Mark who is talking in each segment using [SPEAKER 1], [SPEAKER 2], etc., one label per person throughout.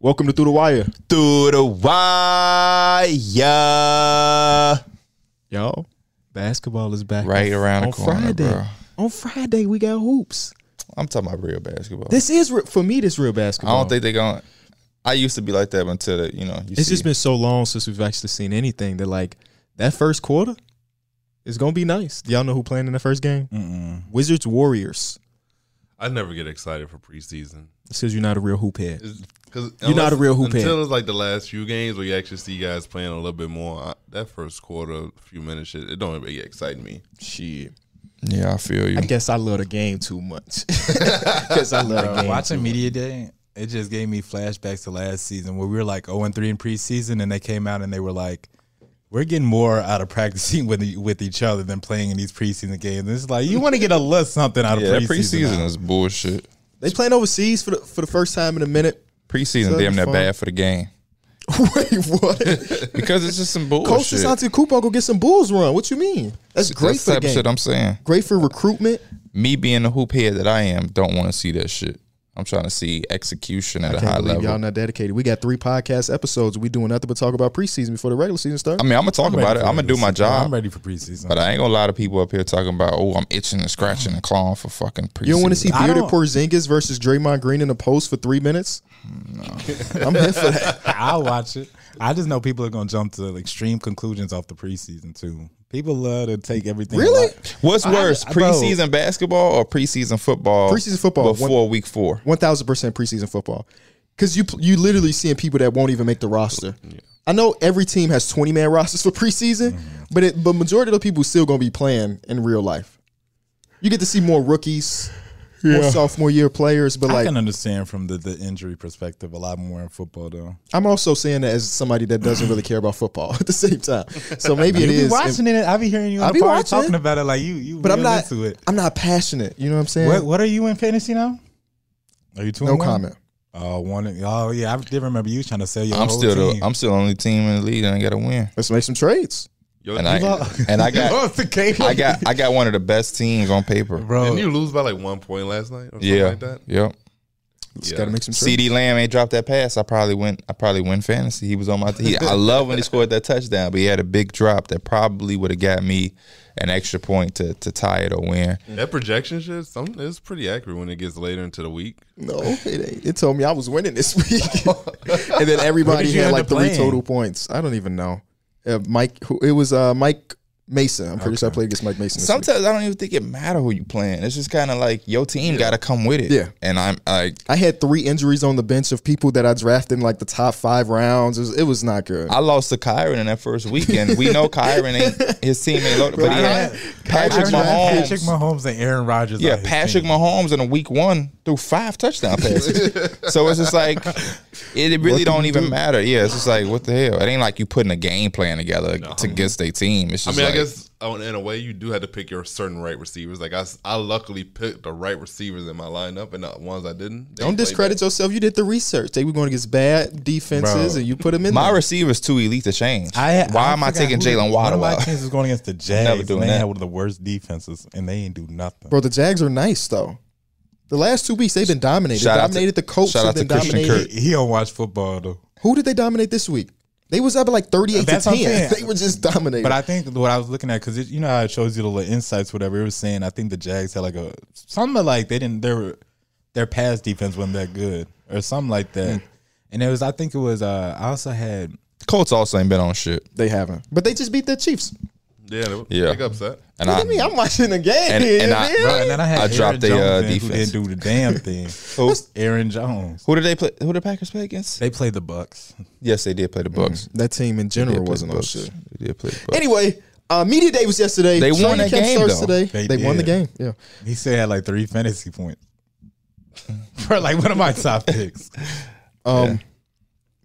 [SPEAKER 1] Welcome to Through the Wire.
[SPEAKER 2] Through the wire.
[SPEAKER 1] Y'all, basketball is back.
[SPEAKER 2] Right around the
[SPEAKER 1] on
[SPEAKER 2] corner,
[SPEAKER 1] Friday.
[SPEAKER 2] bro.
[SPEAKER 1] On Friday, we got hoops.
[SPEAKER 2] I'm talking about real basketball.
[SPEAKER 1] This is, re- for me, this real
[SPEAKER 2] I
[SPEAKER 1] basketball.
[SPEAKER 2] don't think they're going. I used to be like that until the, you know you
[SPEAKER 1] It's
[SPEAKER 2] see.
[SPEAKER 1] just been so long since we've actually seen anything that, like, that first quarter is going to be nice. Y'all know who playing in the first game? Wizards Warriors.
[SPEAKER 3] I never get excited for preseason.
[SPEAKER 1] It's because you're not a real hoop head.
[SPEAKER 3] Because
[SPEAKER 1] You're not a real hoop head.
[SPEAKER 3] until it's like the last few games where you actually see guys playing a little bit more. I, that first quarter, few minutes, shit, it don't really excite me.
[SPEAKER 1] Shit.
[SPEAKER 2] yeah, I feel you.
[SPEAKER 1] I guess I love the game too much. Because I love the game.
[SPEAKER 4] Watching media day, it just gave me flashbacks to last season where we were like 0 and 3 in preseason, and they came out and they were like, "We're getting more out of practicing with e- with each other than playing in these preseason games." And it's like you want to get a little something out of
[SPEAKER 2] yeah, that
[SPEAKER 4] preseason.
[SPEAKER 2] preseason is bullshit.
[SPEAKER 1] They playing overseas for the, for the first time in a minute.
[SPEAKER 2] Preseason
[SPEAKER 1] That'd be
[SPEAKER 2] damn that
[SPEAKER 1] fun.
[SPEAKER 2] bad for the game
[SPEAKER 1] Wait, what?
[SPEAKER 2] because it's just some bullshit.
[SPEAKER 1] Coach Antetokounmpo go get some Bulls run. What you mean? That's great
[SPEAKER 2] That's
[SPEAKER 1] for the
[SPEAKER 2] the type of
[SPEAKER 1] game.
[SPEAKER 2] shit I'm saying.
[SPEAKER 1] great for recruitment.
[SPEAKER 2] Me being the hoop head that I am, don't want to see that shit. I'm trying to see execution at a high level.
[SPEAKER 1] y'all not dedicated. We got three podcast episodes. We doing nothing but talk about preseason before the regular season starts.
[SPEAKER 2] I mean, I'm gonna talk about it. I'm gonna do my job.
[SPEAKER 4] I'm ready for preseason.
[SPEAKER 2] But I ain't gonna lie to people up here talking about, oh, I'm itching and scratching and clawing for fucking preseason.
[SPEAKER 1] you don't want to see
[SPEAKER 4] I
[SPEAKER 1] Bearded
[SPEAKER 4] don't-
[SPEAKER 1] Porzingis versus Draymond Green in a post for three minutes? No. I'm here for that.
[SPEAKER 4] I'll watch it. I just know people are gonna jump to extreme conclusions off the preseason too. People love to take everything.
[SPEAKER 1] Really?
[SPEAKER 4] like-
[SPEAKER 2] What's worse,
[SPEAKER 4] I- bro.
[SPEAKER 2] preseason basketball or preseason football?
[SPEAKER 1] Preseason football,
[SPEAKER 2] before week four.
[SPEAKER 1] One thousand percent preseason football, because you you literally seeing people that won't even make the roster. I know every team has twenty man rosters for preseason,
[SPEAKER 4] Mm-hmm.
[SPEAKER 1] but it, but majority of the people still gonna be playing in real life. You get to see more rookies, more sophomore year players, but
[SPEAKER 4] I
[SPEAKER 1] like
[SPEAKER 4] can understand from the, the injury perspective a lot more in football though.
[SPEAKER 1] I'm also saying that as somebody that doesn't really care about football at the same time. So maybe it
[SPEAKER 4] You be
[SPEAKER 1] is,
[SPEAKER 4] watching it. I be hearing you.
[SPEAKER 1] I
[SPEAKER 4] On
[SPEAKER 1] be
[SPEAKER 4] the party
[SPEAKER 1] watching
[SPEAKER 4] talking
[SPEAKER 1] it.
[SPEAKER 4] about it like you. You.
[SPEAKER 1] but I'm
[SPEAKER 4] real
[SPEAKER 1] not
[SPEAKER 4] into it.
[SPEAKER 1] I'm not passionate. You know what I'm saying?
[SPEAKER 4] What What are you in fantasy now? Are you two?
[SPEAKER 1] no
[SPEAKER 4] and one?
[SPEAKER 1] comment.
[SPEAKER 4] Oh, one. and- Oh, yeah. I did remember you trying to sell your.
[SPEAKER 2] I'm
[SPEAKER 4] whole
[SPEAKER 2] still
[SPEAKER 4] team.
[SPEAKER 2] the I'm still the only team in the league that ain't got to win.
[SPEAKER 1] Let's make some trades.
[SPEAKER 3] Yo,
[SPEAKER 2] And
[SPEAKER 3] you
[SPEAKER 2] I
[SPEAKER 3] lost-
[SPEAKER 2] and I
[SPEAKER 1] Oh,
[SPEAKER 2] got
[SPEAKER 4] the game,
[SPEAKER 2] I got I got one of the best teams on paper.
[SPEAKER 4] bro.
[SPEAKER 3] didn't you lose by like one point last night or something
[SPEAKER 2] Yeah,
[SPEAKER 3] like that?
[SPEAKER 2] yep.
[SPEAKER 1] Just
[SPEAKER 3] Yeah.
[SPEAKER 1] gotta make some trades.
[SPEAKER 2] CD Lamb ain't dropped that pass. I probably went. I probably win fantasy. He was on my. He, I love when he scored that touchdown, but he had a big drop that probably would have got me an extra point to to tie it or win.
[SPEAKER 3] That projection shit, some it's pretty accurate when it gets later into the week.
[SPEAKER 1] No, it ain't. It told me I was winning this week, and then everybody
[SPEAKER 4] Who did you
[SPEAKER 1] had
[SPEAKER 4] end
[SPEAKER 1] like
[SPEAKER 4] up
[SPEAKER 1] three
[SPEAKER 4] playing?
[SPEAKER 1] total points. I don't even know. Uh, Mike, who, it was uh, Mike Mason. I'm pretty sure I played against Mike Mason. this week.
[SPEAKER 2] Sometimes I don't even think it matter who you playing. It's just kind of like your team got to come with it.
[SPEAKER 1] Yeah.
[SPEAKER 2] and I'm like,
[SPEAKER 1] I had three injuries on the bench of people that I drafted in like the top five rounds. It was, it was not good.
[SPEAKER 2] I lost to Kyron in that first weekend. we know Kyron ain't his team ain't loaded, but he had Patrick
[SPEAKER 4] Patrick Mahomes. Patrick
[SPEAKER 2] Mahomes.
[SPEAKER 4] Mahomes and Aaron Rodgers.
[SPEAKER 2] Yeah,
[SPEAKER 4] on his
[SPEAKER 2] Patrick
[SPEAKER 4] team.
[SPEAKER 2] Mahomes in a week one threw five touchdown passes. so it's just like it really don't even matter. Yeah, it's just like what the hell? It ain't like you putting a game plan together to against their team. It's
[SPEAKER 3] I
[SPEAKER 2] just
[SPEAKER 3] mean,
[SPEAKER 2] like,
[SPEAKER 3] I guess oh, in a way you do have to pick your certain right receivers. Like I, s- I luckily picked the right receivers in my lineup, and the ones I didn't. they
[SPEAKER 1] don't
[SPEAKER 3] played
[SPEAKER 1] discredit yourself. You did the research. They were going against bad defenses,
[SPEAKER 4] Bro.
[SPEAKER 1] and you put them in.
[SPEAKER 2] my
[SPEAKER 1] there.
[SPEAKER 2] receiver's too elite to change.
[SPEAKER 4] I,
[SPEAKER 2] Why am I
[SPEAKER 4] forgot
[SPEAKER 2] taking
[SPEAKER 4] who-
[SPEAKER 2] Jalen Waddle
[SPEAKER 4] One of
[SPEAKER 2] out?
[SPEAKER 4] my teams was going against the Jags,
[SPEAKER 2] doing
[SPEAKER 4] and they
[SPEAKER 2] that.
[SPEAKER 4] had one of the worst defenses, and they ain't do nothing.
[SPEAKER 1] Bro, the Jags are nice though. The last two weeks they've been dominated.
[SPEAKER 2] Shout out to-
[SPEAKER 1] dominated the Colts.
[SPEAKER 2] shout
[SPEAKER 1] have
[SPEAKER 2] out to
[SPEAKER 1] been
[SPEAKER 2] Christian
[SPEAKER 1] dominated.
[SPEAKER 2] Kirk.
[SPEAKER 4] he don't watch football though.
[SPEAKER 1] Who did they dominate this week? They was up at like 38
[SPEAKER 4] That's
[SPEAKER 1] to
[SPEAKER 4] what I'm
[SPEAKER 1] 10.
[SPEAKER 4] saying.
[SPEAKER 1] They were just dominated.
[SPEAKER 4] But I think what I was looking at because you know how it shows you the little insights, whatever. It was saying I think the Jags had like a something like they didn't their their pass defense wasn't that good or something like
[SPEAKER 2] Hmm.
[SPEAKER 4] that. And it was I think it was uh, I also had
[SPEAKER 2] Colts also ain't been on shit.
[SPEAKER 1] They haven't. But they just beat the Chiefs.
[SPEAKER 3] That. Yeah, they,
[SPEAKER 2] Yeah.
[SPEAKER 3] yeah. They got upset.
[SPEAKER 2] And
[SPEAKER 1] Look
[SPEAKER 2] I,
[SPEAKER 1] at me. I'm watching the game.
[SPEAKER 2] and- and I-
[SPEAKER 1] man.
[SPEAKER 4] bro, and then I had
[SPEAKER 2] I
[SPEAKER 4] Aaron
[SPEAKER 2] dropped the,
[SPEAKER 4] Jones
[SPEAKER 2] uh,
[SPEAKER 4] in who
[SPEAKER 2] defense.
[SPEAKER 4] didn't do the damn thing. Aaron Jones.
[SPEAKER 2] who did they play? Who did Packers play against?
[SPEAKER 4] They played the Bucks.
[SPEAKER 2] Yes, they did play the Bucks.
[SPEAKER 1] that team in general
[SPEAKER 2] Mm-hmm. They played
[SPEAKER 1] wasn't
[SPEAKER 2] the
[SPEAKER 1] on
[SPEAKER 2] Bucks.
[SPEAKER 1] shit.
[SPEAKER 2] They did play the Bucks.
[SPEAKER 1] Anyway, uh, media day was yesterday.
[SPEAKER 2] They won
[SPEAKER 1] Training
[SPEAKER 2] that
[SPEAKER 1] camp
[SPEAKER 2] game,
[SPEAKER 1] starts
[SPEAKER 2] though.
[SPEAKER 1] Today. They,
[SPEAKER 4] They
[SPEAKER 1] won the game.
[SPEAKER 4] did.
[SPEAKER 1] Yeah.
[SPEAKER 4] He still had like three fantasy points. For like one of my top picks.
[SPEAKER 1] Um,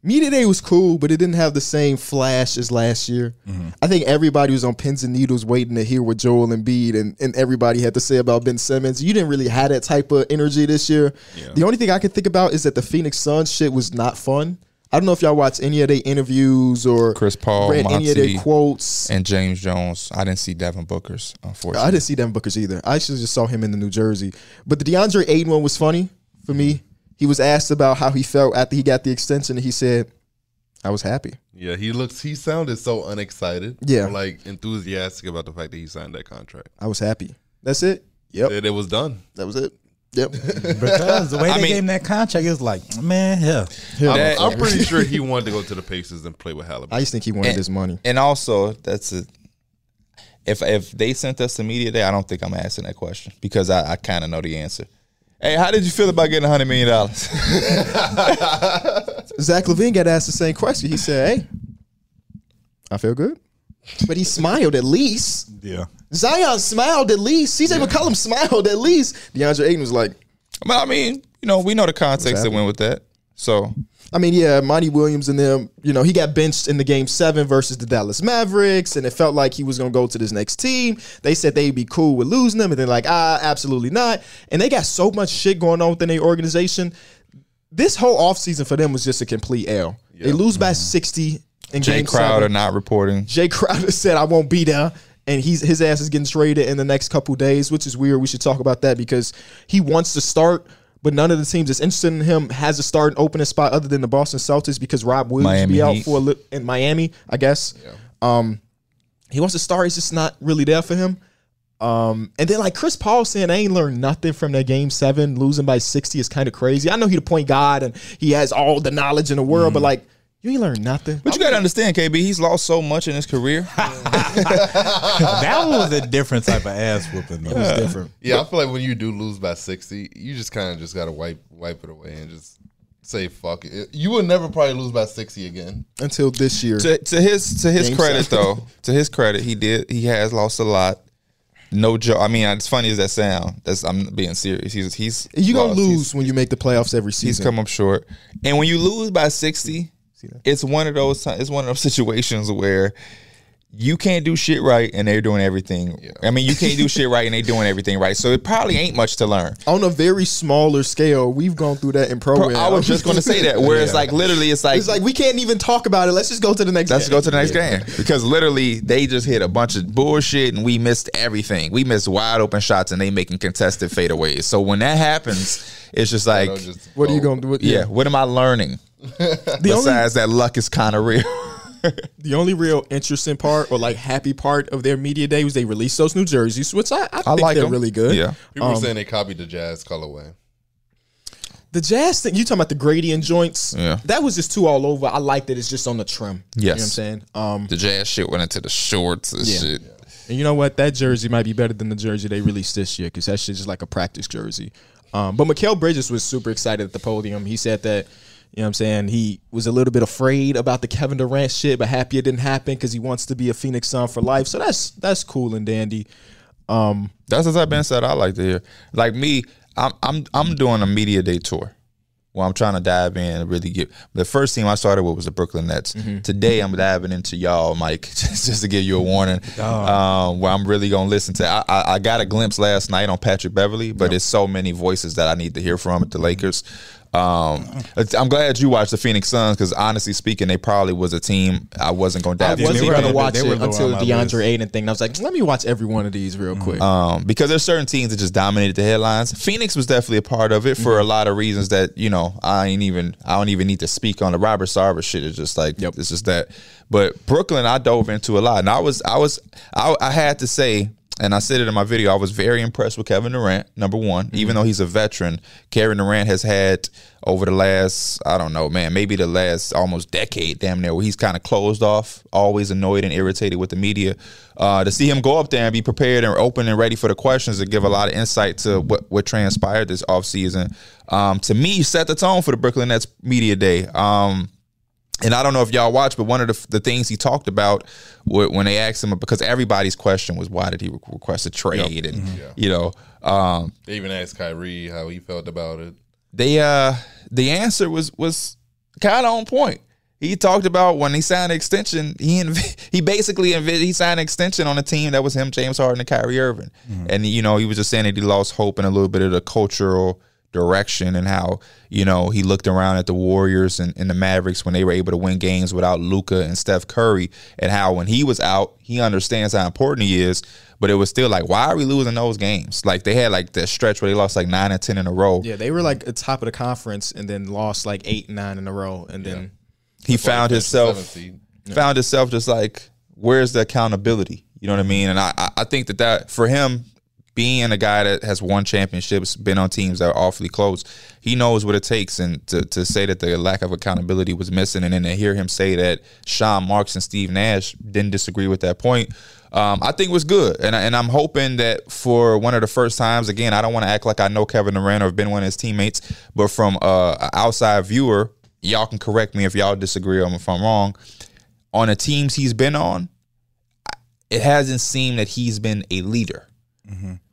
[SPEAKER 1] Media Day was cool, but it didn't have the same flash as last year.
[SPEAKER 2] Mm-hmm.
[SPEAKER 1] I think everybody was on pins and needles waiting to hear what Joel Embiid and, and everybody had to say about Ben Simmons. You didn't really have that type of energy this year. The only thing I can think about is that the Phoenix Suns shit was not fun. I don't know if y'all watched any of their interviews or
[SPEAKER 2] Chris Paul,
[SPEAKER 1] read any of
[SPEAKER 2] Monty.
[SPEAKER 1] their quotes.
[SPEAKER 2] and James Jones. I didn't see Devin Booker's, unfortunately.
[SPEAKER 1] I didn't see Devin Booker's either. I actually just saw him in the New Jersey. But the DeAndre Aiden one was funny for me. He was asked about how he felt after he got the extension, and he said, "I was happy."
[SPEAKER 3] Yeah, he looks. He sounded so unexcited.
[SPEAKER 1] Yeah.
[SPEAKER 3] or, like enthusiastic about the fact that he signed that contract.
[SPEAKER 1] I was happy. That's it. Yep.
[SPEAKER 3] That it was done.
[SPEAKER 1] That was it. Yep.
[SPEAKER 4] Because the way
[SPEAKER 2] I
[SPEAKER 4] they
[SPEAKER 2] mean-
[SPEAKER 4] gave him that contract, it was like, man, yeah.
[SPEAKER 2] That-
[SPEAKER 3] I'm, I'm pretty sure he wanted to go to the Pacers and play with Halliburton.
[SPEAKER 1] I just think he wanted
[SPEAKER 2] And-
[SPEAKER 1] his money.
[SPEAKER 2] And also, that's a, if if they sent us the media day, I don't think I'm asking that question because I, I kind of know the answer. Hey, how did you feel about getting hundred million dollars?
[SPEAKER 1] Zach Levine got asked the same question. He said, "Hey, I feel good," but he smiled at least.
[SPEAKER 4] Yeah.
[SPEAKER 1] Zion smiled at least. CJ McCollum smiled at least. DeAndre Ayton was like,
[SPEAKER 2] but I mean, you know, we know the context that went with that. So
[SPEAKER 1] I mean, yeah, Monty Williams and them, you know, he got benched in the game seven versus the Dallas Mavericks, and it felt like he was going to go to this next team. They said they'd be cool with losing him, and they're like, ah, absolutely not. And they got so much shit going on within their organization. This whole offseason for them was just a complete L. They lose by 60 in
[SPEAKER 2] Jay
[SPEAKER 1] game
[SPEAKER 2] Crowder
[SPEAKER 1] seven.
[SPEAKER 2] not reporting.
[SPEAKER 1] Jay Crowder said, I won't be there. And he's his ass is getting traded in the next couple days, which is weird. We should talk about that because he wants to start, but none of the teams that's interested in him has a start and opening spot other than the Boston Celtics because Rob Williams
[SPEAKER 2] Miami
[SPEAKER 1] be out
[SPEAKER 2] Heat.
[SPEAKER 1] for a little in Miami, I guess. Um, he wants to start. It's just not really there for him. Um, and then like Chris Paul saying they ain't learned nothing from that game seven, losing by 60 is kind of crazy. I know he the point guard and he has all the knowledge in the world, but like you ain't learned nothing.
[SPEAKER 2] Mm-hmm. But you gotta understand, KB, he's lost so much in his career.
[SPEAKER 4] That was a different type of ass whooping, though.
[SPEAKER 1] different.
[SPEAKER 3] yeah, I feel like when you do lose by sixty, you just kind of just gotta wipe wipe it away and just say fuck it. You will never probably lose by sixty again.
[SPEAKER 1] Until this year.
[SPEAKER 2] to, to his to his
[SPEAKER 1] Game
[SPEAKER 2] credit
[SPEAKER 1] seven.
[SPEAKER 2] though, to his credit, he did he has lost a lot. No joke. I mean, as funny as that sound, that's I'm being serious. He's he's
[SPEAKER 1] You gonna
[SPEAKER 2] lost.
[SPEAKER 1] lose
[SPEAKER 2] He's-
[SPEAKER 1] when you make the playoffs every
[SPEAKER 2] He's
[SPEAKER 1] season.
[SPEAKER 2] come up short, and when you lose by sixty, it's one of those ti- it's one of those situations where you can't do shit right, and they're doing everything. I mean, you can't do shit right, and they're doing everything right. So it probably ain't much to learn.
[SPEAKER 1] On a very smaller scale, we've gone through that in pro.
[SPEAKER 2] Bro, I was just gonna say that. Where it's like literally, it's like
[SPEAKER 1] Oh, it's like we can't even talk about it. Let's just go to the next.
[SPEAKER 2] Let's
[SPEAKER 1] game.
[SPEAKER 2] go to the next game because literally they just hit a bunch of bullshit and we missed everything. We missed wide open shots and they making contested fadeaways. So when that happens, it's just like,
[SPEAKER 3] You know, just oh.
[SPEAKER 1] What are you gonna do? What-
[SPEAKER 2] yeah, what am I learning
[SPEAKER 1] The only
[SPEAKER 2] besides that luck is kind of real?
[SPEAKER 1] the only real interesting part or like happy part of their media day was they released those new jerseys, which I, I, think
[SPEAKER 2] like
[SPEAKER 1] they're
[SPEAKER 2] 'em.
[SPEAKER 1] really good.
[SPEAKER 2] Yeah,
[SPEAKER 3] People
[SPEAKER 1] um,
[SPEAKER 3] were saying they copied the Jazz colorway.
[SPEAKER 1] The jazz thing you talking about the gradient joints?
[SPEAKER 2] Yeah.
[SPEAKER 1] that was just too all over. I like that it's just on the trim. you know what I'm
[SPEAKER 2] Yes.
[SPEAKER 1] saying. Um,
[SPEAKER 2] the jazz shit went into the shorts and shit.
[SPEAKER 1] And you know what? That jersey might be better than the jersey they released this year because that shit's just like a practice jersey. Um, but Mikael Bridges was super excited at the podium. He said that, you know what I'm saying, he was a little bit afraid about the Kevin Durant shit, but happy it didn't happen because he wants to be a Phoenix Sun for life. So that's that's cool and dandy.
[SPEAKER 2] That's the type of insight I like to hear. Like me, I'm I'm I'm doing a media day tour where I'm trying to dive in and really get the first team I started with was the Brooklyn Nets. Today I'm diving into y'all, Mike, just, just to give you a warning. Um, where I'm really gonna listen to. I, I I got a glimpse last night on Patrick Beverly, but it's so many voices that I need to hear from at the Lakers. Um, it's- I'm glad you watched the Phoenix Suns because honestly speaking, they probably was a team I wasn't gonna dive
[SPEAKER 1] I wasn't
[SPEAKER 4] they
[SPEAKER 2] into.
[SPEAKER 4] were-
[SPEAKER 1] going to
[SPEAKER 4] they
[SPEAKER 1] watch
[SPEAKER 4] were
[SPEAKER 1] it
[SPEAKER 4] low on
[SPEAKER 1] until
[SPEAKER 4] my
[SPEAKER 1] DeAndre
[SPEAKER 4] list. Mm-hmm. Uh,
[SPEAKER 1] Ayton thing. And I was like, let me watch every one of these real quick.
[SPEAKER 2] um, because there's certain teams that just dominated the headlines. Phoenix was definitely a part of it for a lot of reasons that you know I ain't even I don't even need to speak on the Robert Sarver shit. It's just like
[SPEAKER 1] Yep.
[SPEAKER 2] it's just that. But Brooklyn, I dove into a lot, and I was I was I, I had to say. And I said it in my video. I was very impressed with Kevin Durant. Number one, even though he's a veteran, Kevin Durant has had over the last, I don't know, man, maybe the last almost decade, damn near, where he's kind of closed off, always annoyed and irritated with the media. Uh, to see him go up there and be prepared and open and ready for the questions to give a lot of insight to what, what transpired this offseason, um, to me, set the tone for the Brooklyn Nets Media Day. Um, and I don't know if y'all watched, but one of the, the things he talked about wa- when they asked him, because everybody's question was, why did he re- request a trade? And, you know, um,
[SPEAKER 3] They even asked Kyrie how he felt about it.
[SPEAKER 2] they uh the answer was was kind of on point. He talked about when he signed an extension, he inv- he basically invi- he signed an extension on a team that was him, James Harden, and Kyrie Irving, and you know he was just saying that he lost hope and a little bit of the cultural direction and how you know he looked around at the Warriors and, and the Mavericks when they were able to win games without Luca and Steph Curry, and how when he was out, he understands how important he is. But it was still like, why are we losing those games? Like they had like that stretch where they lost like nine and ten in a row.
[SPEAKER 1] Yeah, they were like at top of the conference and then lost like eight, nine in a row, and then
[SPEAKER 2] he found
[SPEAKER 3] That's the
[SPEAKER 2] himself.
[SPEAKER 3] seventh seed.
[SPEAKER 2] found itself just like where's the accountability you know what i mean and i i I think that that for him being a guy that has won championships been on teams that are awfully close he knows what it takes and to, to say that the lack of accountability was missing and then to hear him say that sean marks and steve nash didn't disagree with that point um, I think was good, and I- and I'm hoping that for one of the first times again, I don't want to act like I know Kevin Durant or have been one of his teammates, but from uh, an outside viewer, y'all can correct me if y'all disagree or if I'm wrong on the teams he's been on, it hasn't seemed that he's been a leader.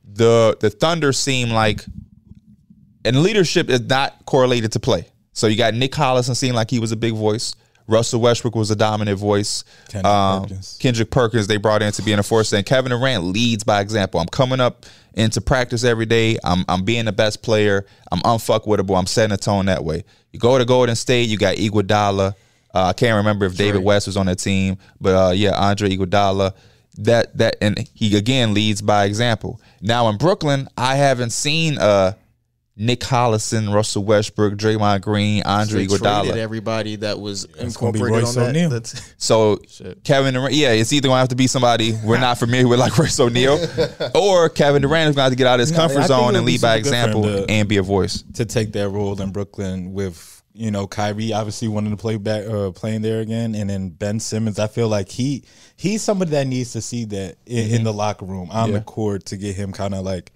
[SPEAKER 2] The the Thunder seem like, and leadership is not correlated to play. So you got Nick Collison seemed like he was a big voice. Russell Westbrook was a dominant voice. Um,
[SPEAKER 4] Kendrick Perkins.
[SPEAKER 2] Kendrick Perkins they brought in to be an enforcer. And Kevin Durant leads by example. I'm coming up into practice every day. I'm I'm being the best player. I'm unfuckwittable. I'm setting a tone that way. You go to Golden State, you got Iguodala. Uh, I can't remember if David West was on the team, but uh, yeah, Andre Iguodala. That that and he again leads by example. Now in Brooklyn, I haven't seen uh, Nick Collison, Russell Westbrook, Draymond Green, Andre
[SPEAKER 1] they
[SPEAKER 2] Iguodala.
[SPEAKER 1] traded everybody that was
[SPEAKER 4] gonna be
[SPEAKER 1] incorporated
[SPEAKER 4] Royce
[SPEAKER 1] on that.
[SPEAKER 4] O'Neal.
[SPEAKER 1] That's-
[SPEAKER 2] So Kevin Durant, yeah, it's either gonna have to be somebody we're not familiar with, like Royce O'Neal, or Kevin Durant is gonna have to get out of his
[SPEAKER 4] No, I
[SPEAKER 2] comfort
[SPEAKER 4] think it
[SPEAKER 2] zone
[SPEAKER 4] would
[SPEAKER 2] and
[SPEAKER 4] be
[SPEAKER 2] lead by
[SPEAKER 4] super good for him
[SPEAKER 2] example
[SPEAKER 4] to-
[SPEAKER 2] and be a voice.
[SPEAKER 4] to take that role in Brooklyn with you know Kyrie obviously wanting to play back uh, playing there again, and then Ben Simmons. I feel like he he's somebody that needs to see that in, in the locker room on the court to get him kind of like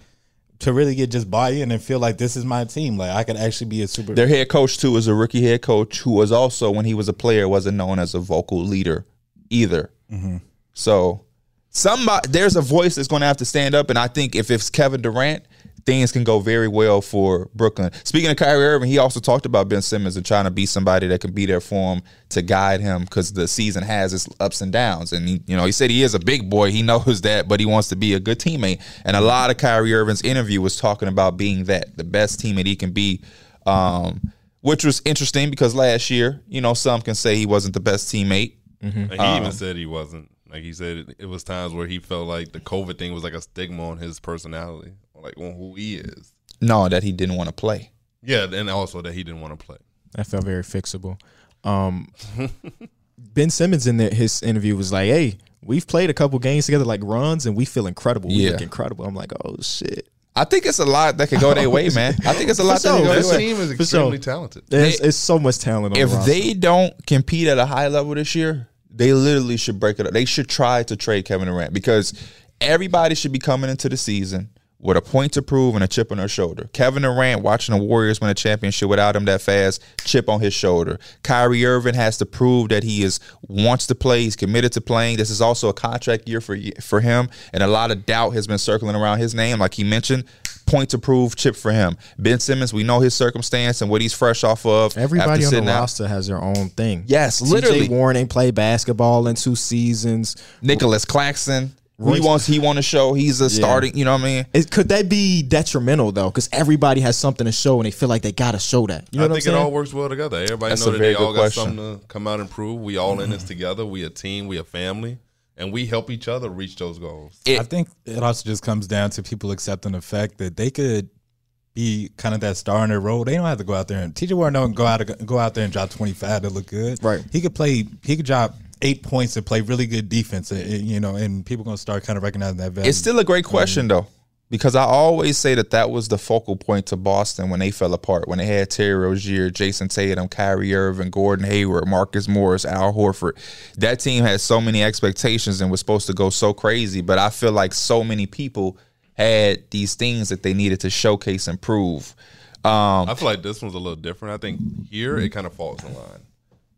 [SPEAKER 4] to really get just buy in and feel like this is my team. Like I could actually be a super.
[SPEAKER 2] Their head coach too is a rookie head coach who was also when he was a player wasn't known as a vocal leader either.
[SPEAKER 4] Mm-hmm.
[SPEAKER 2] So somebody there's a voice that's gonna have to stand up, and I think if it's Kevin Durant. Things can go very well for Brooklyn. Speaking of Kyrie Irving, he also talked about Ben Simmons and trying to be somebody that can be there for him to guide him because the season has its ups and downs. And he, you know, he said he is a big boy. He knows that, but he wants to be a good teammate. And a lot of Kyrie Irving's interview was talking about being that the best teammate he can be. Um, which was interesting because last year, you know, some can say he wasn't the best teammate.
[SPEAKER 3] Like, he even said he wasn't. Like he said, it, it was times where he felt like the COVID thing was like a stigma on his personality, or, like on who he is.
[SPEAKER 2] No, that he didn't want to play.
[SPEAKER 3] Yeah, and also that he didn't want to play.
[SPEAKER 1] That felt very fixable. Um, ben Simmons in the, his interview was like, "Hey, we've played a couple games together, like runs, and we feel incredible. We
[SPEAKER 2] Yeah.
[SPEAKER 1] look incredible." I'm like, "Oh shit!"
[SPEAKER 2] I think it's a lot that could go their way, man. I think it's a lot that could
[SPEAKER 1] sure.
[SPEAKER 2] go
[SPEAKER 3] This
[SPEAKER 2] their way.
[SPEAKER 3] team is
[SPEAKER 1] For
[SPEAKER 3] extremely
[SPEAKER 1] sure.
[SPEAKER 3] talented.
[SPEAKER 1] There's it's so much talent. On
[SPEAKER 2] If
[SPEAKER 1] the roster.
[SPEAKER 2] they don't compete at a high level this year, they literally should break it up. They should try to trade Kevin Durant because everybody should be coming into the season with a point to prove and a chip on their shoulder. Kevin Durant watching the Warriors win a championship without him that fast, chip on his shoulder. Kyrie Irving has to prove that he is wants to play, he's committed to playing. This is also a contract year for for him and a lot of doubt has been circling around his name like he mentioned. Point to prove, chip for him. Ben Simmons, we know his circumstance and what he's fresh off of. after
[SPEAKER 1] Everybody on the
[SPEAKER 2] sitting out.
[SPEAKER 1] roster has their own thing.
[SPEAKER 2] Yes,
[SPEAKER 1] TJ
[SPEAKER 2] literally.
[SPEAKER 1] Warren ain't played basketball in two seasons.
[SPEAKER 2] Nicholas Claxton. He
[SPEAKER 1] Royce-
[SPEAKER 2] wants he want to show he's a starting. You know what I mean?
[SPEAKER 1] It, could that be detrimental though? Because everybody has something to show, and they feel like they gotta show that. You know
[SPEAKER 3] I
[SPEAKER 1] what
[SPEAKER 3] think
[SPEAKER 1] I'm
[SPEAKER 3] it
[SPEAKER 1] saying?
[SPEAKER 3] all works well together. Everybody
[SPEAKER 2] That's
[SPEAKER 3] know
[SPEAKER 2] a
[SPEAKER 3] that
[SPEAKER 2] very
[SPEAKER 3] they all
[SPEAKER 2] good
[SPEAKER 3] got
[SPEAKER 2] question.
[SPEAKER 3] something to come out and prove. We all in this together. We a team. We a family, and we help each other reach those goals.
[SPEAKER 2] it-
[SPEAKER 4] I think it also just comes down to people accepting the fact that they could be kind of that star in their role. They don't have to go out there and TJ Warren don't go out go out there and drop twenty five to look good.
[SPEAKER 1] Right.
[SPEAKER 4] He could play. He could drop eight points and play really good defense. and- and, you know, and people gonna start kind of recognizing that value.
[SPEAKER 2] It's still a great question though, because I always say that that was the focal point to Boston when they fell apart. When they had Terry Rozier, Jason Tatum, Kyrie Irving, Gordon Hayward, Marcus Morris, Al Horford. That team had so many expectations and was supposed to go so crazy, but I feel like so many people had these things that they needed to showcase and prove. Um,
[SPEAKER 3] I feel like this one's a little different. I think here it kind of falls in line.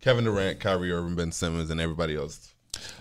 [SPEAKER 3] Kevin Durant, Kyrie Irving, Ben Simmons, and everybody else.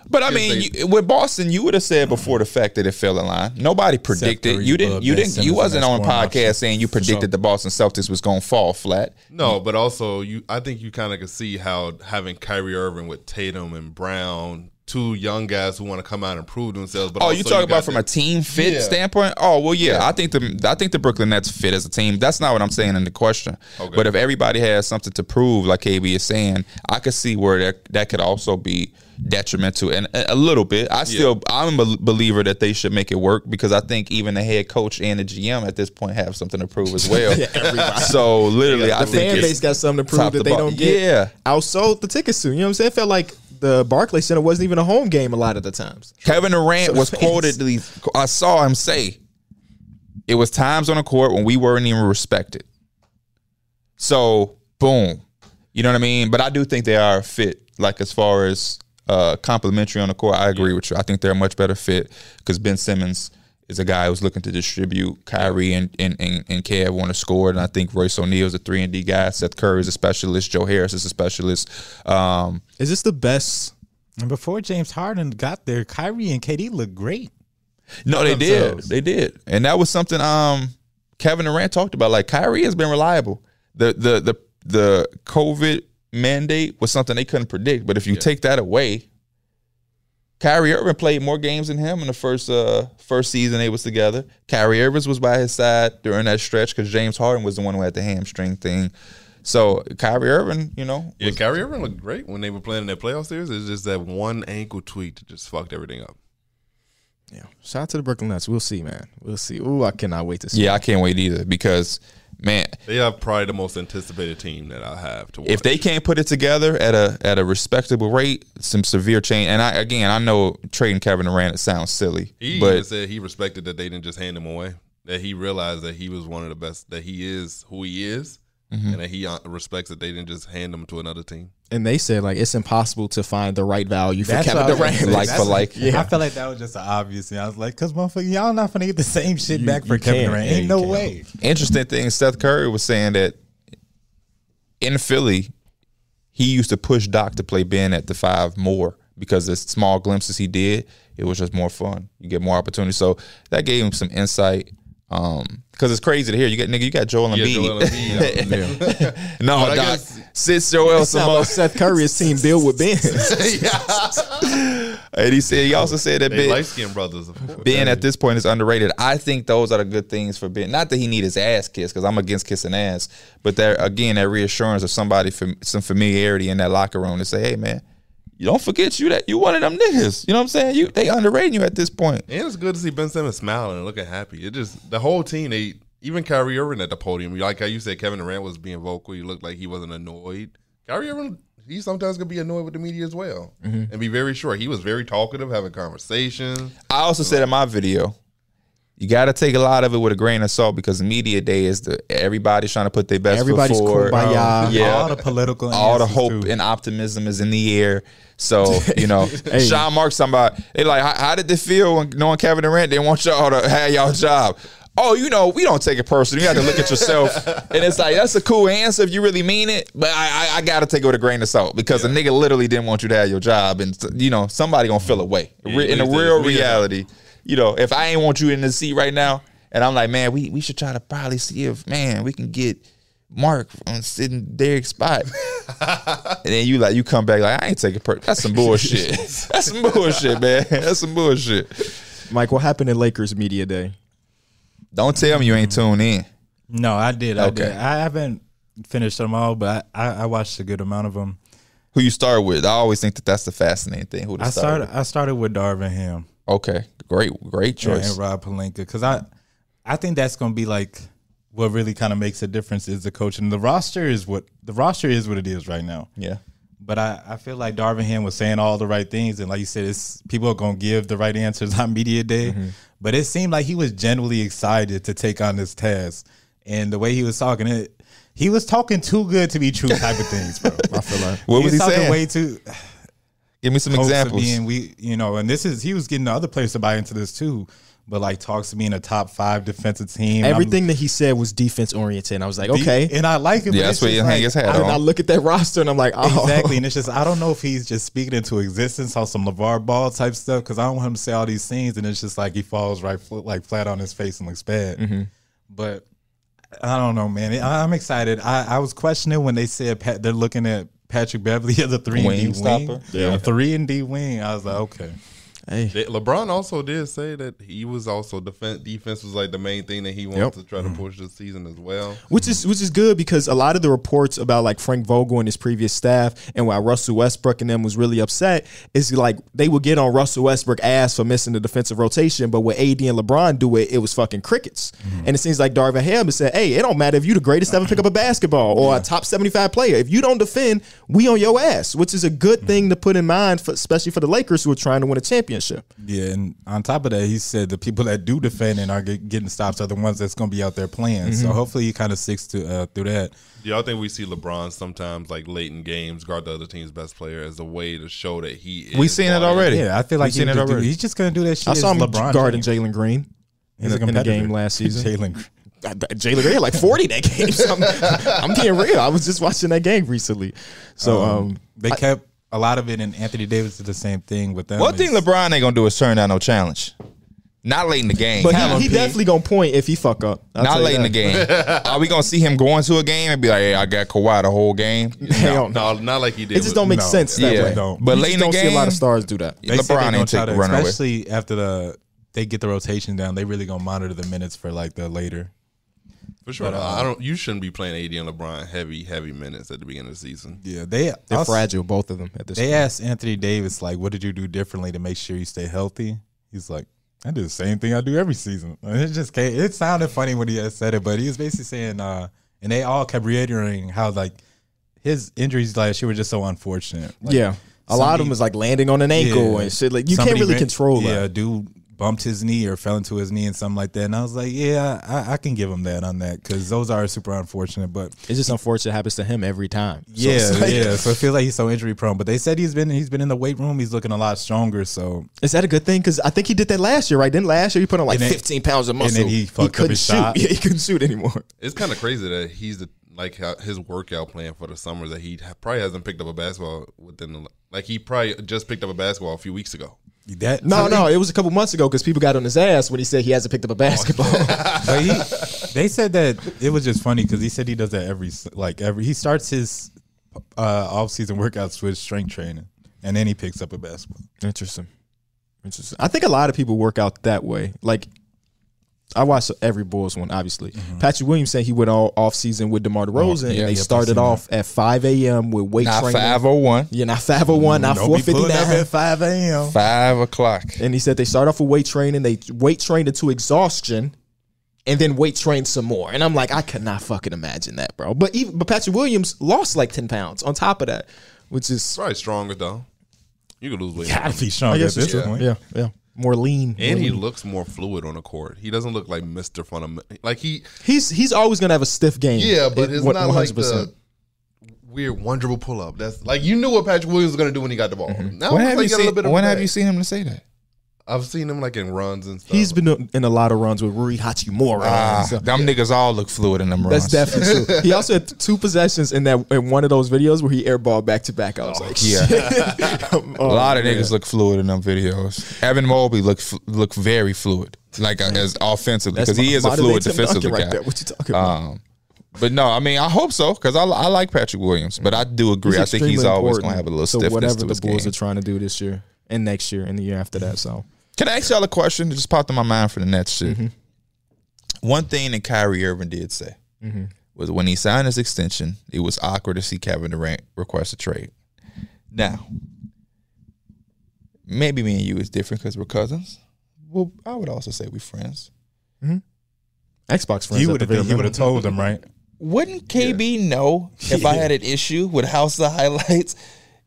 [SPEAKER 2] But I mean,
[SPEAKER 3] they-
[SPEAKER 2] you, with Boston, you would have said before the fact that it fell in line. Nobody predicted.
[SPEAKER 4] Curry,
[SPEAKER 2] You didn't.
[SPEAKER 4] Bud,
[SPEAKER 2] You
[SPEAKER 4] Ben
[SPEAKER 2] didn't.
[SPEAKER 4] Simmons,
[SPEAKER 2] You
[SPEAKER 4] and
[SPEAKER 2] wasn't
[SPEAKER 4] that's
[SPEAKER 2] on a
[SPEAKER 4] one option.
[SPEAKER 2] podcast saying you predicted the Boston Celtics was going to fall flat.
[SPEAKER 3] No, but also you. I think you kind of can see how having Kyrie Irving with Tatum and Brown, two young guys who want to come out and prove themselves. But
[SPEAKER 2] Oh,
[SPEAKER 3] also
[SPEAKER 2] you talking
[SPEAKER 3] got
[SPEAKER 2] about from
[SPEAKER 3] the-
[SPEAKER 2] a team fit
[SPEAKER 3] Yeah.
[SPEAKER 2] standpoint? Oh, well, yeah. I think the I think the Brooklyn Nets fit as a team. That's not what I'm saying in the question.
[SPEAKER 3] Okay.
[SPEAKER 2] But if everybody has something to prove, like KB is saying, I could see where that that could also be detrimental and a, a little bit. I still I'm a believer that they should make it work because I think even the head coach and the GM at this point have something to prove as well. so literally, I
[SPEAKER 1] the
[SPEAKER 2] think
[SPEAKER 1] fan
[SPEAKER 2] it's
[SPEAKER 1] base got something to prove
[SPEAKER 2] top
[SPEAKER 1] that
[SPEAKER 2] to
[SPEAKER 1] they
[SPEAKER 2] bottom.
[SPEAKER 1] don't get.
[SPEAKER 2] Yeah.
[SPEAKER 1] outsold the tickets to. You know what I'm saying? It felt like the Barclays Center wasn't even a home game a lot of the times.
[SPEAKER 2] Kevin Durant was
[SPEAKER 1] fans-
[SPEAKER 2] quoted. I saw him say, "It was times on the court when we weren't even respected." So boom, you know what I mean. But I do think they are a fit. Like as far as uh, complimentary on the court, I agree with you. I think they're a much better fit because Ben Simmons is a guy who's looking to distribute. Kyrie and and and, and Kev want to score, and I think Royce O'Neal is a three and D guy. Seth Curry is a specialist. Joe Harris is a specialist. Um,
[SPEAKER 1] Is this the best?
[SPEAKER 4] And before James Harden got there, Kyrie and KD looked great.
[SPEAKER 2] No, they
[SPEAKER 4] themselves.
[SPEAKER 2] did. They did, and that was something um Kevin Durant talked about. Like Kyrie has been reliable. The the the the COVID mandate was something they couldn't predict, but if you take that away, Kyrie Irving played more games than him in the first uh first season they was together. Kyrie Irving was by his side during that stretch because James Harden was the one who had the hamstring thing. So Kyrie Irving, you know,
[SPEAKER 3] Yeah, Kyrie Irving looked great when they were playing in their playoff series. It's just that one ankle tweak that just fucked everything up.
[SPEAKER 1] Yeah. Shout out to the Brooklyn Nets. We'll see, man. We'll see. Ooh, I cannot wait to see.
[SPEAKER 2] yeah, I can't wait either because man,
[SPEAKER 3] They are probably the most anticipated team that I'll have to watch.
[SPEAKER 2] if they can't put it together at a at a respectable rate, some severe change. And I again, I know trading Kevin Durant it sounds silly,
[SPEAKER 3] he even
[SPEAKER 2] but
[SPEAKER 3] said he respected that they didn't just hand him away. That he realized that he was one of the best. That he is who he is,
[SPEAKER 2] Mm-hmm.
[SPEAKER 3] and that he uh, respects that they didn't just hand him to another team.
[SPEAKER 1] And they said like it's impossible to find the right value for
[SPEAKER 4] what I
[SPEAKER 1] Kevin
[SPEAKER 4] was gonna
[SPEAKER 1] Durant.
[SPEAKER 4] say.
[SPEAKER 2] Like
[SPEAKER 4] That's
[SPEAKER 2] for
[SPEAKER 4] a-
[SPEAKER 2] like.
[SPEAKER 4] I felt like that was just an obvious thing. I was like, because motherfucker, y'all not gonna get the same shit back for
[SPEAKER 1] you
[SPEAKER 4] Kevin
[SPEAKER 1] can't.
[SPEAKER 4] Durant.
[SPEAKER 1] Yeah,
[SPEAKER 4] Ain't
[SPEAKER 1] you
[SPEAKER 4] no
[SPEAKER 1] can't.
[SPEAKER 4] way.
[SPEAKER 2] interesting thing, Seth Curry was saying that in Philly, he used to push Doc to play Ben at the five more because the small glimpses he did, it was just more fun. You get more opportunity. So that gave him some insight. Um, because it's crazy to hear you got nigga, you got Joel Embiid.
[SPEAKER 3] Yeah, Joel Embiid,
[SPEAKER 2] no,
[SPEAKER 3] I
[SPEAKER 2] Doc,
[SPEAKER 3] guess-
[SPEAKER 2] sit Joel
[SPEAKER 1] It's not
[SPEAKER 2] Simone.
[SPEAKER 1] about Seth Curry's team build with Ben.
[SPEAKER 2] And he said he also said that
[SPEAKER 3] They
[SPEAKER 2] Ben,
[SPEAKER 3] light skinned brothers, of course.
[SPEAKER 2] Ben at this point is underrated. I think those are the good things for Ben. Not that he need his ass kissed because I'm against kissing ass, but there again that reassurance of somebody from some familiarity in that locker room to say, hey man, you don't forget you that you one of them niggas. You know what I'm saying? You they underrating you at this point.
[SPEAKER 3] And it's good to see Ben Simmons smiling and looking happy. It just the whole team. They even Kyrie Irving at the podium. Like how you said, Kevin Durant was being vocal. He looked like he wasn't annoyed. Kyrie Irving, he sometimes can be annoyed with the media as well,
[SPEAKER 1] Mm-hmm.
[SPEAKER 3] and be very short. He was very talkative, having conversations.
[SPEAKER 2] I also said in my video, you got to take a lot of it with a grain of salt because media day is the everybody's trying to put their best
[SPEAKER 1] Everybody's
[SPEAKER 2] foot forward.
[SPEAKER 1] kumbaya.
[SPEAKER 2] Yeah.
[SPEAKER 4] All the political,
[SPEAKER 2] all the
[SPEAKER 4] answers,
[SPEAKER 2] hope
[SPEAKER 4] too.
[SPEAKER 2] and optimism is in the air. So you know, Sean Mark, somebody they like, how, how did they feel when knowing Kevin Durant didn't want y'all to have y'all job? Oh, you know, we don't take it personal. You have to look at yourself, and it's like that's a cool answer if you really mean it. But I, I, I got to take it with a grain of salt because a nigga literally didn't want you to have your job, and you know somebody gonna feel away Re- in the
[SPEAKER 3] we just-
[SPEAKER 2] real
[SPEAKER 3] we just-
[SPEAKER 2] reality. You know, if I ain't want you in the seat right now, and I'm like, man, we we should try to probably see if man we can get Mark on sitting Derek's spot. And then you like you come back like I ain't taking per that's some bullshit. that's some bullshit, man. That's some bullshit.
[SPEAKER 1] Mike, what happened in Lakers media day?
[SPEAKER 2] Don't tell me you ain't tuned in.
[SPEAKER 4] No, I did. I
[SPEAKER 2] Okay.
[SPEAKER 4] did. I haven't finished them all, but I, I, I watched a good amount of them.
[SPEAKER 2] Who you start with? I always think that that's the fascinating thing. Who to
[SPEAKER 4] I
[SPEAKER 2] start?
[SPEAKER 4] started. I started with Darvin Ham
[SPEAKER 2] with. Okay, great, great choice.
[SPEAKER 4] and Rob Palenka because I, I think that's going to be like what really kind of makes a difference is the coach and the roster is what the roster is what it is right now.
[SPEAKER 2] Yeah,
[SPEAKER 4] But I, I feel like Darvin Ham was saying all the right things, and like you said, it's people are gonna give the right answers on media day.
[SPEAKER 2] Mm-hmm.
[SPEAKER 4] But it seemed like he was genuinely excited to take on this task, and the way he was talking, it he was talking too good to be true type of things, bro. I feel like
[SPEAKER 2] What was he
[SPEAKER 4] talking
[SPEAKER 2] saying?
[SPEAKER 4] Way too
[SPEAKER 2] give me some
[SPEAKER 4] talks
[SPEAKER 2] examples.
[SPEAKER 4] of being we, you know, and this is he was getting the other players to buy into this too. But like talks to being a top five defensive team, I'm-
[SPEAKER 1] Everything that he said was defense oriented. I was like, okay.
[SPEAKER 4] and I like it. but
[SPEAKER 2] yeah, that's
[SPEAKER 4] it's
[SPEAKER 2] what
[SPEAKER 4] just
[SPEAKER 2] you
[SPEAKER 4] like-
[SPEAKER 2] hang his hat
[SPEAKER 1] And I
[SPEAKER 2] on.
[SPEAKER 1] look at that roster and I'm like, oh,
[SPEAKER 4] Exactly, and it's just I don't know if he's just speaking into existence on some LeVar Ball type stuff because I don't want him to say all these things, and it's just like he falls right fl- like flat on his face and looks bad. But I don't know, man. I- I'm excited. I, I was questioning when they said Pat, they're looking at Patrick Beverly as a three
[SPEAKER 2] Wing
[SPEAKER 4] and D wing.
[SPEAKER 2] stopper?
[SPEAKER 4] Yeah, a three and D wing. I was like, okay,
[SPEAKER 1] Hey,
[SPEAKER 3] They- LeBron also did say that he was also defense. Defense was like the main thing that he wanted
[SPEAKER 1] Yep. Mm-hmm.
[SPEAKER 3] to try to push this season as well.
[SPEAKER 1] which is which is good because a lot of the reports about like Frank Vogel and his previous staff and why Russell Westbrook and them was really upset is like they would get on Russell Westbrook ass for missing the defensive rotation, but when AD and LeBron do it, it was fucking crickets.
[SPEAKER 4] Mm-hmm.
[SPEAKER 1] And it seems like Darvin Ham has said, "Hey, it don't matter if you the greatest to ever pick up a basketball or a top seventy five player. If you don't defend, we on your ass," which is a good thing to put in mind, for, especially for the Lakers who are trying to win a championship.
[SPEAKER 4] yeah. And on top of that, he said the people that do defend and are get, getting stops are the ones that's going to be out there playing. So hopefully, he kind of sticks to uh, through that.
[SPEAKER 3] Do y'all think we see LeBron sometimes like late in games guard the other team's best player as a way to show that he is?
[SPEAKER 2] We seen it
[SPEAKER 3] why-
[SPEAKER 2] already.
[SPEAKER 4] Yeah, I feel like
[SPEAKER 2] We've seen
[SPEAKER 4] he
[SPEAKER 2] it
[SPEAKER 4] just do-
[SPEAKER 2] already.
[SPEAKER 4] he's just going to do that shit.
[SPEAKER 1] I saw
[SPEAKER 4] It's
[SPEAKER 1] him
[SPEAKER 4] LeBron
[SPEAKER 1] guarding
[SPEAKER 4] James.
[SPEAKER 1] Jalen Green.
[SPEAKER 4] He's
[SPEAKER 1] in the- in the
[SPEAKER 4] competitor.
[SPEAKER 1] game last season.
[SPEAKER 4] Jalen Green.
[SPEAKER 1] I- I- Jalen Green had like 40 that game. So I'm, I'm being real. I was just watching that game recently. So um,
[SPEAKER 4] They kept a lot of it, and Anthony Davis did the same thing with them.
[SPEAKER 2] One thing
[SPEAKER 4] It's-
[SPEAKER 2] LeBron ain't gonna do is turn down no challenge. Not late in the game.
[SPEAKER 1] but he,
[SPEAKER 2] Have
[SPEAKER 1] he
[SPEAKER 2] him, P.
[SPEAKER 1] definitely gonna point if he fuck up. I'll tell
[SPEAKER 2] not
[SPEAKER 1] you
[SPEAKER 2] late in the
[SPEAKER 1] that.
[SPEAKER 2] game. Are we gonna see him going to a game and be like, "Hey, I got Kawhi the whole game"?
[SPEAKER 1] Hell no.
[SPEAKER 3] No, not like he did.
[SPEAKER 1] It just
[SPEAKER 3] with-
[SPEAKER 1] don't make
[SPEAKER 4] No.
[SPEAKER 1] sense that
[SPEAKER 2] Yeah.
[SPEAKER 1] way.
[SPEAKER 4] Don't.
[SPEAKER 2] But
[SPEAKER 1] You
[SPEAKER 2] late
[SPEAKER 1] just
[SPEAKER 2] in
[SPEAKER 1] don't
[SPEAKER 2] the
[SPEAKER 1] see a lot
[SPEAKER 2] game-
[SPEAKER 1] of stars do that.
[SPEAKER 4] They said they
[SPEAKER 2] LeBron
[SPEAKER 4] gonna
[SPEAKER 2] ain't
[SPEAKER 4] try
[SPEAKER 2] take
[SPEAKER 4] to-
[SPEAKER 2] the runner away.
[SPEAKER 4] especially after the they get the rotation down. They really gonna monitor the minutes for like the later.
[SPEAKER 3] for sure. I don't. You shouldn't be playing AD and LeBron heavy, heavy minutes at the beginning of the season.
[SPEAKER 4] Yeah, they
[SPEAKER 1] They're
[SPEAKER 4] also-
[SPEAKER 1] fragile, both of them at this.
[SPEAKER 4] They
[SPEAKER 1] point.
[SPEAKER 4] asked Anthony Davis like, "What did you do differently to make sure you stay healthy?" He's like, "I do the same thing I do every season." And it just came, it sounded funny when he had said it, but he was basically saying, uh, and they all kept reiterating how like his injuries last year were just so unfortunate. Like,
[SPEAKER 1] yeah, a lot of
[SPEAKER 4] somebody-
[SPEAKER 1] them is like landing on an ankle and shit. Like you can't
[SPEAKER 4] Somebody
[SPEAKER 1] really
[SPEAKER 4] ran-
[SPEAKER 1] control
[SPEAKER 4] yeah,
[SPEAKER 1] that.
[SPEAKER 4] a dude bumped his knee or fell into his knee and something like that. And I was like, yeah, I, I can give him that on that because those are super unfortunate. But
[SPEAKER 1] It's just unfortunate it happens to him every time. So
[SPEAKER 4] yeah,
[SPEAKER 1] it's like-
[SPEAKER 4] yeah. So it feels like he's so injury prone. But they said he's been he's been in the weight room. He's looking a lot stronger. So
[SPEAKER 1] Is that a good thing? Because I think he did that last year, right? Then last year he put on like
[SPEAKER 4] And then-
[SPEAKER 1] 15 pounds of
[SPEAKER 4] then
[SPEAKER 1] muscle.
[SPEAKER 4] he fucked up
[SPEAKER 1] couldn't
[SPEAKER 4] his
[SPEAKER 1] shoot.
[SPEAKER 4] shot.
[SPEAKER 1] Yeah, he couldn't shoot anymore.
[SPEAKER 3] It's kind of crazy that he's the like how his workout plan for the summer that he probably hasn't picked up a basketball within the like he probably just picked up a basketball a few weeks ago.
[SPEAKER 4] that
[SPEAKER 1] No, no, it was a couple months ago because people got on his ass when he said he hasn't picked up
[SPEAKER 2] Oh,
[SPEAKER 1] a basketball.
[SPEAKER 4] But he, they said that it was just funny because he said he does that every like every he starts his uh, off season workouts with strength training and then he picks up a basketball.
[SPEAKER 1] Interesting. Interesting. I think a lot of people work out that way. Like I watched every Bulls one, obviously. Patrick Williams said he went all off season with DeMar DeRozan,
[SPEAKER 2] Mm-hmm. Oh, yeah,
[SPEAKER 1] and they
[SPEAKER 2] yeah,
[SPEAKER 1] started off at 5 a.m. with weight
[SPEAKER 2] Not
[SPEAKER 1] training.
[SPEAKER 2] five oh one.
[SPEAKER 1] Yeah, not 501, not
[SPEAKER 4] Don't be pulling up
[SPEAKER 1] 459.
[SPEAKER 4] at five a.m.
[SPEAKER 2] Five o'clock.
[SPEAKER 1] And he said they start off with weight training, they weight trained into exhaustion, and then weight trained some more. And I'm like, I could not fucking imagine that, bro. But even but Patrick Williams lost like 10 pounds on top of that, which is
[SPEAKER 3] Probably stronger though. You could lose weight,
[SPEAKER 4] Gotta be strong
[SPEAKER 1] I
[SPEAKER 4] at
[SPEAKER 1] guess
[SPEAKER 4] this
[SPEAKER 1] it's-
[SPEAKER 4] point.
[SPEAKER 1] yeah, yeah. More lean.
[SPEAKER 3] and
[SPEAKER 1] more
[SPEAKER 3] he
[SPEAKER 1] lean.
[SPEAKER 3] looks more fluid on the court. He doesn't look like Mister Fundamental. Like he,
[SPEAKER 1] He's he's always gonna have a stiff game.
[SPEAKER 3] yeah, but it's
[SPEAKER 1] It-
[SPEAKER 3] not like
[SPEAKER 1] 100%.
[SPEAKER 3] the weird, wonderful pull up. That's like you knew what Patrick Williams was gonna do when he got the ball. Now
[SPEAKER 2] Mm-hmm. When
[SPEAKER 3] it looks
[SPEAKER 2] have
[SPEAKER 3] like
[SPEAKER 2] you
[SPEAKER 3] he got a
[SPEAKER 2] seen?
[SPEAKER 3] little bit of
[SPEAKER 2] When
[SPEAKER 3] a
[SPEAKER 2] have
[SPEAKER 3] bag.
[SPEAKER 2] you seen him to say that?
[SPEAKER 3] I've seen him like in runs and stuff.
[SPEAKER 1] He's been in a lot of runs with Rui Hachimura.
[SPEAKER 2] Ah,
[SPEAKER 1] so
[SPEAKER 2] them niggas all look fluid in them
[SPEAKER 1] that's
[SPEAKER 2] runs.
[SPEAKER 1] definitely true. He also had two possessions in that in one of those videos where he airballed back to back. I was like, Um,
[SPEAKER 2] yeah.
[SPEAKER 1] yeah.
[SPEAKER 2] a lot of niggas look fluid in them videos. Evan Mobley look f- look very fluid, like uh, as offensively because he is a fluid defensive
[SPEAKER 1] right
[SPEAKER 2] guy.
[SPEAKER 1] there. What you talking about?
[SPEAKER 2] Um, but no, I mean, I hope so because I, I like Patrick Williams, but I do agree. I think he's
[SPEAKER 1] extremely
[SPEAKER 2] always
[SPEAKER 1] important
[SPEAKER 2] going to have a little
[SPEAKER 1] to
[SPEAKER 2] stiffness
[SPEAKER 1] whatever
[SPEAKER 2] to
[SPEAKER 1] the
[SPEAKER 2] his
[SPEAKER 1] Bulls
[SPEAKER 2] game.
[SPEAKER 1] are trying to do this year and next year and the year after that. So
[SPEAKER 2] Can I ask y'all a question? It just popped in my mind for the Nets shit.
[SPEAKER 1] Mm-hmm.
[SPEAKER 2] One thing that Kyrie Irving did say was when he signed his extension, it was awkward to see Kevin Durant request a trade. Now, maybe me and you is different because we're cousins. Well, I would also say we're friends.
[SPEAKER 1] Xbox friends.
[SPEAKER 4] He
[SPEAKER 1] at
[SPEAKER 4] would
[SPEAKER 1] the
[SPEAKER 4] have
[SPEAKER 1] very
[SPEAKER 4] he would
[SPEAKER 1] minimum.
[SPEAKER 4] have told him right.
[SPEAKER 2] Wouldn't KB know if I had an issue with House of Highlights?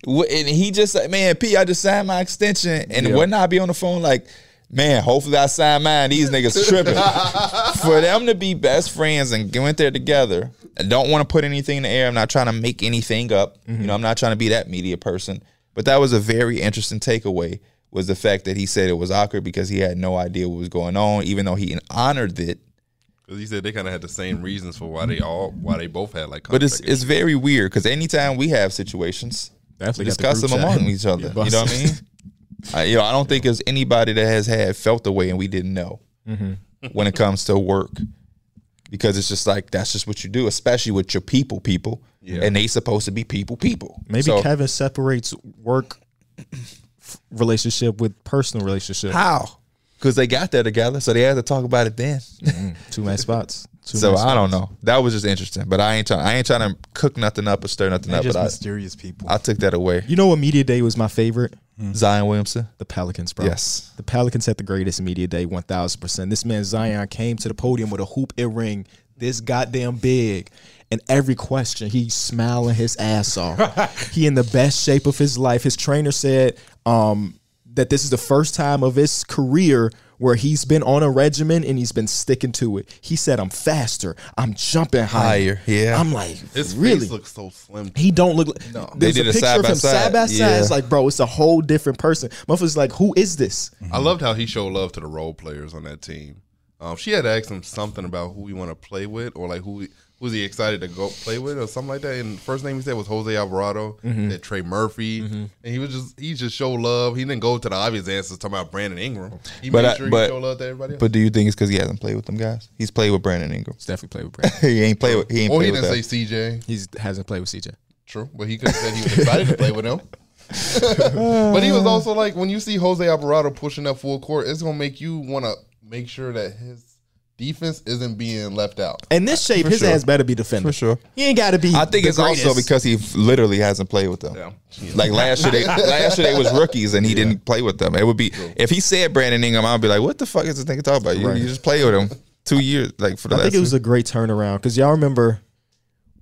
[SPEAKER 2] Wou- And he just like, man, P, I just signed my extension, and wouldn't I be on the phone like, man, hopefully I sign mine. These niggas tripping. For them to be best friends and go in there together, I don't want to put anything in the air. I'm not trying to make anything up. You know, I'm not trying to be that media person. But that was a very interesting takeaway. Was the fact that he said it was awkward because he had no idea what was going on, even though he honored it
[SPEAKER 3] because he said they kind of had the same reasons for why they all why they both had like.
[SPEAKER 2] But it's
[SPEAKER 3] contract
[SPEAKER 2] it's very weird because anytime we have situations,
[SPEAKER 1] Definitely
[SPEAKER 2] we
[SPEAKER 1] got the
[SPEAKER 2] discuss
[SPEAKER 1] group
[SPEAKER 2] them
[SPEAKER 1] chat.
[SPEAKER 2] among each other. You know what I mean? I, you know, I don't think there's
[SPEAKER 1] Mm-hmm.
[SPEAKER 2] anybody that has had felt the way and we didn't know when it comes to work. because it's just like that's just what you do, especially with your people, people, and they supposed to be people, people.
[SPEAKER 1] Maybe
[SPEAKER 2] So,
[SPEAKER 1] Kevin separates work f- relationship with personal relationship.
[SPEAKER 2] how? Because they got there together, so they had to talk about it then.
[SPEAKER 1] Two man spots. Two
[SPEAKER 2] so
[SPEAKER 1] man
[SPEAKER 2] I don't know. That was just interesting, but I ain't trying. I ain't trying to cook nothing up or stir nothing
[SPEAKER 4] They're
[SPEAKER 2] up.
[SPEAKER 4] just
[SPEAKER 2] But I,
[SPEAKER 4] mysterious people.
[SPEAKER 2] I took that away.
[SPEAKER 1] You know what media day was my favorite?
[SPEAKER 2] Zion Williamson.
[SPEAKER 1] The Pelicans, bro.
[SPEAKER 2] Yes.
[SPEAKER 1] The Pelicans had the greatest media day, 1000%. This man Zion came to the podium with a hoop earring this goddamn big. And every question, he's smiling his ass off. he in the best shape of his life. His trainer said um, that this is the first time of his career where he's been on a regimen and he's been sticking to it. He said, I'm faster. I'm jumping higher.
[SPEAKER 2] Higher, yeah.
[SPEAKER 1] I'm like,
[SPEAKER 3] His
[SPEAKER 1] really?
[SPEAKER 3] face looks so slim.
[SPEAKER 1] He don't look. Like, There's
[SPEAKER 2] They did
[SPEAKER 1] a
[SPEAKER 2] a
[SPEAKER 1] picture
[SPEAKER 2] side
[SPEAKER 1] of
[SPEAKER 2] by
[SPEAKER 1] him side by
[SPEAKER 2] side.
[SPEAKER 1] side.
[SPEAKER 2] Yeah.
[SPEAKER 1] It's like, bro, it's a whole different person. Motherfucker's like, who is this?
[SPEAKER 3] I loved how he showed love to the role players on that team. Um, she had asked him something about who he want to play with, or like who who's he excited to go play with, or something like that. And first name he said was Jose Alvarado,
[SPEAKER 2] Mm-hmm.
[SPEAKER 3] that Trey Murphy, and he was just he just showed love. He didn't go to the obvious answers talking about Brandon Ingram. He
[SPEAKER 2] But
[SPEAKER 3] made
[SPEAKER 2] I-
[SPEAKER 3] sure
[SPEAKER 2] but-
[SPEAKER 3] he showed love to everybody. Else.
[SPEAKER 2] But do you think it's because he hasn't played with them guys? He's played with Brandon Ingram.
[SPEAKER 1] definitely played with Brandon.
[SPEAKER 2] he ain't played with. He ain't
[SPEAKER 3] or he
[SPEAKER 2] played with.
[SPEAKER 3] didn't say
[SPEAKER 2] Say,
[SPEAKER 3] CJ.
[SPEAKER 1] he hasn't played with CJ.
[SPEAKER 3] True, but he could have said he was excited to play with him. but he was also like, when you see Jose Alvarado pushing up full court, it's gonna make you want to make sure that his defense isn't being left out.
[SPEAKER 1] In this shape, his
[SPEAKER 2] sure.
[SPEAKER 1] ass better be defender.
[SPEAKER 2] For sure.
[SPEAKER 1] He ain't got to be.
[SPEAKER 2] I think
[SPEAKER 1] the
[SPEAKER 2] it's also
[SPEAKER 1] greatest.
[SPEAKER 2] because he literally hasn't played with them.
[SPEAKER 3] Yeah.
[SPEAKER 2] Like last year, they last year they was rookies and he didn't play with them. It would be if he said Brandon Ingram, I'd be like, "What the fuck is this nigga talking about? You, you just play with him two years, like for the
[SPEAKER 1] I
[SPEAKER 2] last."
[SPEAKER 1] think it was a great turnaround because y'all remember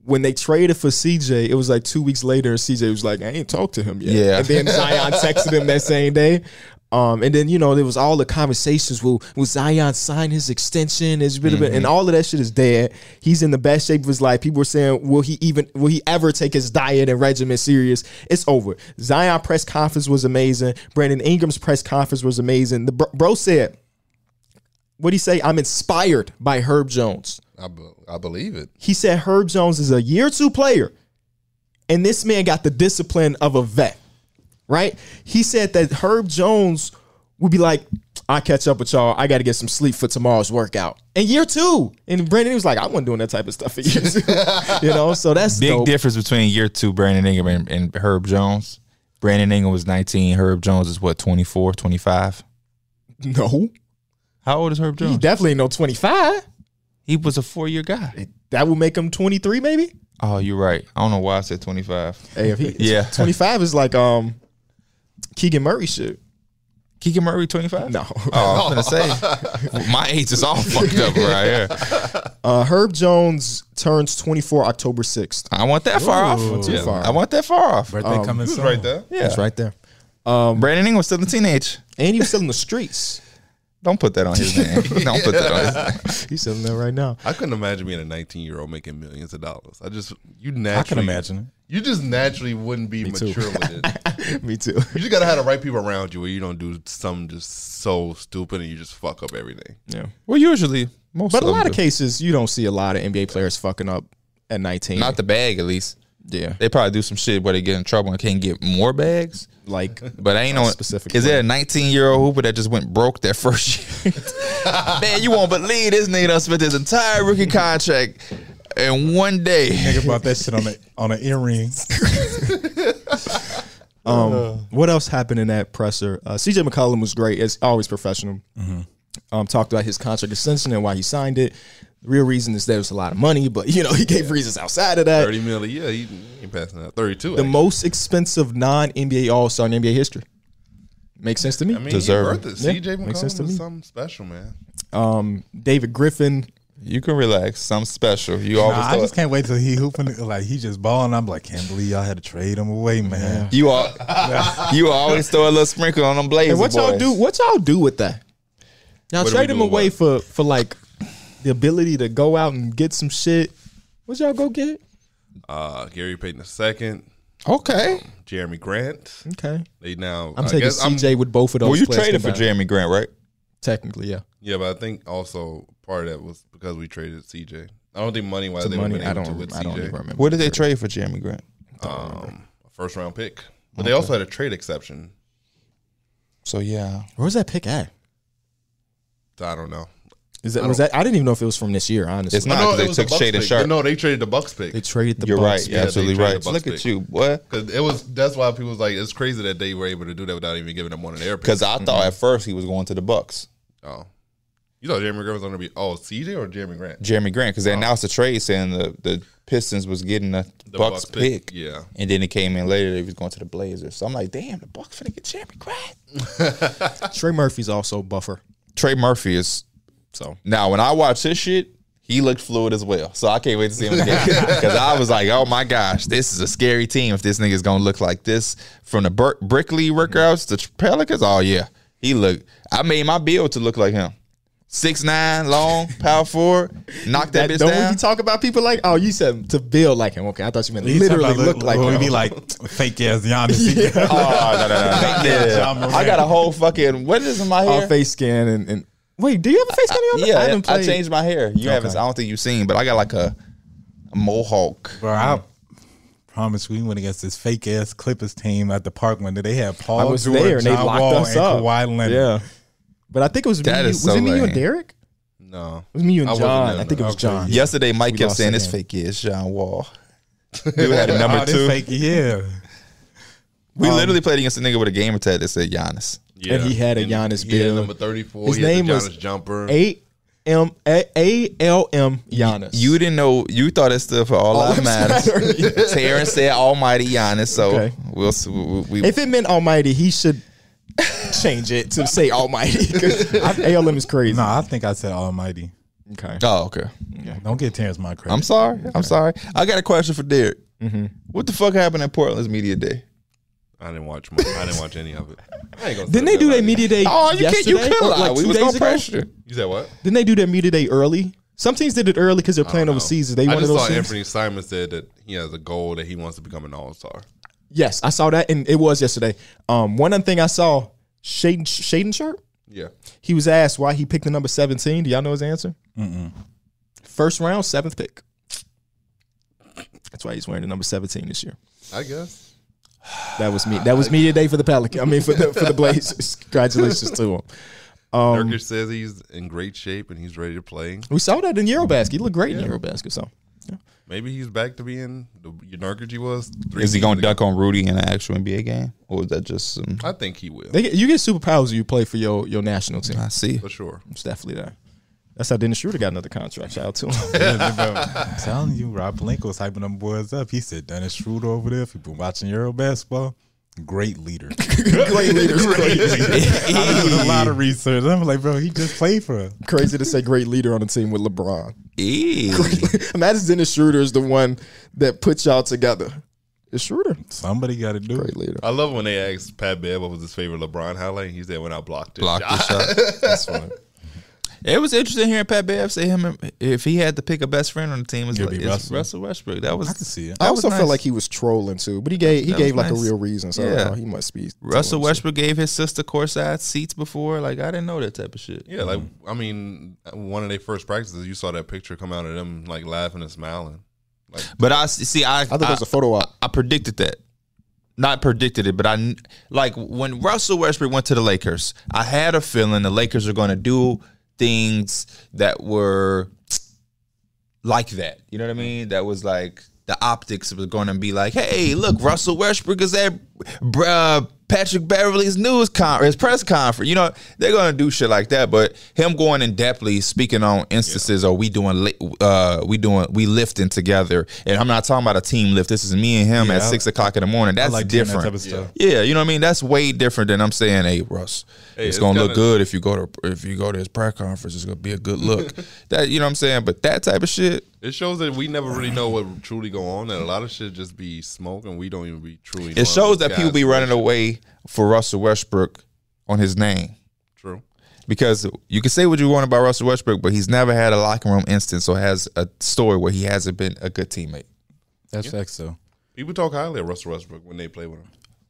[SPEAKER 1] when they traded for CJ. It was like two weeks later. CJ was like, I ain't talked to him yet.
[SPEAKER 2] Yeah.
[SPEAKER 1] And then Zion texted him that same day. Um, and then you know there was all the conversations. Will will Zion sign his extension? Is and all of that shit is dead. He's in the best shape of his life. People were saying, will he even will he ever take his diet and regimen serious? It's over. Zion press conference was amazing. Brandon Ingram's press conference was amazing. The bro, bro said, "What do he say? I'm inspired by Herb Jones."
[SPEAKER 3] I, be- I believe it.
[SPEAKER 1] He said Herb Jones is a year two player, and this man got the discipline of a vet, right? He said that Herb Jones would be like, I catch up with y'all. I got to get some sleep for tomorrow's workout. And year two, and Brandon was like, I wasn't doing that type of stuff for year two, you know. So that's
[SPEAKER 2] big
[SPEAKER 1] dope.
[SPEAKER 2] difference between year two Brandon Ingram and, and Herb Jones. Brandon Ingram was 19. Herb Jones is what 24, 25.
[SPEAKER 1] No,
[SPEAKER 2] How old is Herb
[SPEAKER 1] he
[SPEAKER 2] Jones?
[SPEAKER 1] definitely ain't no twenty five.
[SPEAKER 2] He was a four year guy.
[SPEAKER 1] That would make him twenty three, maybe.
[SPEAKER 2] Oh, you're right. I don't know why I said 25.
[SPEAKER 1] Hey, if he,
[SPEAKER 2] Yeah.
[SPEAKER 1] twenty five is like um, Keegan Murray shit.
[SPEAKER 2] Keegan Murray 25.
[SPEAKER 1] No.
[SPEAKER 2] Oh, I was gonna say my age is all fucked up right here.
[SPEAKER 1] Uh, Herb Jones turns twenty four October sixth.
[SPEAKER 2] I want that far off.
[SPEAKER 1] too
[SPEAKER 2] Yeah,
[SPEAKER 1] far.
[SPEAKER 2] I want that far off.
[SPEAKER 4] Birthday coming soon.
[SPEAKER 3] Right there.
[SPEAKER 2] Yeah, Um,
[SPEAKER 1] It's right there.
[SPEAKER 2] Brandon Ingram was still a teenage.
[SPEAKER 1] And he was still in the streets.
[SPEAKER 2] Don't put that on his name. Don't put that on his name.
[SPEAKER 1] He's still in there right now.
[SPEAKER 3] I couldn't imagine being a 19 year old making millions of dollars. I just you naturally
[SPEAKER 4] I can imagine it.
[SPEAKER 3] You just naturally wouldn't be mature with it.
[SPEAKER 1] Me too.
[SPEAKER 3] You just gotta have the right people around you, where you don't do something just so stupid and you just fuck up everything.
[SPEAKER 1] Yeah.
[SPEAKER 2] Well, usually most,
[SPEAKER 1] But a
[SPEAKER 2] them
[SPEAKER 1] lot of
[SPEAKER 2] do.
[SPEAKER 1] cases, you don't see a lot of NBA players fucking up at 19.
[SPEAKER 2] not the bag at least.
[SPEAKER 1] yeah.
[SPEAKER 2] They probably do some shit where they get in trouble and can't get more bags.
[SPEAKER 1] Like,
[SPEAKER 2] But I ain't know
[SPEAKER 1] specific
[SPEAKER 2] Is there a 19 year old hooper that just went broke that first year? Man, you won't believe this nigga done spent his entire rookie contract in one day.
[SPEAKER 4] Think about that shit on the on an earring.
[SPEAKER 1] um, what else happened in that presser? Uh, CJ McCollum was great, as always professional. Um, talked about his contract extension and why he signed it. The real reason is there was a lot of money, but you know, he gave reasons outside of that.
[SPEAKER 3] 30 million, yeah, he, he ain't passing that. 32.
[SPEAKER 1] The
[SPEAKER 3] actually.
[SPEAKER 1] most expensive non NBA All Star in NBA history. Makes sense to me.
[SPEAKER 3] I mean,
[SPEAKER 2] Deserve
[SPEAKER 3] he worth it.
[SPEAKER 1] Yeah,
[SPEAKER 3] CJ
[SPEAKER 1] makes sense to
[SPEAKER 3] McCollum is
[SPEAKER 1] me.
[SPEAKER 3] something special, man.
[SPEAKER 1] um, David Griffin,
[SPEAKER 2] You can relax. Something special. You always
[SPEAKER 4] Nah, I
[SPEAKER 2] thought-
[SPEAKER 4] just can't wait till he hooping like he just balling. I'm like, can't believe y'all had to trade him away, man.
[SPEAKER 2] you all you always throw a little sprinkle on them blazers.
[SPEAKER 1] And what y'all
[SPEAKER 2] boys.
[SPEAKER 1] do? What y'all do with that? Y'all
[SPEAKER 3] What do we
[SPEAKER 1] trade
[SPEAKER 3] do
[SPEAKER 1] him
[SPEAKER 3] with
[SPEAKER 1] away
[SPEAKER 3] what?
[SPEAKER 1] for for like the ability to go out and get some shit. What y'all go get?
[SPEAKER 3] Uh, Gary Payton II,
[SPEAKER 2] Okay.
[SPEAKER 3] Jeremy Grant.
[SPEAKER 1] Okay,
[SPEAKER 3] They now.
[SPEAKER 1] I'm
[SPEAKER 3] I
[SPEAKER 1] taking
[SPEAKER 3] guess I'm-
[SPEAKER 1] CJ with both of those.
[SPEAKER 2] Well, you
[SPEAKER 1] players
[SPEAKER 2] traded for
[SPEAKER 1] combined.
[SPEAKER 2] Jeremy Grant, right?
[SPEAKER 1] Technically, yeah.
[SPEAKER 3] Yeah, but I think also part of that was because we traded CJ. I don't think money wise
[SPEAKER 1] The
[SPEAKER 3] they
[SPEAKER 1] money,
[SPEAKER 3] money,
[SPEAKER 1] I
[SPEAKER 3] able to
[SPEAKER 1] don't,
[SPEAKER 3] with
[SPEAKER 1] I don't even
[SPEAKER 3] CJ.
[SPEAKER 1] remember.
[SPEAKER 2] What did they trade for Jeremy Grant?
[SPEAKER 3] Um, a first round pick, but they also had a trade exception.
[SPEAKER 2] So yeah,
[SPEAKER 1] Where's that pick at?
[SPEAKER 3] I don't know.
[SPEAKER 1] Is that was that? I didn't even know if it was from this year. Honestly,
[SPEAKER 2] It's not because they took Shade and Sharp.
[SPEAKER 3] No, they traded the Bucks pick.
[SPEAKER 1] They traded the.
[SPEAKER 2] You're
[SPEAKER 1] Bucks,
[SPEAKER 2] right.
[SPEAKER 1] man.
[SPEAKER 2] You're absolutely
[SPEAKER 3] traded
[SPEAKER 2] right.
[SPEAKER 3] the
[SPEAKER 2] Look
[SPEAKER 3] Bucks
[SPEAKER 2] at
[SPEAKER 3] pick.
[SPEAKER 2] you, boy.
[SPEAKER 3] Cause it was that's why people was like it's crazy that they were able to do that without even giving them one an air pick.
[SPEAKER 2] Because I
[SPEAKER 3] Mm-hmm.
[SPEAKER 2] thought at first he was going to the Bucks.
[SPEAKER 3] Oh, you thought Jeremy Grant was going to be oh CJ or Jeremy Grant
[SPEAKER 2] Jeremy Grant, because they announced the trade saying the, the Pistons was getting the,
[SPEAKER 3] The
[SPEAKER 2] Bucks, pick.
[SPEAKER 3] Yeah,
[SPEAKER 2] And then it came in later that he was going to the Blazers. So I'm like, damn, the Bucks finna get Jeremy Grant.
[SPEAKER 1] Trey Murphy's also buffer.
[SPEAKER 2] Trey Murphy is
[SPEAKER 1] So
[SPEAKER 2] now when I watch this shit, he looked fluid as well. So I can't wait to see him again. Because I was like, oh my gosh, this is a scary team if this nigga's gonna look like this from the Bur- Brickley workouts to Pelicans. Oh yeah. He looked I made my build to look like him. Six nine, long, power forward, knock that,
[SPEAKER 1] that,
[SPEAKER 2] bitch
[SPEAKER 1] don't
[SPEAKER 2] down.
[SPEAKER 1] you talk about people like oh you said to build like him. Okay, I thought you meant
[SPEAKER 4] You
[SPEAKER 1] literally
[SPEAKER 4] talking about
[SPEAKER 1] look like
[SPEAKER 4] when
[SPEAKER 1] him.
[SPEAKER 4] we be like fake ass Giannis.
[SPEAKER 2] Oh, no, no, no, no. Not
[SPEAKER 4] Yeah,
[SPEAKER 2] that.
[SPEAKER 4] John Morant.
[SPEAKER 2] I got a whole fucking what is in my
[SPEAKER 1] all
[SPEAKER 2] hair?
[SPEAKER 1] face scan and, and wait, do you have a face scan? on your-
[SPEAKER 2] yeah,
[SPEAKER 1] haven't
[SPEAKER 2] I,
[SPEAKER 1] played.
[SPEAKER 2] changed my hair. You haven't. I don't think you've seen, but I got like a, a mohawk.
[SPEAKER 4] Bro, I promise we went against this fake ass Clippers team at the park one day. They had Paul
[SPEAKER 1] I was
[SPEAKER 4] George,
[SPEAKER 1] there and they
[SPEAKER 4] John
[SPEAKER 1] locked
[SPEAKER 4] Wall,
[SPEAKER 1] us
[SPEAKER 4] and
[SPEAKER 1] up.
[SPEAKER 4] Kawhi Leonard.
[SPEAKER 1] Yeah, but I think it was me.
[SPEAKER 2] That
[SPEAKER 1] and you-
[SPEAKER 2] is
[SPEAKER 1] was
[SPEAKER 2] so
[SPEAKER 1] it me you and
[SPEAKER 2] lame.
[SPEAKER 1] Derek? It
[SPEAKER 3] no,
[SPEAKER 1] was me you and
[SPEAKER 3] I wasn't
[SPEAKER 1] John.
[SPEAKER 3] in
[SPEAKER 1] I think it
[SPEAKER 3] that.
[SPEAKER 1] was
[SPEAKER 4] Okay.
[SPEAKER 1] John.
[SPEAKER 2] Yesterday, Mike kept
[SPEAKER 1] lost
[SPEAKER 2] saying this
[SPEAKER 1] again.
[SPEAKER 2] fake is John Wall. Dude had a number
[SPEAKER 4] Oh, this
[SPEAKER 2] two.
[SPEAKER 4] fake, yeah.
[SPEAKER 2] We literally played against a nigga with a gamer tag that said Giannis.
[SPEAKER 3] yeah.
[SPEAKER 1] And he had a Giannis
[SPEAKER 3] he had
[SPEAKER 1] build.
[SPEAKER 3] number thirty four.
[SPEAKER 1] His
[SPEAKER 3] His he name
[SPEAKER 1] name
[SPEAKER 3] had the
[SPEAKER 1] was
[SPEAKER 3] Giannis jumper.
[SPEAKER 1] A M A A L M Giannis.
[SPEAKER 2] You didn't know. You thought it stood for all,
[SPEAKER 1] All
[SPEAKER 2] that matters.
[SPEAKER 1] lives matter.
[SPEAKER 2] Terrence said Almighty Giannis. So
[SPEAKER 1] Okay.
[SPEAKER 2] we'll s- we, we,
[SPEAKER 1] If it meant Almighty, he should change it to say Almighty. 'cause I- ALM is crazy.
[SPEAKER 4] No, I think I said Almighty.
[SPEAKER 1] Okay.
[SPEAKER 2] Oh, okay.
[SPEAKER 4] Don't get Terrence my credit.
[SPEAKER 2] I'm sorry. I'm sorry. I got a question for Derek.
[SPEAKER 1] Mm-hmm.
[SPEAKER 2] What the fuck happened at Portland's media day?
[SPEAKER 3] I didn't watch. My, I didn't watch any of it. I ain't gonna
[SPEAKER 1] Didn't
[SPEAKER 3] say
[SPEAKER 1] they do their
[SPEAKER 3] nothing.
[SPEAKER 1] media day?
[SPEAKER 2] Oh, you can't.
[SPEAKER 1] yesterday?
[SPEAKER 2] You can't
[SPEAKER 1] Or
[SPEAKER 2] lie.
[SPEAKER 1] Like
[SPEAKER 2] we
[SPEAKER 1] two
[SPEAKER 2] was
[SPEAKER 1] days
[SPEAKER 2] gonna
[SPEAKER 1] ago?
[SPEAKER 2] pressure.
[SPEAKER 3] You said what?
[SPEAKER 1] Didn't they do their media day early? Some teams did it early because they're playing
[SPEAKER 3] No.
[SPEAKER 1] overseas. Is they
[SPEAKER 3] I
[SPEAKER 1] one of
[SPEAKER 3] just saw
[SPEAKER 1] those teams?
[SPEAKER 3] Anthony Simon said that he has a goal that he wants to become an all star.
[SPEAKER 1] Yes, I saw that, and it was yesterday. Um, one other thing I saw, Shaden Shaden Sharp.
[SPEAKER 3] Yeah,
[SPEAKER 1] He was asked why he picked the number seventeen. Do y'all know his answer? First round, seventh pick. That's why he's wearing the number seventeen this year.
[SPEAKER 3] I guess.
[SPEAKER 1] That was me. That was media day for the Pelicans. I mean, for the for the Blazers. Congratulations to him. Um,
[SPEAKER 3] Nurkic says he's in great shape and he's ready to play.
[SPEAKER 1] We saw that in Eurobasket. He looked great in Eurobasket. So
[SPEAKER 3] Maybe he's back to being the Nurkic he was. Three
[SPEAKER 2] Is he
[SPEAKER 3] seasons
[SPEAKER 2] gonna
[SPEAKER 3] ago.
[SPEAKER 2] dunk on Rudy in an actual NBA game, or is that just? Some,
[SPEAKER 3] I think he will
[SPEAKER 1] they get, you get superpowers when you play for your your national team.
[SPEAKER 2] I see.
[SPEAKER 3] for sure.
[SPEAKER 1] It's definitely that. That's how Dennis Schroeder got another contract. Shout out to him.
[SPEAKER 4] I'm telling you, Rob Palenko was hyping them boys up. He said Dennis Schroeder over there. If you've been watching Euro basketball, great leader.
[SPEAKER 1] great leaders.
[SPEAKER 4] I doing a lot of research. I'm like, bro, he just played for us.
[SPEAKER 1] Crazy to say great leader on a team with LeBron.
[SPEAKER 2] Ew.
[SPEAKER 1] Imagine Dennis Schroeder is the one that puts y'all together. It's Schroeder.
[SPEAKER 4] Somebody got to do it.
[SPEAKER 1] Great leader.
[SPEAKER 3] I love when they asked Pat Bev what was his favorite LeBron highlight. He said when I blocked it.
[SPEAKER 2] blocked the shot. That's funny. It was interesting hearing Pat Bev say him if he had to pick a best friend on the team, it's,
[SPEAKER 4] It'd
[SPEAKER 2] like,
[SPEAKER 4] be
[SPEAKER 2] it's Russell.
[SPEAKER 4] Russell.
[SPEAKER 2] Westbrook. That was
[SPEAKER 4] I can see it.
[SPEAKER 1] I also
[SPEAKER 2] nice.
[SPEAKER 1] felt like he was trolling too, but he gave he
[SPEAKER 2] That
[SPEAKER 1] gave
[SPEAKER 2] was
[SPEAKER 1] like a
[SPEAKER 2] nice.
[SPEAKER 1] real reason. So
[SPEAKER 2] Yeah.
[SPEAKER 1] oh, he must be
[SPEAKER 2] Russell
[SPEAKER 1] telling the
[SPEAKER 2] Westbrook gave his sister courtside seats before. Like I didn't know that type of shit.
[SPEAKER 3] Yeah, like I mean, one of their first practices, you saw that picture come out of them like laughing and smiling.
[SPEAKER 2] But I see. I I,
[SPEAKER 1] truth. I thought that was a photo op.
[SPEAKER 2] I predicted that. Not predicted it, but I kn- like when Russell Westbrook went to the Lakers. I had a feeling the Lakers are going to do things that were like that. You know what I mean? That was like the optics was going to be like, hey, look, Russell Westbrook is at uh, Patrick Beverly's news con- his press conference. You know, they're going to do shit like that. But him going in depthly, speaking on instances, or we doing, li- uh, we doing, we lifting together. And I'm not talking about a team lift. This is me and him at
[SPEAKER 4] Yeah, I-
[SPEAKER 2] six o'clock in the morning. That's
[SPEAKER 4] like doing that
[SPEAKER 2] different.
[SPEAKER 4] type of stuff.
[SPEAKER 2] Yeah, you know what I mean. That's way different than I'm saying. Hey, Russ, it's,
[SPEAKER 3] it's
[SPEAKER 2] gonna look
[SPEAKER 3] kinda-
[SPEAKER 2] good if you go to if you go to his press conference. It's gonna be a good look. that you know what I'm saying. But that type of shit,
[SPEAKER 3] It shows that we never really know what truly go on, and a lot of shit just be smoke, and we don't even be truly. knowing
[SPEAKER 2] It shows
[SPEAKER 3] what
[SPEAKER 2] that people
[SPEAKER 3] guys-
[SPEAKER 2] be running away for Russell Westbrook on his name
[SPEAKER 3] true.
[SPEAKER 2] because you can say what you want about Russell Westbrook, but he's never had a locker room instance or has a story where he hasn't been a good teammate.
[SPEAKER 4] That's facts, though.
[SPEAKER 3] People talk highly of Russell Westbrook when they play with him.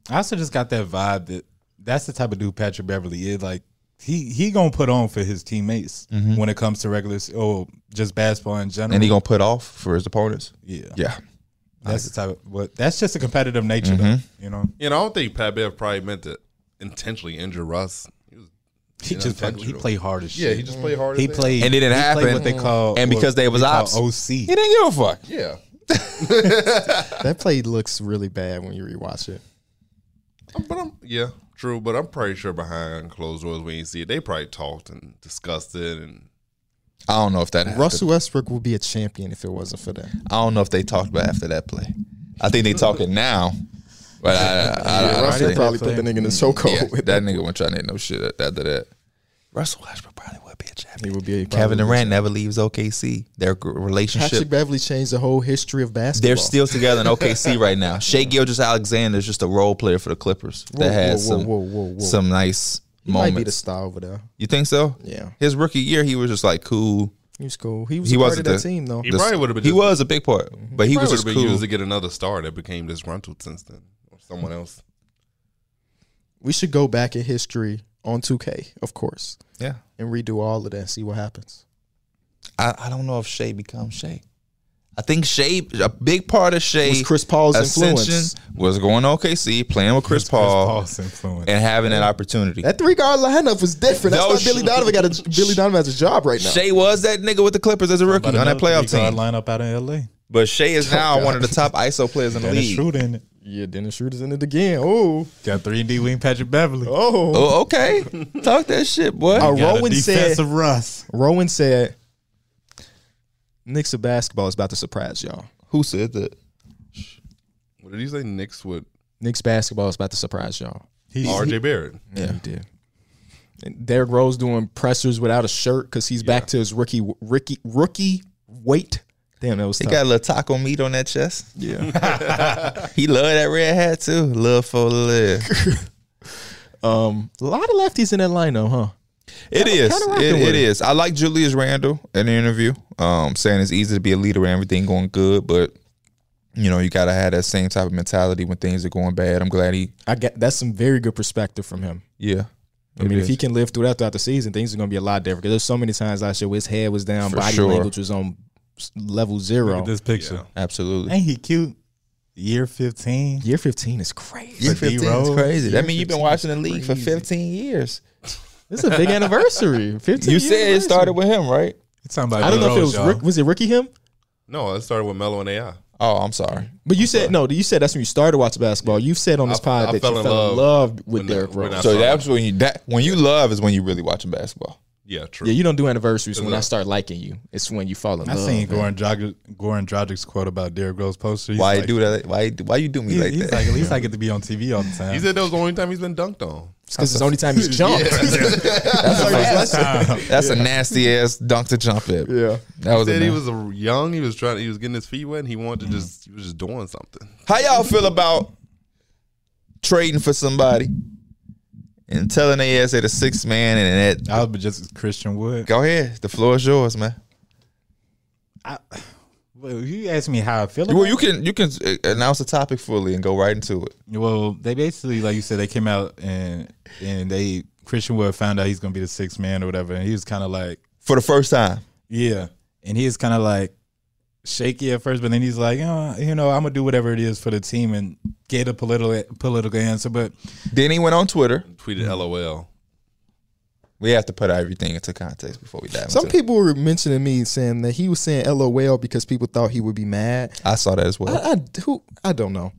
[SPEAKER 4] I also just got that vibe that that's the type of dude Patrick Beverly is. Like he he gonna put on for his teammates when it comes to regular s- oh just basketball in general.
[SPEAKER 2] Mm-hmm. And he gonna put off for his opponents.
[SPEAKER 4] yeah,
[SPEAKER 2] Yeah, Mm-hmm.
[SPEAKER 4] that's the type. Of, but that's just a competitive nature, though. You know,
[SPEAKER 3] And I don't think Pat Bev probably meant to intentionally injure Russ. He was
[SPEAKER 4] He
[SPEAKER 3] Yeah,
[SPEAKER 4] just
[SPEAKER 3] that's
[SPEAKER 4] fuck- he
[SPEAKER 3] true.
[SPEAKER 4] played hard as
[SPEAKER 3] Yeah,
[SPEAKER 4] shit.
[SPEAKER 3] he
[SPEAKER 2] Mm-hmm.
[SPEAKER 3] just played hard.
[SPEAKER 4] he
[SPEAKER 3] as hell.
[SPEAKER 4] played
[SPEAKER 2] And it didn't
[SPEAKER 4] he played
[SPEAKER 2] happen.
[SPEAKER 4] What they call
[SPEAKER 2] And
[SPEAKER 4] what
[SPEAKER 2] because they was
[SPEAKER 4] call
[SPEAKER 2] ops. He
[SPEAKER 4] OC.
[SPEAKER 2] didn't give a fuck.
[SPEAKER 3] Yeah,
[SPEAKER 1] That play looks really bad when you rewatch it.
[SPEAKER 3] Um, but I'm yeah, true. But I'm pretty sure behind closed doors we ain't see it. They probably talked and discussed it, and
[SPEAKER 2] I don't know if that happened.
[SPEAKER 1] Russell Westbrook would be a champion if it wasn't for that.
[SPEAKER 2] I don't know if they talked about after that play. I think they talking now, but I, I, I, I don't
[SPEAKER 1] Russell
[SPEAKER 2] think-
[SPEAKER 1] probably put the nigga in the chokehold
[SPEAKER 2] yeah,
[SPEAKER 1] with that.
[SPEAKER 2] that nigga went trying to hit no shit after that. Russell Westbrook probably would be a champion.
[SPEAKER 1] He would be a
[SPEAKER 2] Kevin
[SPEAKER 1] probably-
[SPEAKER 2] Durant never leaves OKC. Their g-
[SPEAKER 1] Patrick
[SPEAKER 2] relationship.
[SPEAKER 1] Beverly changed the whole history of basketball.
[SPEAKER 2] They're still together in OKC right now. Shea Gilgis Alexander is just a role player for the Clippers
[SPEAKER 1] Whoa,
[SPEAKER 2] that had
[SPEAKER 1] whoa, whoa,
[SPEAKER 2] some
[SPEAKER 1] whoa, whoa, whoa.
[SPEAKER 2] some nice
[SPEAKER 1] he might be the
[SPEAKER 2] moments.
[SPEAKER 1] star over there.
[SPEAKER 2] you think so?
[SPEAKER 1] Yeah.
[SPEAKER 2] His rookie year, he was just like cool.
[SPEAKER 1] He was cool. He was
[SPEAKER 2] He
[SPEAKER 1] a part of
[SPEAKER 2] wasn't
[SPEAKER 1] that
[SPEAKER 2] the-
[SPEAKER 1] team though.
[SPEAKER 3] he
[SPEAKER 2] The-
[SPEAKER 3] probably would have been.
[SPEAKER 2] He
[SPEAKER 3] just-
[SPEAKER 2] was a big part, but he was
[SPEAKER 3] probably
[SPEAKER 2] just
[SPEAKER 3] would've been
[SPEAKER 2] cool.
[SPEAKER 3] used to get another star that became disgruntled since then, or someone else.
[SPEAKER 1] We should go back in history on 2K, of course,
[SPEAKER 2] Yeah.
[SPEAKER 1] and redo all of that and see what happens.
[SPEAKER 2] I, I don't know if Shea becomes Shea. I think Shea, a big part of Shea,
[SPEAKER 1] Was Chris Paul's influence?
[SPEAKER 2] ascension was going to OKC, playing with Chris, Paul,
[SPEAKER 4] Paul's influence.
[SPEAKER 2] and having that opportunity.
[SPEAKER 1] That three guard lineup was different. That's
[SPEAKER 2] No,
[SPEAKER 1] why Billy
[SPEAKER 2] sh-
[SPEAKER 1] Donovan got a Billy Donovan has a job right now.
[SPEAKER 2] Shea was that nigga with the Clippers as a rookie
[SPEAKER 4] But
[SPEAKER 2] on that
[SPEAKER 4] another
[SPEAKER 2] playoff
[SPEAKER 4] three-guard
[SPEAKER 2] team.
[SPEAKER 4] lineup out in LA.
[SPEAKER 2] But Shea
[SPEAKER 1] Oh,
[SPEAKER 2] is now one of the top ISO players in the
[SPEAKER 4] Dennis
[SPEAKER 2] league.
[SPEAKER 4] Schroeder in it.
[SPEAKER 1] Yeah, Dennis Schroeder's in it again. Oh,
[SPEAKER 4] Got three and D wing Patrick Beverly.
[SPEAKER 1] oh.
[SPEAKER 2] Oh, okay. Talk that shit, boy.
[SPEAKER 1] Uh,
[SPEAKER 4] Got a
[SPEAKER 1] Rowan said.
[SPEAKER 4] defensive Russ.
[SPEAKER 1] Rowan said, "Knicks of basketball is about to surprise y'all.
[SPEAKER 2] Who said that?
[SPEAKER 3] What did he say? Knicks with
[SPEAKER 1] Knicks basketball is about to surprise y'all."
[SPEAKER 4] He's,
[SPEAKER 3] R.J. Barrett.
[SPEAKER 1] Yeah, he did. And Derrick Rose doing pressers without a shirt because he's back to his rookie rookie rookie weight. Damn, that was
[SPEAKER 2] He
[SPEAKER 1] tough.
[SPEAKER 2] got a little taco meat on that chest.
[SPEAKER 1] yeah.
[SPEAKER 2] He loved that red hat too. Love for the live.
[SPEAKER 1] um, a lot of lefties in that line though, huh?
[SPEAKER 2] It is.
[SPEAKER 1] kinda rocking
[SPEAKER 2] It,
[SPEAKER 1] with it.
[SPEAKER 2] it is. I like Julius Randle in the interview, um, saying it's easy to be a leader when everything going good, but you know you gotta have that same type of mentality when things are going bad. I'm glad he.
[SPEAKER 1] I get that's some very good perspective from him.
[SPEAKER 2] Yeah.
[SPEAKER 1] I mean, if he can live through that throughout the season, things are going to be a lot different. Because there's so many times last year where his head was down,
[SPEAKER 2] For
[SPEAKER 1] body
[SPEAKER 2] sure.
[SPEAKER 1] language was on s- level zero.
[SPEAKER 4] Look at this picture.
[SPEAKER 2] absolutely.
[SPEAKER 4] Ain't he cute? Year 15.
[SPEAKER 1] Year 15 is crazy.
[SPEAKER 2] Year
[SPEAKER 4] For D
[SPEAKER 2] 15 is
[SPEAKER 4] Rose.
[SPEAKER 2] crazy.
[SPEAKER 1] Year
[SPEAKER 2] That mean you've been
[SPEAKER 1] 15
[SPEAKER 2] watching the
[SPEAKER 1] is
[SPEAKER 2] league for
[SPEAKER 1] crazy.
[SPEAKER 2] 15 years.
[SPEAKER 1] This is a big anniversary. 15 year
[SPEAKER 2] You said it
[SPEAKER 1] anniversary.
[SPEAKER 2] started with him, right?
[SPEAKER 4] You talking about
[SPEAKER 1] I don't know if it
[SPEAKER 4] Rose,
[SPEAKER 1] was Rick, was it Ricky him,
[SPEAKER 3] No, it started with Melo and AI.
[SPEAKER 2] Oh, I'm sorry.
[SPEAKER 1] but you said no. You said that's when you started watching basketball. You've said on this
[SPEAKER 3] I-
[SPEAKER 1] pod
[SPEAKER 3] I
[SPEAKER 1] that
[SPEAKER 3] fell
[SPEAKER 1] you
[SPEAKER 3] in
[SPEAKER 1] fell in
[SPEAKER 3] love
[SPEAKER 1] love with
[SPEAKER 3] when the-
[SPEAKER 1] Derrick
[SPEAKER 3] when I-
[SPEAKER 1] Rose.
[SPEAKER 2] So
[SPEAKER 3] sorry.
[SPEAKER 2] that's when you that when you love is when you really watching basketball.
[SPEAKER 3] Yeah, true.
[SPEAKER 1] Yeah, you don't do anniversaries. When
[SPEAKER 3] Love.
[SPEAKER 1] I start liking you, it's when you fall in
[SPEAKER 4] I
[SPEAKER 1] love.
[SPEAKER 4] seen
[SPEAKER 1] man.
[SPEAKER 4] Goran Dragic, Goran Dragic's quote about Derrick Rose poster. He's
[SPEAKER 2] Why
[SPEAKER 4] like,
[SPEAKER 2] you do that? Why why you do me
[SPEAKER 4] He's,
[SPEAKER 2] like
[SPEAKER 4] he's
[SPEAKER 2] that?
[SPEAKER 4] like, at least I get to be on TV all the time.
[SPEAKER 3] he said that was the only time he's been dunked on.
[SPEAKER 1] It's because it's the only time he's jumped. that's like his lesson.
[SPEAKER 2] that's a nasty ass dunk to jump at.
[SPEAKER 1] Yeah.
[SPEAKER 2] That was Mm-hmm. a
[SPEAKER 3] Said he
[SPEAKER 2] nasty-
[SPEAKER 3] was a young. He was trying. He was getting his feet wet. and He wanted to just. He was just doing something.
[SPEAKER 2] How y'all feel about trading for somebody and telling they ass they the sixth man and that?
[SPEAKER 4] I was just Christian Wood.
[SPEAKER 2] Go ahead, the floor is yours, man.
[SPEAKER 4] Well, you asked me how I feel.
[SPEAKER 2] Well,
[SPEAKER 4] about
[SPEAKER 2] you can you can uh, announce the topic fully and go right into it.
[SPEAKER 4] it. well, they basically, like you said, they came out and and they Christian Wood found out he's gonna be the sixth man or whatever, and he was kind of like,
[SPEAKER 2] For the first time,
[SPEAKER 4] yeah, and he was kind of like shaky at first, but then he's like, oh, you know, I'm gonna do whatever it is for the team and get a political political answer. But
[SPEAKER 2] then he went on Twitter.
[SPEAKER 3] Tweeted
[SPEAKER 2] Mm-hmm.
[SPEAKER 3] LOL.
[SPEAKER 2] We have to put everything into context before we dive.
[SPEAKER 1] Some
[SPEAKER 2] into it.
[SPEAKER 1] people were mentioning me saying that he was saying LOL because people thought he would be mad.
[SPEAKER 2] I saw that as well.
[SPEAKER 1] I, I- who I don't know.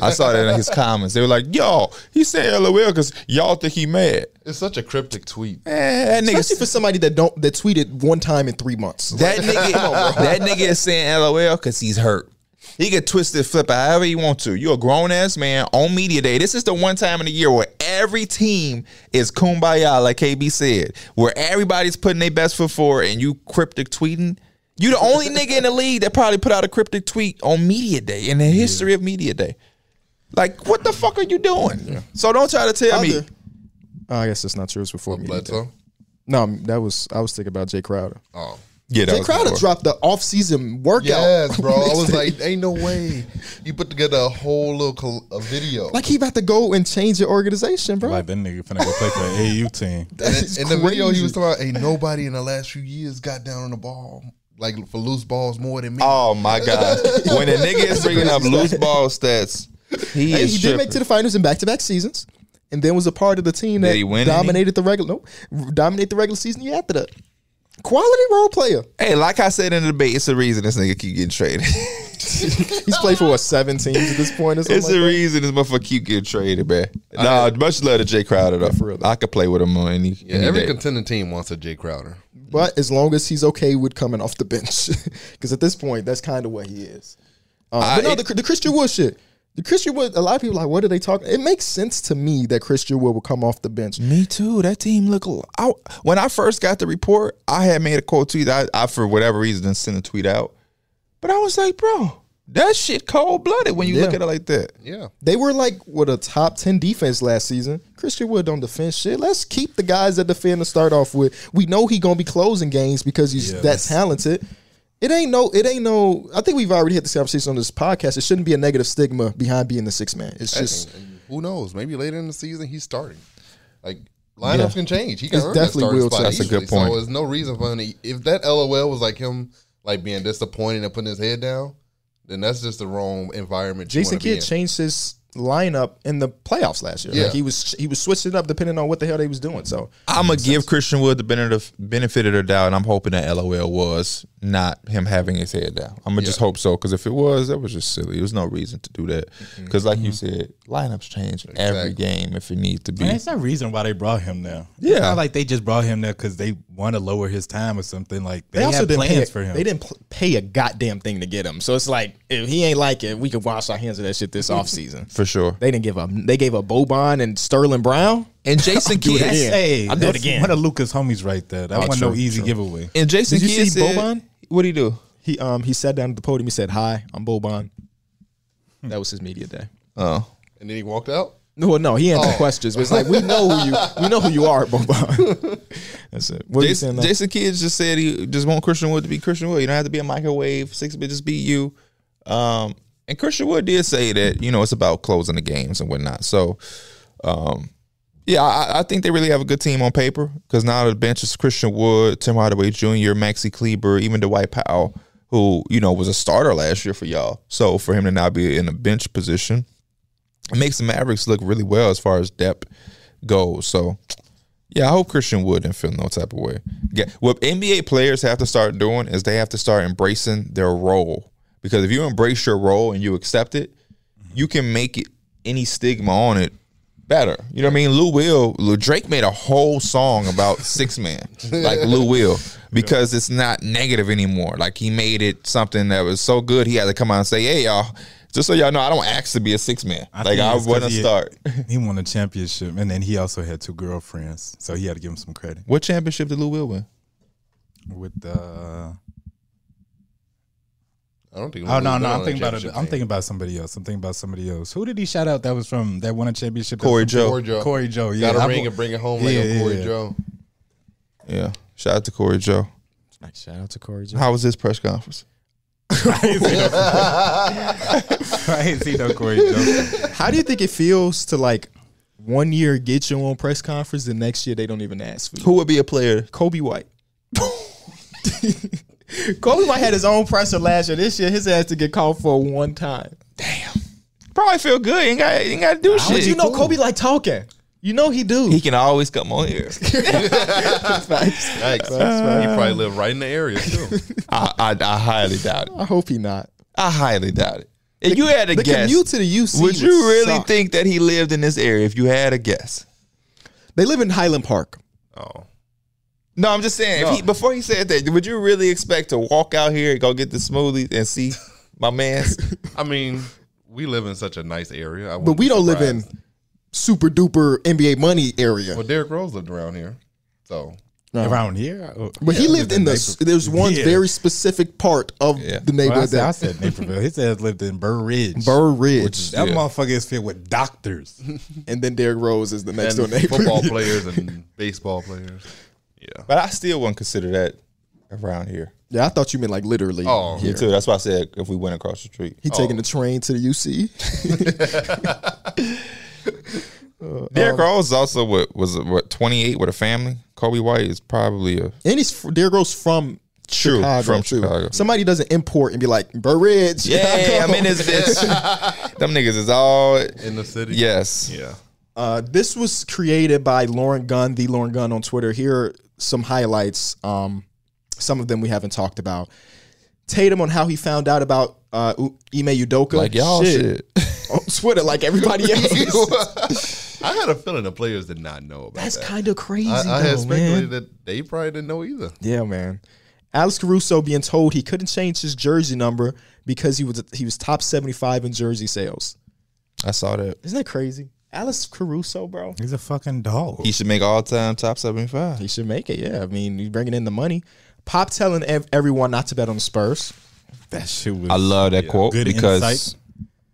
[SPEAKER 2] I saw that in his comments. They were like, "Yo, he said LOL because y'all think he mad."
[SPEAKER 3] It's such a cryptic tweet.
[SPEAKER 2] Man, that nigga
[SPEAKER 1] Especially for somebody that don't that tweeted one time in three months.
[SPEAKER 2] That nigga, that nigga is saying LOL because he's hurt. He could twist it, flip it however you want to. You're a grown ass man on media day. This is the one time in the year where every team is kumbaya, like KB said, where everybody's putting their best foot forward, and you cryptic tweeting. You the only nigga in the league that probably put out a cryptic tweet on media day in the history of media day. Like, what the fuck are you doing? So don't try to tell me.
[SPEAKER 1] Other- Oh, I guess that's not true. It's before me.
[SPEAKER 3] Bledsoe.
[SPEAKER 1] No, that was I was thinking about Jay Crowder.
[SPEAKER 3] Oh.
[SPEAKER 2] Yeah, that
[SPEAKER 1] Jay
[SPEAKER 2] was
[SPEAKER 1] Crowder
[SPEAKER 2] before.
[SPEAKER 1] dropped the off-season workout.
[SPEAKER 3] Yes, bro. I was like, ain't no way you put together a whole little col- a video.
[SPEAKER 1] like he about to go and change your organization, bro.
[SPEAKER 4] like that nigga finna go play for the AU team.
[SPEAKER 3] And
[SPEAKER 1] is
[SPEAKER 3] in, in the video,
[SPEAKER 1] crazy.
[SPEAKER 3] he was talking about, ain't nobody in the last few years got down on the ball like for loose balls more than me.
[SPEAKER 2] Oh my god! when a nigga is bringing up loose ball stats, he
[SPEAKER 1] Hey,
[SPEAKER 2] is
[SPEAKER 1] he did
[SPEAKER 2] tripping.
[SPEAKER 1] make to the finals in back-to-back seasons. and then was a part of the team
[SPEAKER 2] Did
[SPEAKER 1] that
[SPEAKER 2] he win any?
[SPEAKER 1] dominated the regular no dominate the regular season year after that. Quality role player.
[SPEAKER 2] Hey, like I said in the debate, it's a reason this nigga keep getting traded.
[SPEAKER 1] Oh, He's played for what seven teams at this point or something.
[SPEAKER 2] it's
[SPEAKER 1] like
[SPEAKER 2] a
[SPEAKER 1] that.
[SPEAKER 2] reason this motherfucker keep getting traded, man. Nah, much love to Jay Crowder though.
[SPEAKER 1] For real, though.
[SPEAKER 2] I could play with him on any.
[SPEAKER 3] Yeah,
[SPEAKER 2] any
[SPEAKER 3] every
[SPEAKER 2] day.
[SPEAKER 3] contending team wants a Jay Crowder.
[SPEAKER 1] but as long as he's okay with coming off the bench, because at this point that's kind of what he is. Um,
[SPEAKER 2] I-
[SPEAKER 1] but no, the, the Christian Wood shit. The Christian Wood. A lot of people like, what are they talking? It makes sense to me that Christian Wood will come off the bench.
[SPEAKER 2] Me too. That team look. I, when I first got the report, I had made a cold tweet. I, I for whatever reason didn't send a tweet out, but I was like, bro, that shit cold blooded when you look
[SPEAKER 1] Yeah.
[SPEAKER 2] at it like that.
[SPEAKER 3] Yeah.
[SPEAKER 1] They were like what a top ten defense last season. Christian Wood don't defend shit. Let's keep the guys that defend to start off with. We know he gonna be closing games because he's that talented. It ain't no. It ain't no. I think we've already had this conversation on this podcast. It shouldn't be a negative stigma behind being the six man. It's just
[SPEAKER 3] And who knows? Maybe later in the season he's starting. Like lineups can change. He can
[SPEAKER 1] It's
[SPEAKER 3] earn that
[SPEAKER 1] definitely
[SPEAKER 3] starting
[SPEAKER 1] will
[SPEAKER 3] spot
[SPEAKER 1] change.
[SPEAKER 2] That's a good
[SPEAKER 3] easily.
[SPEAKER 2] point.
[SPEAKER 3] So there's no reason for him. To, e- if that LOL was like him, like being disappointed and putting his head down, then that's just the wrong environment. you
[SPEAKER 1] Jason
[SPEAKER 3] wanna be
[SPEAKER 1] Kidd
[SPEAKER 3] in.
[SPEAKER 1] changed his lineup in the playoffs last year.
[SPEAKER 3] Yeah.
[SPEAKER 1] Like he was he was switching it up depending on what the hell they was doing. So
[SPEAKER 2] I'm gonna give Christian Wood the benefit of benefit of the doubt, and I'm hoping that LOL was not him having his head down. I'm gonna just hope so, because if it was, that was just silly. There was no reason to do that, because like you said, lineups change every game if it needs to be.
[SPEAKER 4] Man, it's no reason why they brought him there.
[SPEAKER 2] Yeah.
[SPEAKER 4] it's not like they just brought him there because they want to lower his time or something. Like they,
[SPEAKER 1] they, also
[SPEAKER 4] had
[SPEAKER 1] didn't
[SPEAKER 4] plans
[SPEAKER 1] pay,
[SPEAKER 4] for him.
[SPEAKER 1] They didn't pl- pay a goddamn thing to get him. So it's like if he ain't like it, we could wash our hands of that shit this offseason.
[SPEAKER 2] For sure.
[SPEAKER 1] They didn't give up. They gave up Boban and Sterling Brown.
[SPEAKER 2] And Jason
[SPEAKER 1] do it
[SPEAKER 2] Kidd,
[SPEAKER 1] again.
[SPEAKER 4] That's- hey,
[SPEAKER 1] I'll do it
[SPEAKER 4] that's
[SPEAKER 1] again. Oh,
[SPEAKER 4] One of Lucas' homies right there. That wasn't no
[SPEAKER 1] true,
[SPEAKER 4] easy
[SPEAKER 1] true.
[SPEAKER 4] giveaway.
[SPEAKER 2] and Jason
[SPEAKER 1] Did you
[SPEAKER 2] Kidd
[SPEAKER 1] see
[SPEAKER 2] said,
[SPEAKER 1] Boban?
[SPEAKER 2] "What do you do?"
[SPEAKER 1] He um he sat down at the podium. He said, "Hi, I'm Boban." That was his media day.
[SPEAKER 2] Oh,
[SPEAKER 3] and then he walked out.
[SPEAKER 1] No, no, he answered questions. But it's like we know who you we know who you are, Boban. That's it. What are you saying?
[SPEAKER 2] Jason,
[SPEAKER 1] though?
[SPEAKER 2] Jason Kidd just said he just want Christian Wood to be Christian Wood. You don't have to be a microwave six, but just be you. Um, and Christian Wood did say that you know it's about closing the games and whatnot. So, um, yeah, I, I think they really have a good team on paper because now the bench is Christian Wood, Tim Hardaway Jr., Maxi Kleber, even Dwight Powell, who you know was a starter last year for y'all. So for him to now be in a bench position, it makes the Mavericks look really well as far as depth goes. So yeah, I hope Christian Wood didn't feel no type of way. Yeah, what NBA players have to start doing is they have to start embracing their role. Because if you embrace your role and you accept it, you can make it any stigma on it better. You know what I mean? Lou Will, Lil Drake made a whole song about six man, like Lou Will, because it's not negative anymore. Like he made it something that was so good he had to come out and say, "Hey y'all, just so y'all know, I don't ask to be a six man.
[SPEAKER 4] I
[SPEAKER 2] Like
[SPEAKER 4] think
[SPEAKER 2] I
[SPEAKER 4] it's 'cause
[SPEAKER 2] want to
[SPEAKER 4] he-
[SPEAKER 2] start."
[SPEAKER 4] He won a championship, and then he also had two girlfriends, so he had to give him some credit
[SPEAKER 2] what championship did Lou Will win?
[SPEAKER 4] with the. Uh,
[SPEAKER 3] I don't think.
[SPEAKER 4] Oh no,
[SPEAKER 3] Louisville's
[SPEAKER 4] no,
[SPEAKER 3] been on
[SPEAKER 4] I'm
[SPEAKER 3] that
[SPEAKER 4] thinking about it.
[SPEAKER 3] championship
[SPEAKER 4] I'm
[SPEAKER 3] team.
[SPEAKER 4] thinking about somebody else. I'm thinking about somebody else. Who did he shout out? That was from that won a championship. That
[SPEAKER 2] Corey
[SPEAKER 4] was from
[SPEAKER 2] Joe.
[SPEAKER 3] Corey Joe.
[SPEAKER 4] Corey Joe. Yeah,
[SPEAKER 3] Got
[SPEAKER 4] I
[SPEAKER 3] a ring
[SPEAKER 4] bo-
[SPEAKER 3] and bring it home like
[SPEAKER 4] Yeah,
[SPEAKER 3] a
[SPEAKER 4] yeah,
[SPEAKER 3] Corey
[SPEAKER 4] yeah.
[SPEAKER 3] Joe.
[SPEAKER 2] Yeah, shout out to Corey Joe.
[SPEAKER 1] Shout out to Corey. Jones.
[SPEAKER 2] How was his press conference?
[SPEAKER 4] I ain't seen no, I ain't seen no Corey Joe.
[SPEAKER 1] How do you think it feels to like one year get your own press conference, the next year they don't even ask for you?
[SPEAKER 2] Who would be a player?
[SPEAKER 1] Kobe White. Kobe White had his own presser last year. This year, his ass to get called for one time.
[SPEAKER 2] Probably feel good. Ain't got ain't got to do shit.
[SPEAKER 1] But you know, Kobe like talking. You know he do.
[SPEAKER 2] he can always come on here.
[SPEAKER 1] Facts.
[SPEAKER 3] Yikes. he probably lived right in the area too.
[SPEAKER 2] I, I I highly doubt it.
[SPEAKER 1] I hope he not.
[SPEAKER 2] I highly doubt it. If you had a
[SPEAKER 1] The
[SPEAKER 2] guess,
[SPEAKER 1] commute to the UC.
[SPEAKER 2] would you really
[SPEAKER 1] suck.
[SPEAKER 2] think that he lived in this area? If you had a guess,
[SPEAKER 1] they live in Highland Park?
[SPEAKER 3] oh,
[SPEAKER 2] no, I'm just saying. If he, before he said that, would you really expect to walk out here and go get the smoothies and see my man's?
[SPEAKER 3] I mean, we live in such a nice area. I
[SPEAKER 1] But we don't live in super duper NBA money area.
[SPEAKER 3] Well, Derrick Rose lived around here, so
[SPEAKER 4] Around here, I- oh,
[SPEAKER 1] But he
[SPEAKER 4] yeah,
[SPEAKER 1] lived in the. s- There's one
[SPEAKER 4] Yeah.
[SPEAKER 1] very specific part of
[SPEAKER 2] Yeah.
[SPEAKER 1] the
[SPEAKER 4] Well, I,
[SPEAKER 1] neighborhood
[SPEAKER 4] said, I
[SPEAKER 1] that
[SPEAKER 4] said Naperville. His ass lived in Burr Ridge.
[SPEAKER 1] Burr Ridge,
[SPEAKER 4] That
[SPEAKER 2] Yeah.
[SPEAKER 4] motherfucker is filled with doctors.
[SPEAKER 1] and then Derrick Rose is the next
[SPEAKER 3] and
[SPEAKER 1] door neighbor.
[SPEAKER 3] football players and baseball players. Yeah.
[SPEAKER 2] But I still wouldn't consider that around here.
[SPEAKER 1] Yeah, I thought you meant like literally.
[SPEAKER 3] Oh.
[SPEAKER 2] Me
[SPEAKER 1] here.
[SPEAKER 2] too. That's why I said if we went across the street.
[SPEAKER 1] He taking the train to the UC.
[SPEAKER 2] Derrick Rose is also what was what 28 with a family. Kobe White is probably a
[SPEAKER 1] And he's fr- Derrick Rose from
[SPEAKER 2] True,
[SPEAKER 1] Chicago.
[SPEAKER 2] from
[SPEAKER 1] too.
[SPEAKER 2] Chicago.
[SPEAKER 1] Somebody doesn't import and be like Burr Ridge.
[SPEAKER 2] Yeah, I'm in this bitch. Them niggas is all
[SPEAKER 3] In the city.
[SPEAKER 2] yes.
[SPEAKER 3] Yeah.
[SPEAKER 1] Uh, this was created by Lauren Gunn, the Lauren Gunn on Twitter. Here are some highlights. Um, some of them we haven't talked about. Tatum on how he found out about uh, U- Ime Udoka.
[SPEAKER 2] Like y'all shit.
[SPEAKER 1] on Twitter, like everybody else.
[SPEAKER 3] I had a feeling the players did not know about
[SPEAKER 1] That's
[SPEAKER 3] that.
[SPEAKER 1] kind of crazy,
[SPEAKER 3] I, I had
[SPEAKER 1] though, man.
[SPEAKER 3] speculated that they probably didn't know either.
[SPEAKER 1] Yeah, man. Alex Caruso being told he couldn't change his jersey number because he was he was top seventy five in jersey sales.
[SPEAKER 2] I saw that.
[SPEAKER 1] Isn't that crazy? Alex Caruso, bro.
[SPEAKER 4] He's a fucking dog.
[SPEAKER 2] He should make all time top seventy five.
[SPEAKER 1] He should make it. Yeah, I mean, he's bringing in the money. Pop telling ev- everyone not to bet on the Spurs.
[SPEAKER 4] That shit was.
[SPEAKER 2] I love that quote
[SPEAKER 4] Good
[SPEAKER 2] because
[SPEAKER 4] insight.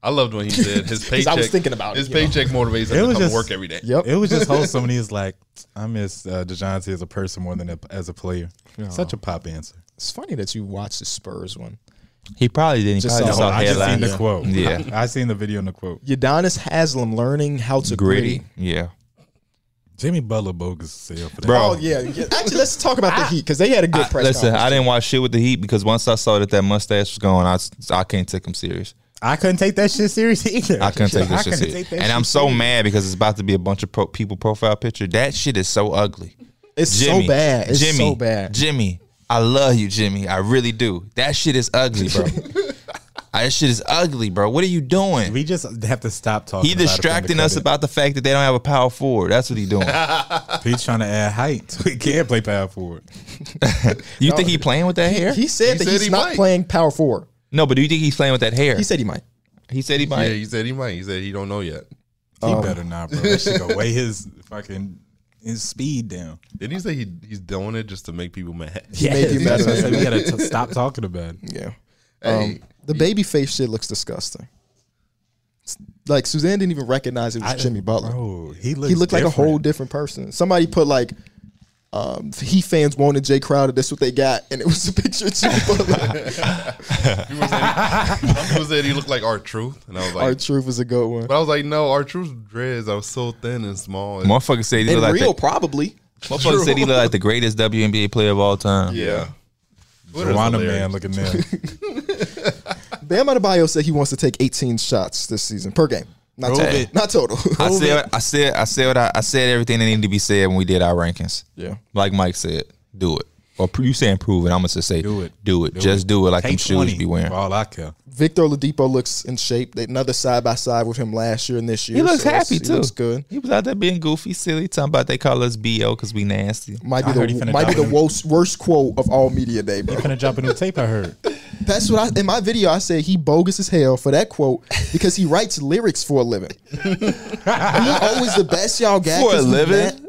[SPEAKER 3] I loved when he said his paycheck.
[SPEAKER 1] I was thinking about it,
[SPEAKER 3] his
[SPEAKER 1] you know.
[SPEAKER 3] paycheck motivates him
[SPEAKER 4] It
[SPEAKER 3] to
[SPEAKER 4] was
[SPEAKER 3] come
[SPEAKER 4] just-
[SPEAKER 3] to work every day.
[SPEAKER 1] Yep.
[SPEAKER 4] It was just wholesome, and he was like, "I miss uh, Dejounte as a person more than a, as a player." Such a pop answer.
[SPEAKER 1] It's funny that you watched the Spurs one.
[SPEAKER 2] he probably didn't. He
[SPEAKER 1] Just
[SPEAKER 2] probably
[SPEAKER 1] saw-
[SPEAKER 2] just saw
[SPEAKER 1] No,
[SPEAKER 4] I just seen
[SPEAKER 2] headline.
[SPEAKER 4] the quote.
[SPEAKER 2] Yeah.
[SPEAKER 4] I, I seen the video and the quote.
[SPEAKER 1] Udonis Haslam learning how to gritty.
[SPEAKER 2] Gritty. Yeah.
[SPEAKER 4] Jimmy Butler bogus sale for that.
[SPEAKER 2] Bro.
[SPEAKER 1] Oh yeah. yeah. Actually, let's talk about the Heat because they had a good
[SPEAKER 2] I-
[SPEAKER 1] press
[SPEAKER 2] listen,
[SPEAKER 1] conference.
[SPEAKER 2] I didn't watch shit with the Heat because once I saw that that mustache was going, I s- I can't take him serious.
[SPEAKER 4] I couldn't take that shit serious either.
[SPEAKER 2] I couldn't take this shit
[SPEAKER 4] couldn't
[SPEAKER 2] serious.
[SPEAKER 4] take that
[SPEAKER 2] and
[SPEAKER 4] shit
[SPEAKER 2] I'm so mad because it's about to be a bunch of pro- people profile picture. That shit is so ugly.
[SPEAKER 1] it's
[SPEAKER 2] Jimmy,
[SPEAKER 1] so bad. It's
[SPEAKER 2] Jimmy,
[SPEAKER 1] so bad.
[SPEAKER 2] Jimmy, I love you, Jimmy. I really do. That shit is ugly, bro. Ah, that shit is ugly, bro. What are you doing?
[SPEAKER 4] We just have to stop talking.
[SPEAKER 2] He
[SPEAKER 4] about it for him to
[SPEAKER 2] distracting
[SPEAKER 4] cut
[SPEAKER 2] us
[SPEAKER 4] it.
[SPEAKER 2] about the fact that they don't have a power forward. That's what he doing.
[SPEAKER 4] He's trying to add height. We can't play power forward.
[SPEAKER 2] You think he playing with that hair?
[SPEAKER 1] He said
[SPEAKER 3] He
[SPEAKER 1] that
[SPEAKER 3] said
[SPEAKER 1] he's
[SPEAKER 3] he
[SPEAKER 1] not
[SPEAKER 3] might.
[SPEAKER 1] playing power four.
[SPEAKER 2] No, but do you think he's playing with that hair?
[SPEAKER 1] He said he might.
[SPEAKER 2] He said he
[SPEAKER 3] Yeah,
[SPEAKER 2] might.
[SPEAKER 3] he said he might. He said he don't know yet.
[SPEAKER 4] He
[SPEAKER 1] Uh,
[SPEAKER 4] better not, bro. That shit go weigh his fucking his speed down.
[SPEAKER 3] Didn't he say he, he's doing it just to make people mad?
[SPEAKER 1] He may be better.
[SPEAKER 4] That's what I said. We gotta t- stop talking about it.
[SPEAKER 1] Yeah.
[SPEAKER 3] Hey.
[SPEAKER 1] Um, the baby face shit looks disgusting. It's- Like Suzanne didn't even recognize it was Jimmy Butler.
[SPEAKER 4] Bro, he looked.
[SPEAKER 1] he looked like a whole different person. Somebody put like um, he fans wanted Jay Crowder. That's what they got, and it was a picture of Jimmy Butler.
[SPEAKER 3] People said he, some people said he looked like Art Truth, and I was like,
[SPEAKER 1] Our truth was a good one.
[SPEAKER 3] but I was like, no, Art Truth's dreads are so thin and small. And,
[SPEAKER 2] Motherfucker said he
[SPEAKER 1] In
[SPEAKER 2] looked like
[SPEAKER 1] real,
[SPEAKER 2] the,
[SPEAKER 1] probably.
[SPEAKER 2] motherfucker said he looked like the greatest WNBA player of all time.
[SPEAKER 3] yeah, Twitter's
[SPEAKER 4] Rwanda
[SPEAKER 3] hilarious.
[SPEAKER 4] man looking there.
[SPEAKER 1] Bam Adebayo said he wants to take 18 shots this season per game, not
[SPEAKER 4] Prove
[SPEAKER 1] total.
[SPEAKER 4] it.
[SPEAKER 1] Not total.
[SPEAKER 2] I said, I said, I said, what I, I said everything that needed to be said when we did our rankings.
[SPEAKER 1] Yeah.
[SPEAKER 2] like Mike said, do it. Or pr- you saying prove it? I'm gonna just say
[SPEAKER 4] Do it.
[SPEAKER 2] do it. just do it like them
[SPEAKER 4] Take
[SPEAKER 2] shoes
[SPEAKER 4] twenty.
[SPEAKER 2] be wearing.
[SPEAKER 4] for all I care.
[SPEAKER 1] Victor Oladipo looks in shape. They- Another side by side with him last year and this year.
[SPEAKER 2] He looks
[SPEAKER 1] so it's-
[SPEAKER 2] happy too.
[SPEAKER 1] He looks good.
[SPEAKER 2] He was out there being goofy, silly, talking about they call us bo because we nasty.
[SPEAKER 1] Might be
[SPEAKER 4] I heard he
[SPEAKER 1] the
[SPEAKER 4] finna
[SPEAKER 1] might be
[SPEAKER 4] die.
[SPEAKER 1] the worst, worst quote of all media day, bro.
[SPEAKER 4] Finna drop a new tape. I heard.
[SPEAKER 1] That's what I in my video I said he bogus as hell for that quote because he writes lyrics for a living. he always the best y'all got
[SPEAKER 2] For a
[SPEAKER 1] 'cause we
[SPEAKER 2] living?
[SPEAKER 1] mad.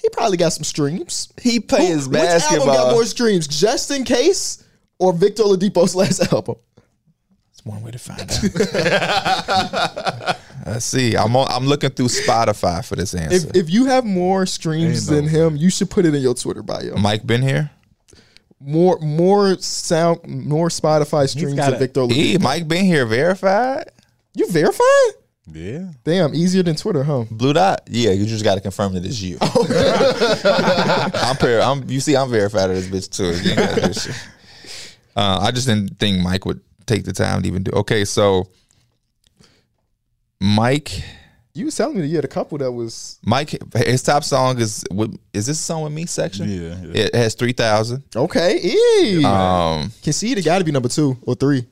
[SPEAKER 1] He probably got some streams.
[SPEAKER 2] He plays
[SPEAKER 1] Which album got more streams, Just in Case or Victor Oladipo's last album?
[SPEAKER 2] It's one way to find out. I see. I'm on, I'm looking through Spotify for this
[SPEAKER 1] If
[SPEAKER 2] answer.
[SPEAKER 1] if you have more streams
[SPEAKER 4] Ain't no
[SPEAKER 1] than him, you should put it in your Twitter bio.
[SPEAKER 2] Mike been here.
[SPEAKER 1] More more sound more Spotify streams
[SPEAKER 4] got
[SPEAKER 1] than
[SPEAKER 4] a-
[SPEAKER 1] Victor Oladipo.
[SPEAKER 2] E, Mike been here. Verified.
[SPEAKER 1] You verified?
[SPEAKER 4] Yeah.
[SPEAKER 1] Damn, easier than Twitter, huh?
[SPEAKER 2] Blue dot. Yeah, you just got to confirm that it's you. I'm, per- I'm. You see, I'm verified of this bitch too. You ain't gotta do shit. Uh, I just didn't think Mike would take the time to even do. Okay, so Mike,
[SPEAKER 1] You was telling me that you had a couple that was
[SPEAKER 2] Mike, his top song is with- is this song with me section?
[SPEAKER 4] Yeah, yeah.
[SPEAKER 2] it has three thousand.
[SPEAKER 1] okay. Eee.
[SPEAKER 2] Um,
[SPEAKER 1] Conceded got to be number two or three.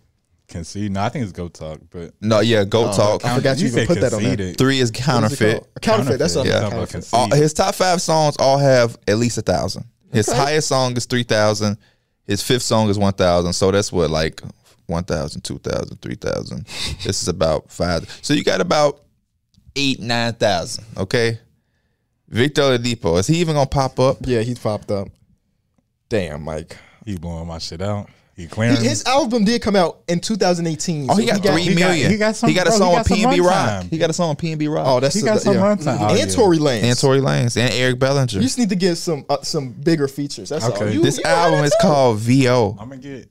[SPEAKER 4] Can see. No, I think it's go talk. But
[SPEAKER 2] no, yeah, go talk.
[SPEAKER 1] I forgot you, even
[SPEAKER 4] said
[SPEAKER 1] put that on there.
[SPEAKER 4] conceded.
[SPEAKER 2] Three is
[SPEAKER 1] What is it
[SPEAKER 2] counterfeit.
[SPEAKER 1] called? Counterfeit. That's what
[SPEAKER 2] Yeah.
[SPEAKER 1] I'm Oh,
[SPEAKER 4] Talking about
[SPEAKER 1] counterfeit.
[SPEAKER 2] All,
[SPEAKER 4] conceded.
[SPEAKER 2] his top five songs all have at least a thousand. His highest song is 3,000. His fifth song is 1,000. So that's what, like 1,000, 2,000, 3,000. this is about five. So you got about eight, 9,000. Okay. Victor Oladipo. Is he even going to pop up?
[SPEAKER 1] Yeah, he popped up. Damn, Mike.
[SPEAKER 4] He blowing my shit out. He clearing.
[SPEAKER 1] His album did come out in 2018.
[SPEAKER 2] Oh, he got three
[SPEAKER 4] he got-
[SPEAKER 2] million.
[SPEAKER 4] he got some-
[SPEAKER 2] he got a
[SPEAKER 4] bro, he
[SPEAKER 2] song
[SPEAKER 4] got
[SPEAKER 2] with
[SPEAKER 4] some
[SPEAKER 2] PNB Rock.
[SPEAKER 4] runtime.
[SPEAKER 2] He got a song with PNB Rock.
[SPEAKER 1] Oh, that's
[SPEAKER 4] He
[SPEAKER 1] the-
[SPEAKER 4] got some
[SPEAKER 1] yeah.
[SPEAKER 4] runtime. Oh,
[SPEAKER 1] And
[SPEAKER 4] yeah.
[SPEAKER 1] Tory Lanez.
[SPEAKER 2] and Tory Lanez and Eric Bellinger.
[SPEAKER 1] You just need to get some uh, some bigger features. That's all.
[SPEAKER 4] Okay.
[SPEAKER 1] You,
[SPEAKER 2] this
[SPEAKER 1] you
[SPEAKER 2] album
[SPEAKER 1] heard
[SPEAKER 2] is
[SPEAKER 1] that too.
[SPEAKER 2] called VO.
[SPEAKER 4] I'm gonna get.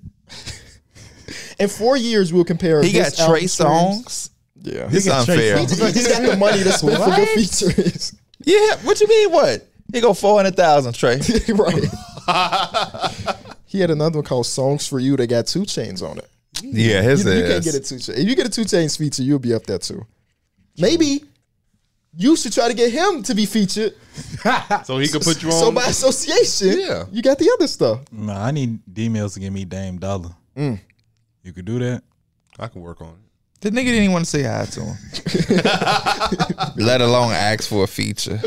[SPEAKER 1] In four years, we'll compare.
[SPEAKER 2] He got
[SPEAKER 1] this album
[SPEAKER 2] Trey
[SPEAKER 1] streams-
[SPEAKER 2] songs.
[SPEAKER 1] Yeah.
[SPEAKER 2] This is
[SPEAKER 4] got Trey
[SPEAKER 2] unfair.
[SPEAKER 4] songs.
[SPEAKER 1] he just got the money to spend for good features.
[SPEAKER 2] Yeah, what you mean? What he go four hundred thousand? Trey,
[SPEAKER 1] right. he had another one called "Songs for You" that got two chains on it.
[SPEAKER 2] yeah, his
[SPEAKER 1] You, you
[SPEAKER 2] ass.
[SPEAKER 1] can't get a two chain. If you get a two chains feature, you'll be up there too. Maybe you should try to get him to be featured.
[SPEAKER 3] So he could put you on.
[SPEAKER 1] So by association,
[SPEAKER 3] Yeah.
[SPEAKER 1] you got the other stuff.
[SPEAKER 4] No, I need D Mills to give me Dame Dollar.
[SPEAKER 1] Mm.
[SPEAKER 4] You could do that.
[SPEAKER 3] I can work on it.
[SPEAKER 2] The nigga didn't even want to say hi to him. Let alone ask for a feature.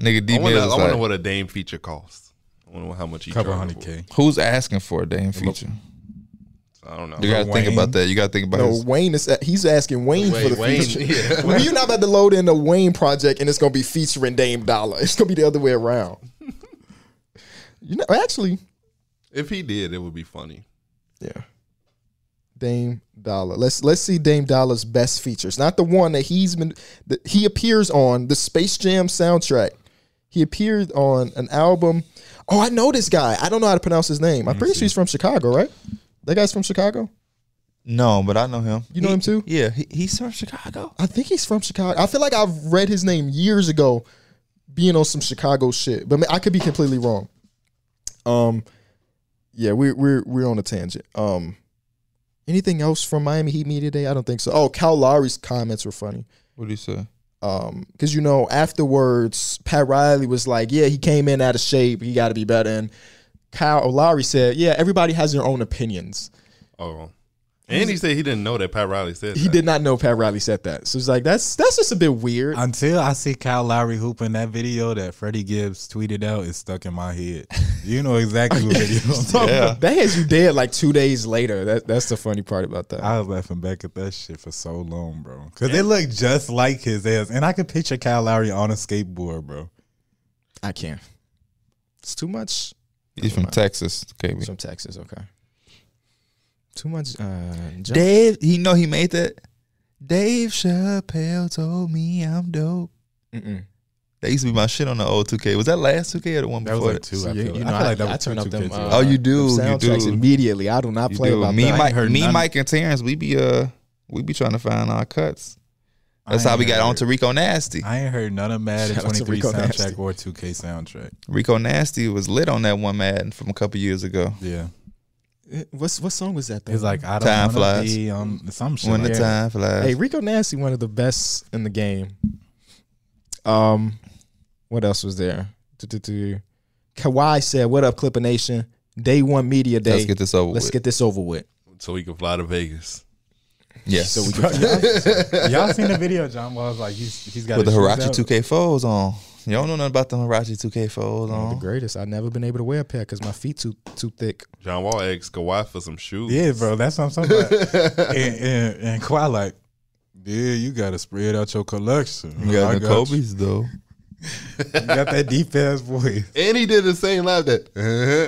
[SPEAKER 2] Nigga D
[SPEAKER 3] I wonder, I
[SPEAKER 2] Mills is
[SPEAKER 3] wonder
[SPEAKER 2] like,
[SPEAKER 3] what a Dame feature costs. I wonder how much he
[SPEAKER 4] Couple
[SPEAKER 3] charges
[SPEAKER 4] hundred
[SPEAKER 3] for it.
[SPEAKER 4] K.
[SPEAKER 2] who's asking for a damn feature?
[SPEAKER 3] So I don't know.
[SPEAKER 2] You gotta think
[SPEAKER 4] Wayne.
[SPEAKER 2] about that. You gotta think about
[SPEAKER 1] No,
[SPEAKER 2] his
[SPEAKER 1] Wayne is he's asking Wayne for the
[SPEAKER 3] Wayne,
[SPEAKER 1] feature.
[SPEAKER 3] yeah.
[SPEAKER 1] Well, you're not about to load in a Wayne project and it's gonna be featuring Dame Dollar. It's gonna be the other way around. you know, actually,
[SPEAKER 3] If he did, it would be funny.
[SPEAKER 1] yeah. Dame Dollar. Let's let's see Dame Dollar's best features. Not the one that he's been that he appears on the Space Jam soundtrack. He appeared on an album. Oh, I know this guy. I don't know how to pronounce his name. I'm pretty sure he's from Chicago, right? That guy's from Chicago.
[SPEAKER 2] No, but I know him.
[SPEAKER 1] You know
[SPEAKER 2] He-
[SPEAKER 1] him too?
[SPEAKER 2] Yeah, he, he's from Chicago.
[SPEAKER 1] I think he's from Chicago. I feel like I've read his name years ago, being on some Chicago shit. But ma- I could be completely wrong. Um, yeah, we're we're we're on a tangent. Um, anything else from Miami Heat media today? I don't think so. Oh, Cal Lowry's comments were funny.
[SPEAKER 2] What do you say?
[SPEAKER 1] Um, because you know afterwards, Pat Riley was like, "Yeah, he came in out of shape. He got to be better." And Kyle Lowry said, "Yeah, everybody has their own opinions."
[SPEAKER 3] Oh. And he said he didn't know that Pat Riley said
[SPEAKER 1] He
[SPEAKER 3] that.
[SPEAKER 1] did not know Pat Riley said that, so it's like that's that's just a bit weird.
[SPEAKER 4] Until I see Kyle Lowry hooping that video that Freddie Gibbs tweeted out is stuck in my head. You know exactly what video I'm talking about.
[SPEAKER 1] That has you dead like two days later. That that's the funny part about that.
[SPEAKER 4] I was laughing back at that shit for so long, bro. Cause they look just like his ass. And I could picture Kyle Lowry on a skateboard, bro.
[SPEAKER 1] I can't. It's too much.
[SPEAKER 2] He's from Texas,
[SPEAKER 1] It's
[SPEAKER 2] KB.
[SPEAKER 1] from Texas, okay. Too much. Uh, jump.
[SPEAKER 2] Dave, he know he made that. Dave Chappelle told me I'm dope.
[SPEAKER 1] Mm-mm.
[SPEAKER 2] That used to be my shit on the old 2K. Was that last 2K or the one
[SPEAKER 4] That
[SPEAKER 2] before
[SPEAKER 4] was like two.
[SPEAKER 1] So
[SPEAKER 4] I
[SPEAKER 1] you,
[SPEAKER 4] feel,
[SPEAKER 1] you
[SPEAKER 4] like.
[SPEAKER 1] know,
[SPEAKER 4] I
[SPEAKER 1] I,
[SPEAKER 4] feel like that
[SPEAKER 1] I
[SPEAKER 4] was
[SPEAKER 1] turn
[SPEAKER 4] two,
[SPEAKER 1] up
[SPEAKER 4] two
[SPEAKER 1] them.
[SPEAKER 4] kids
[SPEAKER 1] Uh,
[SPEAKER 4] ago.
[SPEAKER 2] Oh, you do,
[SPEAKER 1] them
[SPEAKER 2] you do.
[SPEAKER 1] soundtracks immediately. I do not
[SPEAKER 2] You
[SPEAKER 1] play
[SPEAKER 2] do.
[SPEAKER 1] about
[SPEAKER 2] me,
[SPEAKER 1] that.
[SPEAKER 4] ain't
[SPEAKER 2] Mike,
[SPEAKER 4] heard
[SPEAKER 2] me,
[SPEAKER 4] none.
[SPEAKER 2] Mike, and Terrence, we be uh, we be trying to find our cuts. That's
[SPEAKER 4] I
[SPEAKER 2] how we
[SPEAKER 4] ain't
[SPEAKER 2] got on
[SPEAKER 4] heard-
[SPEAKER 2] to Rico Nasty.
[SPEAKER 4] I ain't heard none of Mad
[SPEAKER 1] Shout out to
[SPEAKER 4] 23
[SPEAKER 1] Rico
[SPEAKER 4] soundtrack
[SPEAKER 1] Nasty.
[SPEAKER 4] or 2K soundtrack.
[SPEAKER 2] Rico Nasty was lit on that one Madden from a couple years ago.
[SPEAKER 4] Yeah.
[SPEAKER 1] Eh, What's what song was that? Though?
[SPEAKER 4] It's like I don't
[SPEAKER 2] Time
[SPEAKER 4] wanna
[SPEAKER 2] flies.
[SPEAKER 4] be on some shit.
[SPEAKER 2] When the
[SPEAKER 4] like that.
[SPEAKER 2] time flies,
[SPEAKER 1] hey, Rico Nasty, one of the best in the game. Um, what else was there? Du-du-du. Kawhi said, "What up, Clipper Nation? Day one media day.
[SPEAKER 2] let's get this over
[SPEAKER 1] Let's
[SPEAKER 2] with.
[SPEAKER 1] get this over with."
[SPEAKER 3] So he could fly to Vegas.
[SPEAKER 2] yes,
[SPEAKER 1] So we can,
[SPEAKER 4] Y'all seen the video? John Wall's like he's he's got
[SPEAKER 2] with the
[SPEAKER 4] his shoes
[SPEAKER 2] Hirachi
[SPEAKER 4] out.
[SPEAKER 2] 2K folds on. You don't know nothing about the Hirachi 2K folds
[SPEAKER 1] the
[SPEAKER 2] on.
[SPEAKER 1] greatest. I've never been able to wear a pair because my feet too too thick.
[SPEAKER 3] John Wall asked Kawhi for some shoes.
[SPEAKER 4] Yeah, bro, that's what I'm talking about. and, and and Kawhi like, yeah, you gotta spread out your collection.
[SPEAKER 2] You got
[SPEAKER 4] I
[SPEAKER 2] the Kobe's though.
[SPEAKER 4] You got that deep ass voice.
[SPEAKER 3] And he did the same laugh that.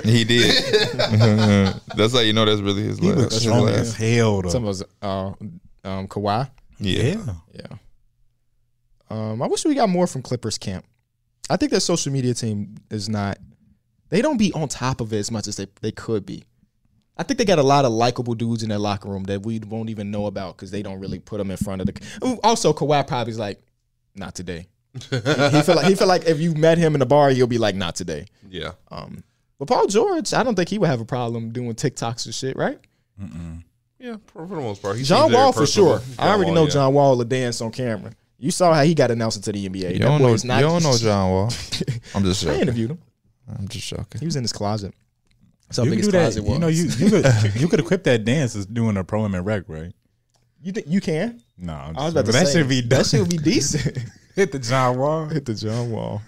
[SPEAKER 2] He did. that's how you know that's really his
[SPEAKER 4] He
[SPEAKER 2] last. that's
[SPEAKER 4] looks
[SPEAKER 2] his
[SPEAKER 4] strong
[SPEAKER 2] last.
[SPEAKER 4] as hell though.
[SPEAKER 1] Some of us, uh, um, Kawhi.
[SPEAKER 2] Yeah.
[SPEAKER 4] yeah.
[SPEAKER 1] Yeah. Um, I wish we got more from Clippers camp. I think their social media team is not. They don't be on top of it as much as they, they could be. I think they got a lot of likable dudes in their locker room that we won't even know about because they don't really put them in front of the. Ooh, Also, Kawhi probably's like, not today. he, he feel like he feel like if you met him in a bar, you'll be like, not today.
[SPEAKER 3] yeah.
[SPEAKER 1] Um, but Paul George, I don't think he would have a problem doing TikToks and shit, right?
[SPEAKER 3] Yeah, for, for the most part. He
[SPEAKER 1] John
[SPEAKER 3] seems very
[SPEAKER 1] Wall for
[SPEAKER 3] personable.
[SPEAKER 1] sure. I already
[SPEAKER 3] Wall,
[SPEAKER 1] know
[SPEAKER 3] yeah.
[SPEAKER 1] John Wall will dance on camera. You saw how he got announced into the NBA.
[SPEAKER 2] You
[SPEAKER 1] That
[SPEAKER 2] don't
[SPEAKER 1] boy
[SPEAKER 2] know.
[SPEAKER 1] is not-
[SPEAKER 2] you don't know John Wall. I'm just
[SPEAKER 1] I
[SPEAKER 2] joking.
[SPEAKER 1] interviewed him.
[SPEAKER 2] I'm just joking.
[SPEAKER 1] He was in his closet. That's how
[SPEAKER 4] You
[SPEAKER 1] big
[SPEAKER 4] can
[SPEAKER 1] his closet
[SPEAKER 4] do that.
[SPEAKER 1] was.
[SPEAKER 4] You know, you you could you could equip that dance as doing a pro and rec, right?
[SPEAKER 1] you, thi- you can.
[SPEAKER 4] No, I'm
[SPEAKER 1] I was
[SPEAKER 4] just-
[SPEAKER 1] about to
[SPEAKER 4] but that
[SPEAKER 1] say
[SPEAKER 4] should be done.
[SPEAKER 1] That should be decent.
[SPEAKER 4] hit the John Wall.
[SPEAKER 1] Hit the John Wall.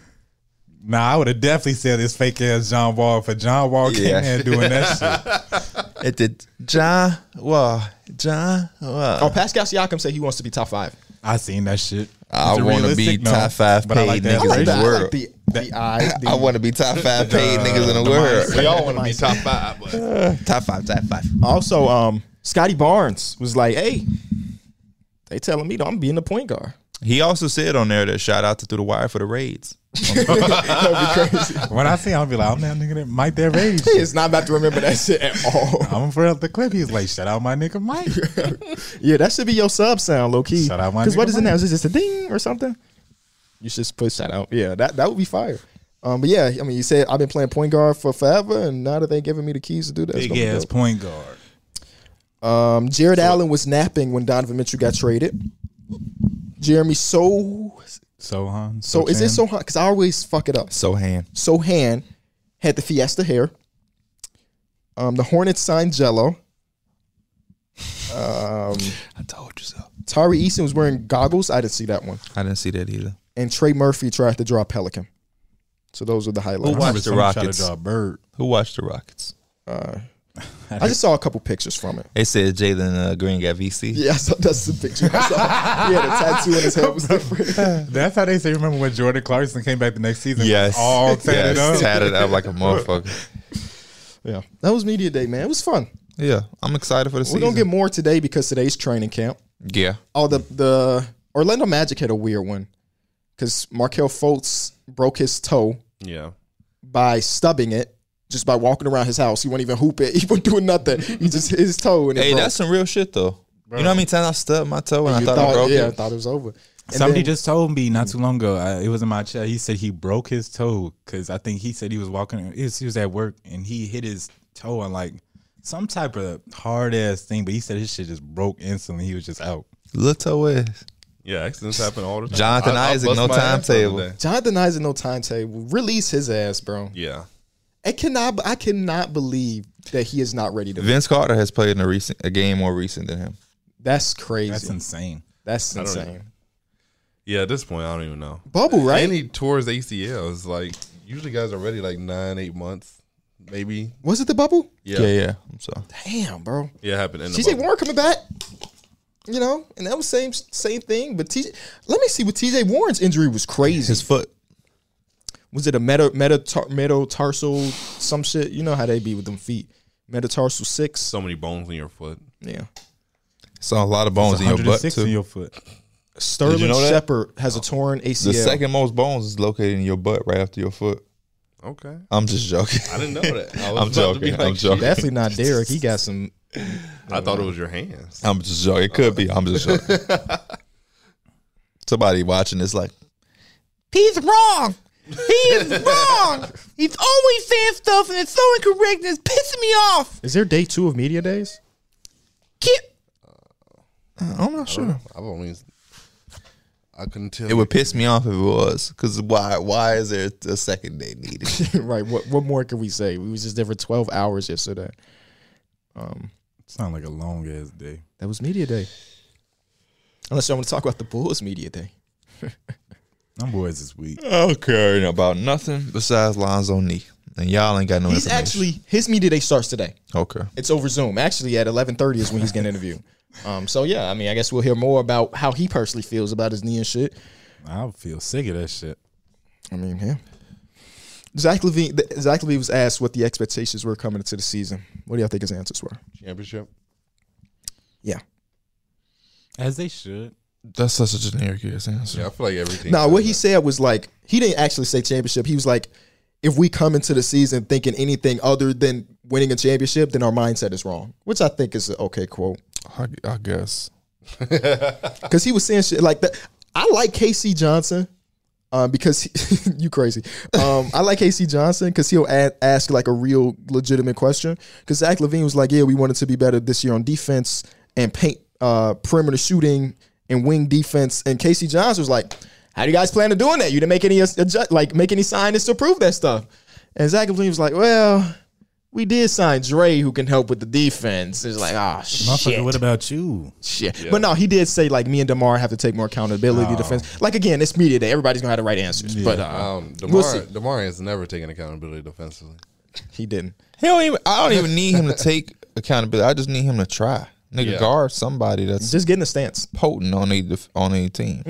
[SPEAKER 4] Nah, I would have definitely said this fake ass John Wall for John Wall came
[SPEAKER 2] Yeah.
[SPEAKER 4] in doing that shit.
[SPEAKER 2] It did. John Wall. John Wall.
[SPEAKER 1] Oh, Pascal Siakam said he wants to be top five.
[SPEAKER 4] I seen that shit.
[SPEAKER 2] I
[SPEAKER 4] Is it
[SPEAKER 2] wanna be
[SPEAKER 4] realistic?
[SPEAKER 2] top five
[SPEAKER 4] but I
[SPEAKER 2] paid
[SPEAKER 4] like that
[SPEAKER 2] niggas.
[SPEAKER 1] I like
[SPEAKER 2] in
[SPEAKER 1] that. I
[SPEAKER 2] the
[SPEAKER 1] like
[SPEAKER 2] world.
[SPEAKER 1] the the eyes. The,
[SPEAKER 2] I want to be top five paid niggas in the world.
[SPEAKER 3] We all want to be top five, but
[SPEAKER 2] top five, top five.
[SPEAKER 1] also, um, Scotty Barnes was like, "Hey, they telling me that I'm being the point guard."
[SPEAKER 2] He also said on there that shout out to Through the Wire for the raids.
[SPEAKER 1] That'd be crazy.
[SPEAKER 4] When I see, him, I'll be like, I'm that nigga that Mike that rage.
[SPEAKER 1] He is not about to remember that shit at all.
[SPEAKER 4] I'm for the clip. He's like, shout out my nigga Mike.
[SPEAKER 1] Yeah, that should be your sub sound, low key.
[SPEAKER 4] Shout out my
[SPEAKER 1] Because what
[SPEAKER 4] nigga
[SPEAKER 1] is it now?
[SPEAKER 4] Mike.
[SPEAKER 1] Is it just a ding or something? You should just put shout out. Yeah, that, that would be fire. Um, but yeah, I mean, you said I've been playing point guard for forever, and now that they giving me the keys to do that, it's
[SPEAKER 4] Big
[SPEAKER 1] gonna be
[SPEAKER 4] ass
[SPEAKER 1] dope.
[SPEAKER 4] point guard.
[SPEAKER 1] Um, Jared Allen was napping when Donovan Mitchell got traded. Jeremy So.
[SPEAKER 4] Sohan.
[SPEAKER 1] So is it
[SPEAKER 4] Sochan?
[SPEAKER 1] Sohan? Because I always fuck it up.
[SPEAKER 2] Sohan.
[SPEAKER 1] Sohan had the Fiesta hair. Um, the Hornets signed Jello.
[SPEAKER 2] I told you so.
[SPEAKER 1] Tari Eason was wearing goggles. I didn't see that one.
[SPEAKER 2] I didn't see that either.
[SPEAKER 1] And Trey Murphy tried to draw Pelican. So those were the
[SPEAKER 4] I
[SPEAKER 1] highlights.
[SPEAKER 2] Who wa-
[SPEAKER 4] remember
[SPEAKER 2] Watch the
[SPEAKER 4] someone tried to
[SPEAKER 2] Rockets.
[SPEAKER 4] draw a bird.
[SPEAKER 2] Who watched the Rockets?
[SPEAKER 1] I just saw a couple pictures from it.
[SPEAKER 2] They said Jalen uh, Green got VC.
[SPEAKER 1] Yeah, I saw, that's the picture. I saw, he had a tattoo on his head. It was different.
[SPEAKER 4] That's how they say. Remember when Jordan Clarkson came back the next season?
[SPEAKER 2] Yes.
[SPEAKER 4] all
[SPEAKER 2] yes.
[SPEAKER 4] tatted up.
[SPEAKER 2] Tatted up like a motherfucker.
[SPEAKER 1] yeah, that was media day, man. It was fun.
[SPEAKER 2] Yeah, I'm excited for the
[SPEAKER 1] We're
[SPEAKER 2] season.
[SPEAKER 1] gonna get more today because today's training camp.
[SPEAKER 2] yeah.
[SPEAKER 1] Oh, the the Orlando Magic had a weird one because Markel Fultz broke his toe
[SPEAKER 3] Yeah.
[SPEAKER 1] by stubbing it, just by walking around his house. He wouldn't even hoop it. He wasn't doing nothing. He just hit his toe and it
[SPEAKER 2] Hey,
[SPEAKER 1] broke.
[SPEAKER 2] that's some real shit though. You know how many times I stubbed my toe and I
[SPEAKER 1] You
[SPEAKER 2] thought, I broke
[SPEAKER 1] yeah, I
[SPEAKER 2] it?
[SPEAKER 1] thought it was over. And
[SPEAKER 4] Somebody
[SPEAKER 1] then-
[SPEAKER 4] just told me not too long ago. I, it was in my chat. He said he broke his toe because I think he said he was walking. He was, he was at work and he hit his toe on like some type of hard ass thing. But he said his shit just broke instantly. He was just out.
[SPEAKER 2] Little toe is.
[SPEAKER 3] Yeah, accidents happen all the time.
[SPEAKER 2] Jonathan
[SPEAKER 3] I- I
[SPEAKER 2] Isaac,
[SPEAKER 3] bust
[SPEAKER 2] no
[SPEAKER 3] my ass the other
[SPEAKER 2] timetable.
[SPEAKER 3] day.
[SPEAKER 1] Jonathan Isaac no timetable. Release his ass, bro.
[SPEAKER 3] Yeah.
[SPEAKER 1] I cannot. I cannot believe that he is not ready to.
[SPEAKER 2] Vince Carter has played in a recent a game more recent than him.
[SPEAKER 1] That's crazy.
[SPEAKER 4] That's
[SPEAKER 1] That's,
[SPEAKER 4] insane.
[SPEAKER 3] don't
[SPEAKER 1] insane.
[SPEAKER 3] even- Yeah, at this point, I don't even know.
[SPEAKER 1] Bubble, right?
[SPEAKER 3] And he tore his ACL. It's like, usually guys are ready like nine, eight months, maybe.
[SPEAKER 1] was it the bubble?
[SPEAKER 3] Yeah.
[SPEAKER 2] yeah.
[SPEAKER 3] Yeah,
[SPEAKER 2] I'm sorry.
[SPEAKER 1] Damn, bro.
[SPEAKER 3] it happened. In the
[SPEAKER 1] TJ
[SPEAKER 3] bubble.
[SPEAKER 1] Warren coming back. You know, and that was same same thing. But TJ, let me see what TJ Warren's injury was crazy.
[SPEAKER 2] His foot.
[SPEAKER 1] was it a meta meta metatarsal some shit? You know how they be with them feet. Metatarsal six.
[SPEAKER 3] So many bones in your foot.
[SPEAKER 1] Yeah.
[SPEAKER 2] Saw a lot of bones in your butt
[SPEAKER 4] 106
[SPEAKER 2] too.
[SPEAKER 4] in your foot.
[SPEAKER 1] Sterling
[SPEAKER 2] know that?
[SPEAKER 1] Shepard has a torn ACL.
[SPEAKER 2] the second most bones is located in your butt, right after your foot.
[SPEAKER 3] Okay.
[SPEAKER 2] I'm just joking.
[SPEAKER 3] I didn't know that. I
[SPEAKER 2] I'm
[SPEAKER 3] was about to be
[SPEAKER 2] joking.
[SPEAKER 3] like,
[SPEAKER 2] I'm joking.
[SPEAKER 1] Definitely not Derek. He got some.
[SPEAKER 3] I thought it was your hands.
[SPEAKER 2] I'm just joking. It could be. I'm just joking. Somebody watching this like,
[SPEAKER 5] He's wrong. He is wrong. He's always saying stuff and it's so incorrect and it's pissing me off.
[SPEAKER 1] Is there day two of media days?
[SPEAKER 5] Can't
[SPEAKER 2] I'm not sure.
[SPEAKER 3] I've only. I couldn't tell.
[SPEAKER 2] It would piss me off if it was, because why? Why is there a second day needed?
[SPEAKER 1] right. What What more can we say? We was just there for twelve hours yesterday.
[SPEAKER 4] Sound like a long ass day.
[SPEAKER 1] That was media day. Unless y'all want to talk about the Bulls media day.
[SPEAKER 4] Them boys is weak.
[SPEAKER 2] I don't care about nothing besides Lonzo knee, and y'all ain't got no.
[SPEAKER 1] He's
[SPEAKER 2] information.
[SPEAKER 1] actually his media day starts today.
[SPEAKER 2] okay.
[SPEAKER 1] It's over Zoom. Actually, at eleven thirty is when he's getting interviewed. Um, so yeah, I mean, I guess we'll hear more about how he personally feels about his knee and shit.
[SPEAKER 4] I feel sick of that shit.
[SPEAKER 1] I mean, yeah. Zach Levine. th- Zach Levine was asked what the expectations were coming into the season. What do y'all think his answers were?
[SPEAKER 3] championship.
[SPEAKER 1] Yeah.
[SPEAKER 4] As they should.
[SPEAKER 2] That's such a generic ass answer.
[SPEAKER 3] Yeah, I feel like everything.
[SPEAKER 1] Now, what he
[SPEAKER 3] says
[SPEAKER 1] said was like he didn't actually say championship. He was like, if we come into the season thinking anything other than winning a championship, then our mindset is wrong. Which I think is an okay quote
[SPEAKER 2] I, I guess.
[SPEAKER 1] because he was saying shit like that. I like KC Johnson. Um, because he, you crazy. Um, I like KC Johnson because he'll a ask like a real legitimate question. Because Zach Levine was like, "Yeah, we wanted to be better this year on defense and paint uh, perimeter shooting and wing defense." And KC Johnson was like, "How do you guys plan on doing that? You didn't make any adjust, like make any signings to prove that stuff." And Zach Levine was like, "Well, we did sign Dre who can help with the defense." It's like, "Ah, shit."
[SPEAKER 4] Motherfucker, what about you?
[SPEAKER 1] shit. But no, he did say like me and Demar have to take more accountability defense. Like again, it's media day. Everybody's gonna have the right answers, but uh,
[SPEAKER 3] Um, Demar,
[SPEAKER 1] see.
[SPEAKER 3] Demar has never taken accountability defensively.
[SPEAKER 1] he didn't.
[SPEAKER 2] He don't even. I don't even need him to take accountability. I just need him to try. Nigga,
[SPEAKER 3] Yeah.
[SPEAKER 2] guard somebody that's
[SPEAKER 1] Just get in the stance.
[SPEAKER 2] potent on a def- on a team.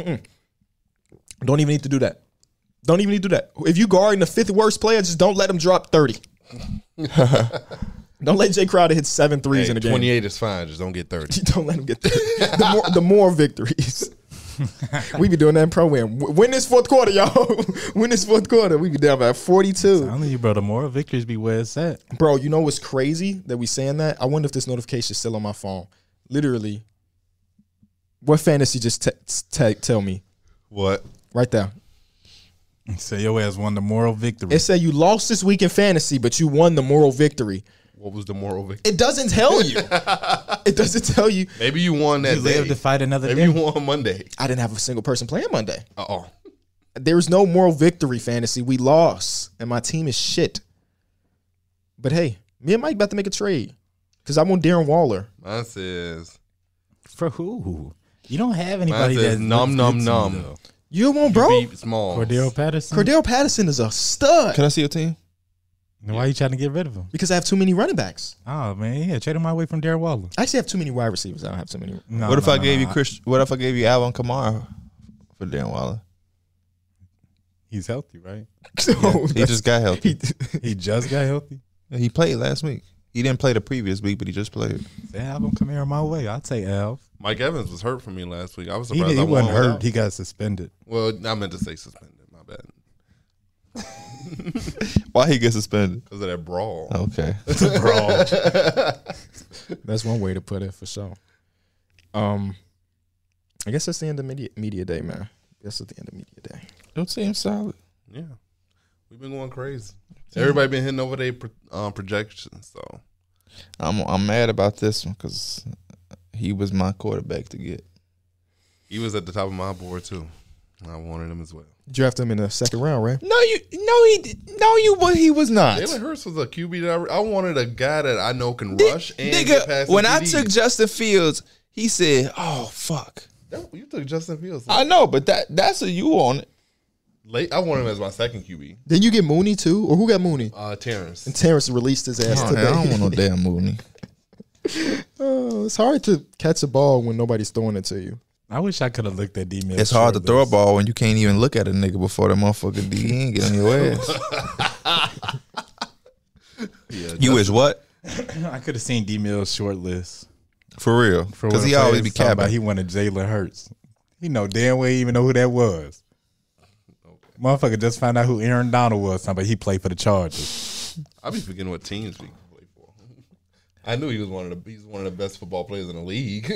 [SPEAKER 1] Don't even need to do that. Don't even need to do that. If you guarding the fifth worst player, just don't let him drop thirty. don't let Jay Crowder hit seven threes
[SPEAKER 3] Hey,
[SPEAKER 1] in a game.
[SPEAKER 3] 28 is fine. Just don't get 30.
[SPEAKER 1] Don't let him get there. the more the more victories. we be doing that in pro win. Win this fourth quarter, y'all. Win this fourth quarter. We be down by forty two.
[SPEAKER 4] Only you, brother. More victories be where it's at.
[SPEAKER 1] Bro, you know what's crazy that we saying that? I wonder if this notification is still on my phone. Literally, what fantasy just te- te- tell me
[SPEAKER 3] What?
[SPEAKER 1] right there?
[SPEAKER 4] So your ass won the moral victory.
[SPEAKER 1] It said you lost this week in fantasy, but you won the moral victory.
[SPEAKER 3] What was the moral victory?
[SPEAKER 1] It doesn't tell you. it doesn't tell you.
[SPEAKER 3] Maybe you won that
[SPEAKER 4] You
[SPEAKER 3] day.
[SPEAKER 4] live to fight another
[SPEAKER 3] Maybe
[SPEAKER 4] day.
[SPEAKER 3] you won Monday.
[SPEAKER 1] I didn't have a single person playing Monday.
[SPEAKER 3] Oh,
[SPEAKER 1] There was no moral victory fantasy. We lost, and my team is shit. But hey, me and Mike about to make a trade because I want Darren Waller.
[SPEAKER 3] mine says
[SPEAKER 4] For who? You don't have anybody
[SPEAKER 3] says
[SPEAKER 4] that's
[SPEAKER 3] nom, nom, nom.
[SPEAKER 1] You won't, bro.
[SPEAKER 3] beat small.
[SPEAKER 4] Cordero Patterson.
[SPEAKER 1] Cordell Patterson is a stud
[SPEAKER 2] Can I see your team?
[SPEAKER 4] Why are you trying to get rid of him?
[SPEAKER 1] because I have too many running backs.
[SPEAKER 4] Oh man, yeah, trade him my way from Darren Waller.
[SPEAKER 1] I actually have too many wide receivers. I don't have too many.
[SPEAKER 4] No,
[SPEAKER 2] what if
[SPEAKER 4] no,
[SPEAKER 2] I
[SPEAKER 4] no,
[SPEAKER 2] gave
[SPEAKER 4] no.
[SPEAKER 2] you Chris? What if I gave you Alvin Kamara for Dan Waller?
[SPEAKER 4] He's healthy, right?
[SPEAKER 1] So
[SPEAKER 2] He just got healthy.
[SPEAKER 4] He just got healthy.
[SPEAKER 2] He played last week. He didn't play the previous week, but he just played.
[SPEAKER 4] Say, have him come here my way. I'll take Alv.
[SPEAKER 3] Mike Evans was hurt for me last week. I was
[SPEAKER 4] He,
[SPEAKER 3] surprised
[SPEAKER 4] he
[SPEAKER 3] I
[SPEAKER 4] wasn't
[SPEAKER 3] won
[SPEAKER 4] hurt.
[SPEAKER 3] without-
[SPEAKER 4] He got suspended.
[SPEAKER 3] well, I meant to say suspended. My bad.
[SPEAKER 2] Why he get suspended?
[SPEAKER 3] Because of that brawl.
[SPEAKER 2] Okay.
[SPEAKER 4] Bro,
[SPEAKER 1] That's one way to put it for sure. Um, I guess that's the end of media, media day, man. That's at the end of media day.
[SPEAKER 2] Your team solid.
[SPEAKER 3] Yeah, we've been going crazy. Everybody been hitting over their pro- um, projections. So
[SPEAKER 2] I'm I'm mad about this one because he was my quarterback to get.
[SPEAKER 3] he was at the top of my board too. I wanted him as well.
[SPEAKER 1] Draft him in the second round, right?
[SPEAKER 2] No, you no he did- no you what he was not.
[SPEAKER 3] Jalen Hurts was a QB that I, I wanted a guy that I know can
[SPEAKER 2] Di-
[SPEAKER 3] rush and get
[SPEAKER 2] nigga,
[SPEAKER 3] past
[SPEAKER 2] when
[SPEAKER 3] the
[SPEAKER 2] I
[SPEAKER 3] TDs.
[SPEAKER 2] took Justin Fields, he said, "Oh fuck."
[SPEAKER 3] That- you took Justin Fields.
[SPEAKER 2] I know, but that that's a you on it.
[SPEAKER 3] Late, I wanted him as my second QB.
[SPEAKER 1] Then you get Mooney too, or who got Mooney?
[SPEAKER 3] Uh, Terrence.
[SPEAKER 1] Terrence released his ass
[SPEAKER 2] Oh,
[SPEAKER 1] today.
[SPEAKER 2] man, I don't want no damn Mooney.
[SPEAKER 1] Oh, it's hard to catch a ball when nobody's throwing it to you.
[SPEAKER 4] I wish I could have looked at D. Mills.
[SPEAKER 2] It's hard to
[SPEAKER 4] short
[SPEAKER 2] throw a
[SPEAKER 4] list.
[SPEAKER 2] ball when you can't even look at a nigga before the motherfucker D ain't get on your ass. you wish what?
[SPEAKER 4] I could have seen D. Mills short list
[SPEAKER 2] For real.
[SPEAKER 4] for
[SPEAKER 2] Because
[SPEAKER 4] when
[SPEAKER 2] he
[SPEAKER 4] the
[SPEAKER 2] always
[SPEAKER 4] players
[SPEAKER 2] be
[SPEAKER 4] talking about
[SPEAKER 2] capping.
[SPEAKER 4] He wanted Jalen Hurts. He know damn well he even know who that was. Motherfucker just found out who Aaron Donald was. Somebody he played for the Chargers.
[SPEAKER 3] I be forgetting what teams we play for. I knew he was one of the he's one of the best football players in the league.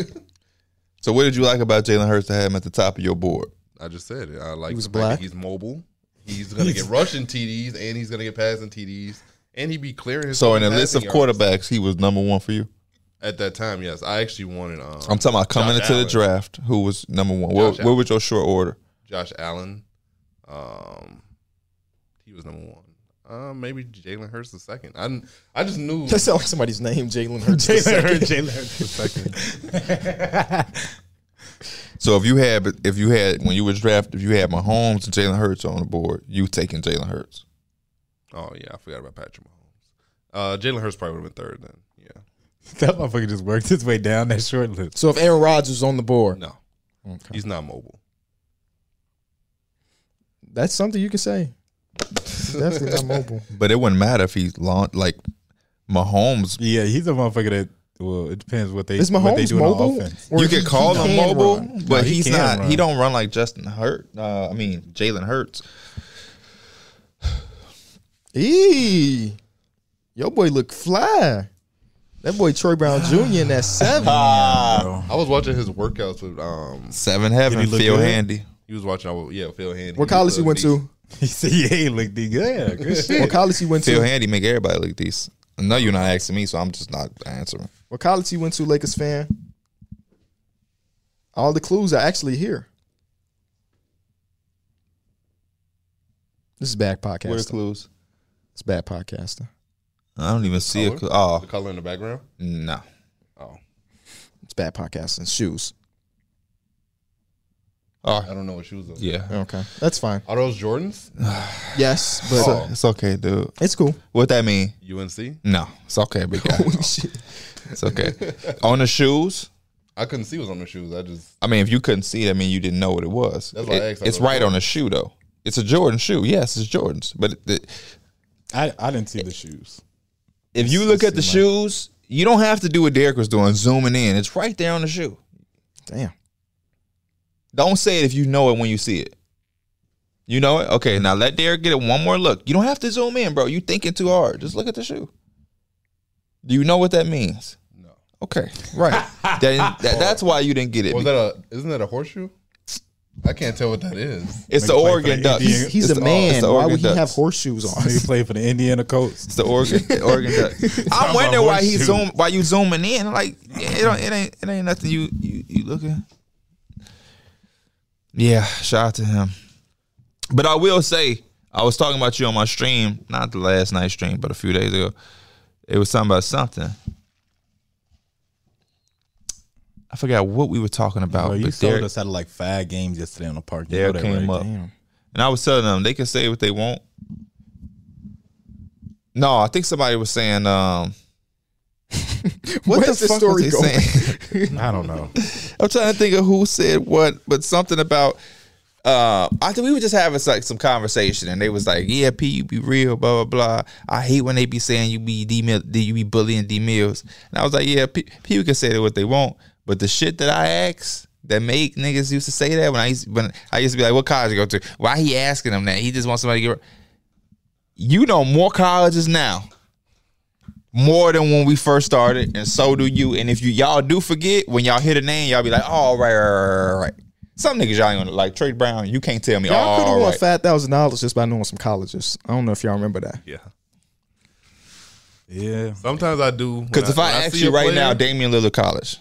[SPEAKER 2] so what did you like about Jalen Hurts to have him at the top of your board?
[SPEAKER 3] I just said it. I like
[SPEAKER 1] was
[SPEAKER 3] the fact that
[SPEAKER 1] black.
[SPEAKER 3] He's mobile. He's gonna get rushing TDs and he's gonna get passing TDs and he be clearing his.
[SPEAKER 2] So in
[SPEAKER 3] own
[SPEAKER 2] the list
[SPEAKER 3] passing
[SPEAKER 2] of
[SPEAKER 3] yards.
[SPEAKER 2] quarterbacks, he was number one for you.
[SPEAKER 3] at that time, yes, I actually wanted um,
[SPEAKER 2] I'm talking about coming
[SPEAKER 3] Josh
[SPEAKER 2] into the
[SPEAKER 3] Allen.
[SPEAKER 2] draft, who was number one. What,
[SPEAKER 3] Josh
[SPEAKER 2] what was your short order?
[SPEAKER 3] Josh Allen. Um, he was number one. Um, maybe Jalen Hurts the second. I didn't- I just knew
[SPEAKER 1] That sounds like somebody's name, Jalen Hurts.
[SPEAKER 4] Jalen Hurts. Jalen Hurts the second.
[SPEAKER 2] So if you had, if you had, when you was drafted, if you had Mahomes and Jalen Hurts on the board, you taking Jalen Hurts.
[SPEAKER 3] Oh yeah, I forgot about Patrick Mahomes. Uh, Jalen Hurts probably would have been third then. Yeah,
[SPEAKER 4] That motherfucker just worked his way down that short list.
[SPEAKER 1] So if Aaron Rodgers was on the board,
[SPEAKER 3] no, he's not mobile.
[SPEAKER 1] that's something you can say. Definitely not mobile.
[SPEAKER 2] But it wouldn't matter if he's long, like Mahomes.
[SPEAKER 4] Yeah, he's a motherfucker that. Well, it depends what they
[SPEAKER 1] Is
[SPEAKER 4] what they
[SPEAKER 1] Mahomes
[SPEAKER 4] do on
[SPEAKER 1] mobile?
[SPEAKER 4] offense.
[SPEAKER 1] Or
[SPEAKER 2] you
[SPEAKER 1] is
[SPEAKER 2] could
[SPEAKER 1] he-
[SPEAKER 2] call
[SPEAKER 1] he
[SPEAKER 2] him
[SPEAKER 1] can
[SPEAKER 2] mobile,
[SPEAKER 1] run?
[SPEAKER 2] but
[SPEAKER 4] No, he
[SPEAKER 2] he's
[SPEAKER 4] can
[SPEAKER 2] not.
[SPEAKER 4] run.
[SPEAKER 2] He don't run like Justin Hurt. Uh, I mean Jalen Hurts.
[SPEAKER 1] Eee, your boy look fly. That boy Troy Brown Jr. in that
[SPEAKER 2] Ah,
[SPEAKER 1] seven.
[SPEAKER 3] I was watching his workouts with um.
[SPEAKER 2] Seven
[SPEAKER 4] Did
[SPEAKER 2] heaven,
[SPEAKER 4] he look
[SPEAKER 2] Phil
[SPEAKER 4] good?
[SPEAKER 2] Handy.
[SPEAKER 3] He was watching. I was- Yeah, Phil Handy.
[SPEAKER 1] What college he went to?
[SPEAKER 4] He said, "Yeah, he looked good. Yeah, good shit."
[SPEAKER 1] What college he went
[SPEAKER 2] Phil
[SPEAKER 1] to?
[SPEAKER 2] Handy make everybody look decent. I know you're not asking me, so I'm just not answering.
[SPEAKER 1] What college he went to? Lakers fan. All the clues are actually here. This is bad podcasting.
[SPEAKER 2] clues?
[SPEAKER 1] It's bad podcasting.
[SPEAKER 2] I don't even see a
[SPEAKER 3] Color?
[SPEAKER 2] clue. Oh
[SPEAKER 3] The color in the background.
[SPEAKER 2] no.
[SPEAKER 3] Oh,
[SPEAKER 1] It's bad podcasting. Shoes.
[SPEAKER 2] Oh
[SPEAKER 3] I don't know what shoes those.
[SPEAKER 2] yeah.
[SPEAKER 1] Okay, that's fine.
[SPEAKER 3] Are those Jordans?
[SPEAKER 1] Yes, but
[SPEAKER 2] So- It's okay, dude.
[SPEAKER 1] it's cool.
[SPEAKER 2] What that mean?
[SPEAKER 3] UNC.
[SPEAKER 2] Oh. No, it's okay, big guy.
[SPEAKER 1] Shit.
[SPEAKER 2] It's okay. On the shoes,
[SPEAKER 3] I couldn't see what was on the shoes. I just
[SPEAKER 2] I mean, if you couldn't see it, I mean, you didn't know what it was.
[SPEAKER 3] That's why I
[SPEAKER 2] It-
[SPEAKER 3] asked, I
[SPEAKER 2] it's
[SPEAKER 3] don't
[SPEAKER 2] right
[SPEAKER 3] know.
[SPEAKER 2] on the shoe, though. It's a Jordan shoe. Yes, it's Jordan's. But it- it-
[SPEAKER 4] I, I didn't see the shoes.
[SPEAKER 2] if you look at the shoes, you don't have to do what Derek was doing, zooming in. It's right there on the shoe.
[SPEAKER 1] Damn.
[SPEAKER 2] Don't say it if you know it when you see it. You know it? Okay, now let Derek get it one more look. You don't have to zoom in, bro. You thinking too hard. Just look at the shoe. Do you know what that means?
[SPEAKER 3] no.
[SPEAKER 2] Okay, right. Then that, that's why you didn't get it.
[SPEAKER 3] Was that a? Isn't that a horseshoe? I can't tell what that is.
[SPEAKER 2] It's the
[SPEAKER 4] play for
[SPEAKER 2] Oregon
[SPEAKER 4] the
[SPEAKER 2] Ducks.
[SPEAKER 4] Indians.
[SPEAKER 2] It's
[SPEAKER 1] He's
[SPEAKER 2] the-
[SPEAKER 1] a
[SPEAKER 2] it's
[SPEAKER 1] man.
[SPEAKER 2] the
[SPEAKER 1] Why
[SPEAKER 2] Oregon
[SPEAKER 1] would he
[SPEAKER 2] Ducks.
[SPEAKER 1] have horseshoes on?
[SPEAKER 4] He played for the Indiana Colts.
[SPEAKER 2] It's the Oregon, the Oregon Ducks. I'm
[SPEAKER 3] about
[SPEAKER 2] wondering why he
[SPEAKER 3] horseshoe.
[SPEAKER 2] zoom, why you zooming in. Like yeah, it, don't, it ain't, it ain't nothing. You, you, you looking. Yeah, shout out to him. But I will say, I was talking about you on my stream, not the last night stream, but a few days ago. It was talking about something. I forgot what we were talking about.
[SPEAKER 4] Bro, you
[SPEAKER 2] but
[SPEAKER 4] sold
[SPEAKER 2] Derek-
[SPEAKER 4] us out of like five games yesterday on the park. You
[SPEAKER 2] Dare
[SPEAKER 4] know that,
[SPEAKER 2] came
[SPEAKER 4] right?
[SPEAKER 2] up. And I was telling them they can say what they want. No, I think somebody was saying, um,
[SPEAKER 1] What
[SPEAKER 2] the
[SPEAKER 1] is this
[SPEAKER 2] fuck
[SPEAKER 1] story
[SPEAKER 2] was they
[SPEAKER 1] going?
[SPEAKER 2] saying?
[SPEAKER 4] I don't know.
[SPEAKER 2] I'm trying to think of who said what, but something about. Uh, I think we were just having like some conversation, and they was like, "Yeah, P, you be real, blah blah blah." I hate when they be saying you be D Mill- that you be bullying D Mills, and I was like, "Yeah, P, people can say that what they want, but the shit that I ask that make niggas used to say that when I used when I used to be like, what college you go to? Why he asking them that? He just wants somebody to get." You know more colleges now more than when we first started, and so do you. And if you y'all do forget when y'all hear the name, y'all be like, "Oh, "All right, right, right, right." Some niggas y'all ain't gonna like Trey Brown. You can't tell me.
[SPEAKER 1] Y'all could have
[SPEAKER 2] all
[SPEAKER 1] won
[SPEAKER 2] right.
[SPEAKER 1] five thousand dollars just by knowing some colleges. I don't know if y'all remember that.
[SPEAKER 3] Yeah.
[SPEAKER 4] Yeah.
[SPEAKER 3] Sometimes I do. when
[SPEAKER 2] Because if I,
[SPEAKER 3] when
[SPEAKER 2] ask
[SPEAKER 3] see
[SPEAKER 2] you
[SPEAKER 3] a
[SPEAKER 2] right now,
[SPEAKER 3] player-
[SPEAKER 2] Damian Lillard College,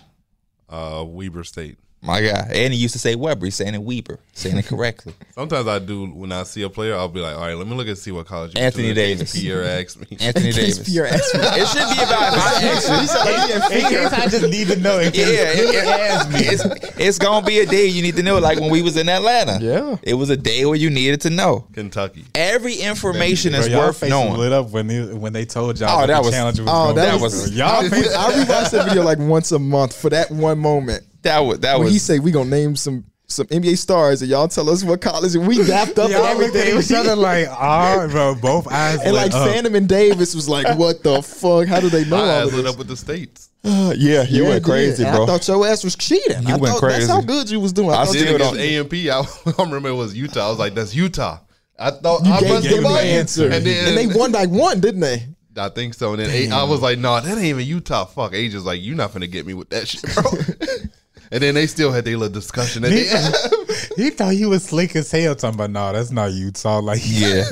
[SPEAKER 3] uh, Weber State.
[SPEAKER 2] my guy, and he used to say Weber, he's saying it Weber, saying it correctly.
[SPEAKER 3] Sometimes I do when I see a player, I'll be like, all right, let me look and see what college. you went
[SPEAKER 2] Anthony
[SPEAKER 3] to, in
[SPEAKER 2] Davis.
[SPEAKER 3] case Pierre asked me.
[SPEAKER 2] Anthony Davis.
[SPEAKER 1] It's pure ass.
[SPEAKER 2] It should be about my
[SPEAKER 4] In case I just need to know.
[SPEAKER 2] Yeah,
[SPEAKER 4] In case
[SPEAKER 2] it- it- it's, it's gonna be a day you need to know. Like when we was in Atlanta,
[SPEAKER 1] Yeah.
[SPEAKER 2] it was a day where you needed to know.
[SPEAKER 3] Kentucky.
[SPEAKER 2] Every information is
[SPEAKER 4] Bro, y'all
[SPEAKER 2] worth
[SPEAKER 4] faces
[SPEAKER 2] knowing.
[SPEAKER 4] lit up when they, when they told y'all
[SPEAKER 2] Oh,
[SPEAKER 4] what
[SPEAKER 2] that
[SPEAKER 4] the
[SPEAKER 2] was-
[SPEAKER 4] challenge was.
[SPEAKER 1] oh,
[SPEAKER 4] gonna
[SPEAKER 1] that
[SPEAKER 4] be.
[SPEAKER 2] was-
[SPEAKER 4] Bro, y'all.
[SPEAKER 1] I
[SPEAKER 4] faces-
[SPEAKER 1] rewatch that video like once a month for that one moment.
[SPEAKER 2] That was that
[SPEAKER 1] When
[SPEAKER 2] was
[SPEAKER 1] he say we gonna name some some NBA stars and y'all tell us what college and we dapped up
[SPEAKER 4] Y'all looked at
[SPEAKER 1] everything.
[SPEAKER 4] each other like, ah, bro, both eyes
[SPEAKER 1] and
[SPEAKER 4] lit
[SPEAKER 1] like
[SPEAKER 4] up.
[SPEAKER 1] Sandeman Davis was like, "What the fuck? How do they know
[SPEAKER 3] My
[SPEAKER 1] all
[SPEAKER 3] eyes
[SPEAKER 1] of
[SPEAKER 3] lit
[SPEAKER 1] this?"
[SPEAKER 3] up with the states.
[SPEAKER 2] yeah, you
[SPEAKER 1] Yeah,
[SPEAKER 2] went
[SPEAKER 1] it did.
[SPEAKER 2] crazy,
[SPEAKER 1] And
[SPEAKER 2] bro.
[SPEAKER 1] I thought your ass was cheating. I
[SPEAKER 2] went
[SPEAKER 1] thought
[SPEAKER 2] crazy.
[SPEAKER 1] That's how good you was doing. I,
[SPEAKER 2] I
[SPEAKER 1] thought
[SPEAKER 2] still
[SPEAKER 1] you
[SPEAKER 3] Then against
[SPEAKER 2] don't-
[SPEAKER 3] A&P, I, I remember it was Utah. I was like, that's Utah. I thought I
[SPEAKER 1] gave
[SPEAKER 3] must
[SPEAKER 1] them
[SPEAKER 3] have
[SPEAKER 1] the
[SPEAKER 3] won.
[SPEAKER 4] answer.
[SPEAKER 3] And then
[SPEAKER 1] and they won by one, didn't they?
[SPEAKER 3] I think so. And then A- I was like, no, nah, that ain't even Utah. Fuck. Age is like, you're not finna get me with that shit, bro. and then they still had their little discussion. And they,
[SPEAKER 4] He thought he was slick as hell. Talking about, nah, that's not Utah. Like,
[SPEAKER 2] Yeah.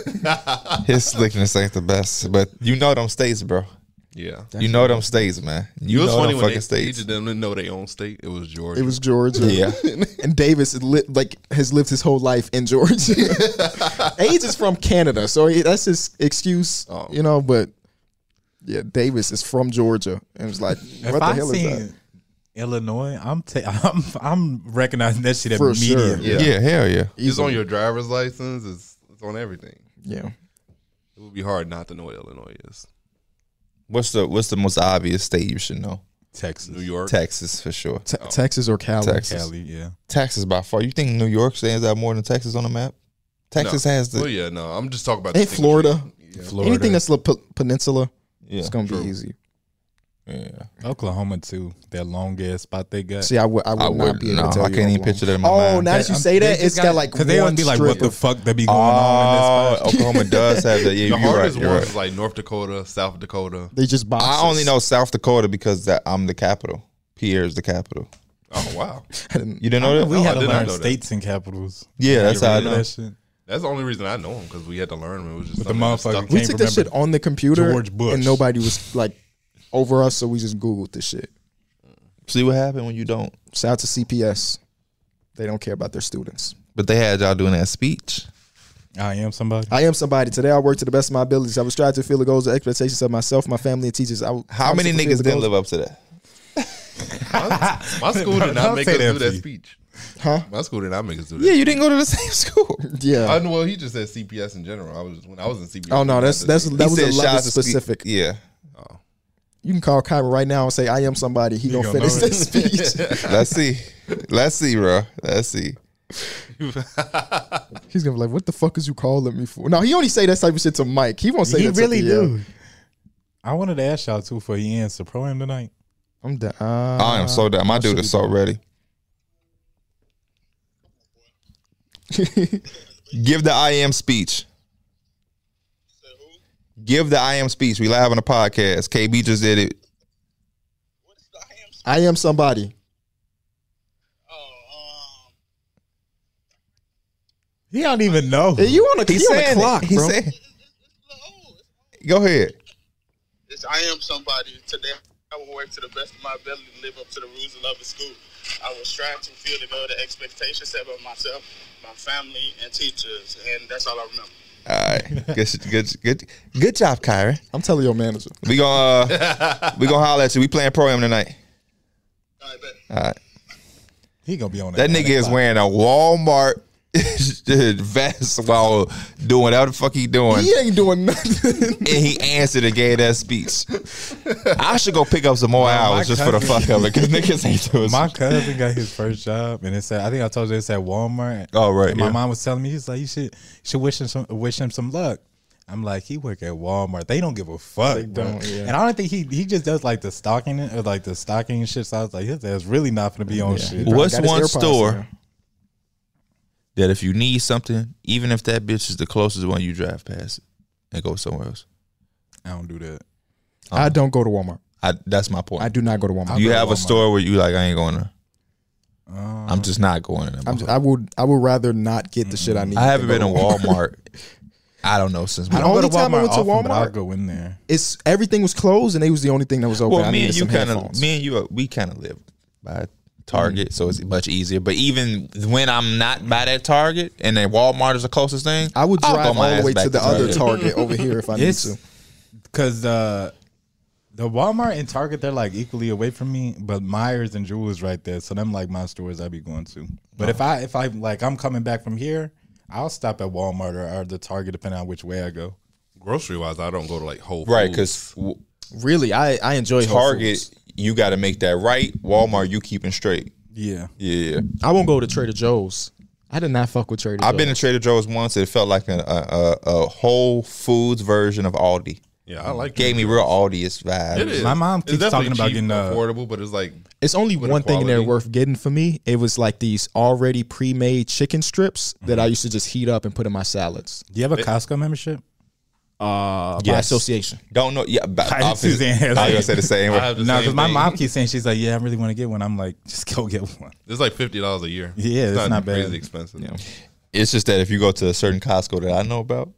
[SPEAKER 2] His slickness ain't the best. But you know them states, bro.
[SPEAKER 3] yeah.
[SPEAKER 2] You know them states, man.
[SPEAKER 3] It
[SPEAKER 2] You
[SPEAKER 3] was
[SPEAKER 2] know
[SPEAKER 3] funny
[SPEAKER 2] them
[SPEAKER 3] when they,
[SPEAKER 2] fucking
[SPEAKER 3] each
[SPEAKER 2] states.
[SPEAKER 3] of them didn't know their own state. It was Georgia.
[SPEAKER 1] It was Georgia.
[SPEAKER 2] Yeah.
[SPEAKER 1] and Davis li- like has lived his whole life in Georgia. Age is from Canada, so he- that's his excuse,
[SPEAKER 3] Oh.
[SPEAKER 1] you know. But yeah, Davis is from Georgia, and it's like,
[SPEAKER 4] if
[SPEAKER 1] what the
[SPEAKER 4] I
[SPEAKER 1] hell
[SPEAKER 4] seen
[SPEAKER 1] is that?
[SPEAKER 4] Illinois, I'm, ta- I'm I'm recognizing that shit
[SPEAKER 1] For
[SPEAKER 4] immediately.
[SPEAKER 1] sure.
[SPEAKER 3] yeah.
[SPEAKER 2] Yeah, hell yeah.
[SPEAKER 3] It's on your driver's license. It's, it's on everything.
[SPEAKER 1] Yeah,
[SPEAKER 3] It would be hard not to know what Illinois is.
[SPEAKER 2] What's the what's the most obvious state you should know?
[SPEAKER 4] Texas,
[SPEAKER 3] New York.
[SPEAKER 2] Texas for sure.
[SPEAKER 1] Te- Oh. Texas or Cali.
[SPEAKER 2] Texas.
[SPEAKER 4] Cali, yeah.
[SPEAKER 2] Texas by far. You think New York stands out more than Texas on the map? Texas
[SPEAKER 3] no.
[SPEAKER 2] has the
[SPEAKER 3] Well, yeah, no. I'm just talking about
[SPEAKER 1] Hey,
[SPEAKER 3] the-
[SPEAKER 1] Florida.
[SPEAKER 4] Florida,
[SPEAKER 1] Anything that's a pe- peninsula,
[SPEAKER 2] yeah,
[SPEAKER 1] it's gonna
[SPEAKER 3] True.
[SPEAKER 1] be easy.
[SPEAKER 2] yeah.
[SPEAKER 4] Oklahoma too. That long ass spot they got.
[SPEAKER 1] See, I would, I would
[SPEAKER 2] I
[SPEAKER 1] not
[SPEAKER 2] would
[SPEAKER 1] be able
[SPEAKER 2] no,
[SPEAKER 1] to tell
[SPEAKER 2] I
[SPEAKER 1] you
[SPEAKER 2] can't even
[SPEAKER 1] how
[SPEAKER 2] picture that in my
[SPEAKER 1] long. Oh,
[SPEAKER 2] mind.
[SPEAKER 1] now that you say that, it's got like
[SPEAKER 4] because they
[SPEAKER 1] one
[SPEAKER 4] would be like, what the
[SPEAKER 1] strip.
[SPEAKER 4] fuck that be going on in this
[SPEAKER 2] Oh,
[SPEAKER 4] spot?
[SPEAKER 2] Oklahoma does have that. Yeah,
[SPEAKER 3] The
[SPEAKER 2] you're right.
[SPEAKER 3] hardest
[SPEAKER 2] You're
[SPEAKER 3] ones
[SPEAKER 2] right.
[SPEAKER 3] is like North Dakota, South Dakota.
[SPEAKER 1] They just box.
[SPEAKER 2] I only know South Dakota because that I'm the capital. Pierre's the capital.
[SPEAKER 3] Oh wow,
[SPEAKER 2] You didn't know that?
[SPEAKER 4] We
[SPEAKER 3] Oh,
[SPEAKER 4] had
[SPEAKER 3] I
[SPEAKER 4] to
[SPEAKER 3] did not
[SPEAKER 4] learn
[SPEAKER 3] know that.
[SPEAKER 4] states and capitals.
[SPEAKER 2] yeah, that's how I know.
[SPEAKER 4] That shit.
[SPEAKER 3] that's the only reason I know him because we had to learn him. It was just
[SPEAKER 4] But the
[SPEAKER 3] something that
[SPEAKER 4] motherfucker
[SPEAKER 3] stuck.
[SPEAKER 4] can't
[SPEAKER 1] We took this
[SPEAKER 4] remember.
[SPEAKER 1] shit on the computer,
[SPEAKER 4] George Bush.
[SPEAKER 1] and nobody was like over us, so we just googled this shit.
[SPEAKER 2] See what happened when you don't
[SPEAKER 1] Shout out to CPS. They don't care about their students.
[SPEAKER 2] But they had y'all doing that speech.
[SPEAKER 4] I am somebody.
[SPEAKER 1] I am somebody. Today I work to the best of my abilities. I was striving to fulfill the goals and expectations of myself, my family, and teachers. I,
[SPEAKER 2] How many niggas didn't live up to that?
[SPEAKER 3] My school did
[SPEAKER 4] Don't
[SPEAKER 3] not make
[SPEAKER 4] say
[SPEAKER 3] us
[SPEAKER 4] that
[SPEAKER 3] do that
[SPEAKER 4] to you.
[SPEAKER 3] speech.
[SPEAKER 1] Huh?
[SPEAKER 3] My school did not make us do that.
[SPEAKER 2] Yeah, you didn't go to the same school.
[SPEAKER 1] Yeah.
[SPEAKER 3] I, well, he just said CPS in general. I was when I was in CPS.
[SPEAKER 1] oh no, that's that's that was
[SPEAKER 2] He
[SPEAKER 1] a
[SPEAKER 2] said shout
[SPEAKER 1] level
[SPEAKER 2] out to Steve-
[SPEAKER 1] specific.
[SPEAKER 2] Yeah,
[SPEAKER 1] You can call Kyron right now and say, "I am somebody." He, gonna,
[SPEAKER 4] gonna
[SPEAKER 1] finish
[SPEAKER 4] know it.
[SPEAKER 1] this speech.
[SPEAKER 2] let's see, let's see, bro, let's see.
[SPEAKER 1] He's gonna be like, "What the fuck is you calling me for?" No, he only say that type of shit to Mike. He won't say
[SPEAKER 4] He
[SPEAKER 1] that to
[SPEAKER 4] really
[SPEAKER 1] Pierre.
[SPEAKER 4] do. I wanted to ask y'all too for he ends the pro am tonight.
[SPEAKER 1] I'm done.
[SPEAKER 2] I am so down. My dude is so ready.
[SPEAKER 1] Ah.
[SPEAKER 2] Give the I am speech. Give the I am speech. We live on a podcast. KB just did it.
[SPEAKER 1] I am somebody.
[SPEAKER 6] Oh, um,
[SPEAKER 4] He don't even know.
[SPEAKER 1] Hey, you on the,
[SPEAKER 2] He's
[SPEAKER 1] you on the
[SPEAKER 2] saying
[SPEAKER 1] clock,
[SPEAKER 2] it. He's
[SPEAKER 1] bro.
[SPEAKER 2] saying. Go ahead.
[SPEAKER 6] It's I am somebody today. I will work to the best of my ability to live up to the rules of love and school. I will strive to fulfill and know the expectations set by myself, my family, and teachers. And that's all I remember.
[SPEAKER 2] All right. Good, good, good, good job, Kyron.
[SPEAKER 1] I'm telling your manager.
[SPEAKER 2] We gonna uh, we gonna holler at you. We playing pro am tonight.
[SPEAKER 6] All right, bet.
[SPEAKER 2] All right.
[SPEAKER 4] He gonna be on
[SPEAKER 2] That nigga is wearing a Walmart vest while doing whatever the fuck he doing,
[SPEAKER 1] He ain't doing nothing.
[SPEAKER 2] and he answered a gay ass speech. I should go pick up some more hours just for the
[SPEAKER 4] cousin-
[SPEAKER 2] fuck of it, because niggas ain't doing.
[SPEAKER 4] My
[SPEAKER 2] My,
[SPEAKER 4] cousin got his first job, and it's at, I think I told you it's at Walmart.
[SPEAKER 2] Oh, right,
[SPEAKER 4] And my
[SPEAKER 2] yeah.
[SPEAKER 4] mom was telling me he's like you should you should wish him some wish him some luck. I'm like he work at Walmart. They don't give a fuck. bro.
[SPEAKER 1] don't, yeah.
[SPEAKER 4] And I don't think he he just does like the stocking and- or like the stocking and shit. So I was like his ass really not gonna be on shit.
[SPEAKER 1] Probably
[SPEAKER 2] What's
[SPEAKER 1] got his
[SPEAKER 2] one
[SPEAKER 1] AirPods
[SPEAKER 2] store
[SPEAKER 1] in.
[SPEAKER 2] that if you need something, even if that bitch is the closest one, you drive past it and go somewhere else.
[SPEAKER 4] I don't do that.
[SPEAKER 1] I don't go to Walmart.
[SPEAKER 2] I, that's my point.
[SPEAKER 1] I do not go to Walmart.
[SPEAKER 2] Do you
[SPEAKER 4] go to
[SPEAKER 2] have a
[SPEAKER 4] Walmart. Uh,
[SPEAKER 2] store where you like? I ain't going to. I'm just not going to.
[SPEAKER 1] I'm just, I would I would rather not get the shit I need.
[SPEAKER 2] I haven't
[SPEAKER 1] than
[SPEAKER 2] been
[SPEAKER 1] go
[SPEAKER 2] to
[SPEAKER 1] to
[SPEAKER 2] Walmart. I don't know since.
[SPEAKER 1] I
[SPEAKER 2] my-
[SPEAKER 1] don't- Only time I went to
[SPEAKER 4] but I'll
[SPEAKER 1] Walmart-
[SPEAKER 4] go in there.
[SPEAKER 1] It's everything was closed and they was the only thing that was open.
[SPEAKER 2] Well,
[SPEAKER 1] I
[SPEAKER 2] me
[SPEAKER 1] needed
[SPEAKER 2] and you
[SPEAKER 1] some
[SPEAKER 2] kind of,
[SPEAKER 1] headphones.
[SPEAKER 2] me and you, are, we kind of live by Target, so it's much easier. But even when I'm not by that Target, and then Walmart is the closest thing,
[SPEAKER 1] I would
[SPEAKER 2] I'll
[SPEAKER 1] drive
[SPEAKER 2] go Oh, my
[SPEAKER 1] all the
[SPEAKER 2] ass
[SPEAKER 1] way
[SPEAKER 2] back
[SPEAKER 1] to the other Target
[SPEAKER 2] Target.
[SPEAKER 1] over here if I need
[SPEAKER 4] It's
[SPEAKER 1] to.
[SPEAKER 4] because uh, the Walmart and Target they're like equally away from me, but Myers and Jewel is right there, so them like my stores I be going to. But if I if I like I'm coming back from here, I'll stop at Walmart or, or the Target depending on which way I go.
[SPEAKER 3] Grocery wise, I don't go to like Whole Foods.
[SPEAKER 2] right? Because
[SPEAKER 1] Really, I I enjoy Whole
[SPEAKER 2] Target,
[SPEAKER 1] Foods.
[SPEAKER 2] you got to make that right. Walmart, you keeping straight.
[SPEAKER 4] Yeah,
[SPEAKER 2] Yeah,
[SPEAKER 1] I won't go to Trader Joe's. I did not fuck with Trader Joe's.
[SPEAKER 2] I've been to Trader Joe's once. It felt like a a, a, a Whole Foods version of Aldi.
[SPEAKER 3] yeah, I like
[SPEAKER 2] Gave me real Aldi-ish vibes.
[SPEAKER 3] It is.
[SPEAKER 4] My mom
[SPEAKER 3] It's
[SPEAKER 4] keeps
[SPEAKER 3] definitely
[SPEAKER 4] talking about
[SPEAKER 3] cheap,
[SPEAKER 4] getting, uh,
[SPEAKER 3] affordable, but it's like
[SPEAKER 1] It's only
[SPEAKER 3] With the
[SPEAKER 1] one thing there
[SPEAKER 3] quality.
[SPEAKER 1] worth getting for me. It was like these already pre-made chicken strips that
[SPEAKER 2] Mm-hmm.
[SPEAKER 1] I used to just heat up and put in my salads.
[SPEAKER 4] do you have a Costco membership?
[SPEAKER 1] Uh, By
[SPEAKER 2] Yes.
[SPEAKER 1] association.
[SPEAKER 2] Don't know. Yeah, but
[SPEAKER 4] I- Suzanne has-
[SPEAKER 2] I was gonna say the same.
[SPEAKER 3] I have the
[SPEAKER 4] No,
[SPEAKER 3] same
[SPEAKER 4] because my
[SPEAKER 3] thing.
[SPEAKER 4] mom keeps saying she's like, yeah, I really want to get one. I'm like, just go get one.
[SPEAKER 3] It's like fifty dollars a year.
[SPEAKER 4] Yeah, it's not bad.
[SPEAKER 3] crazy expensive.
[SPEAKER 2] It's just that if you go to a certain Costco that I know about,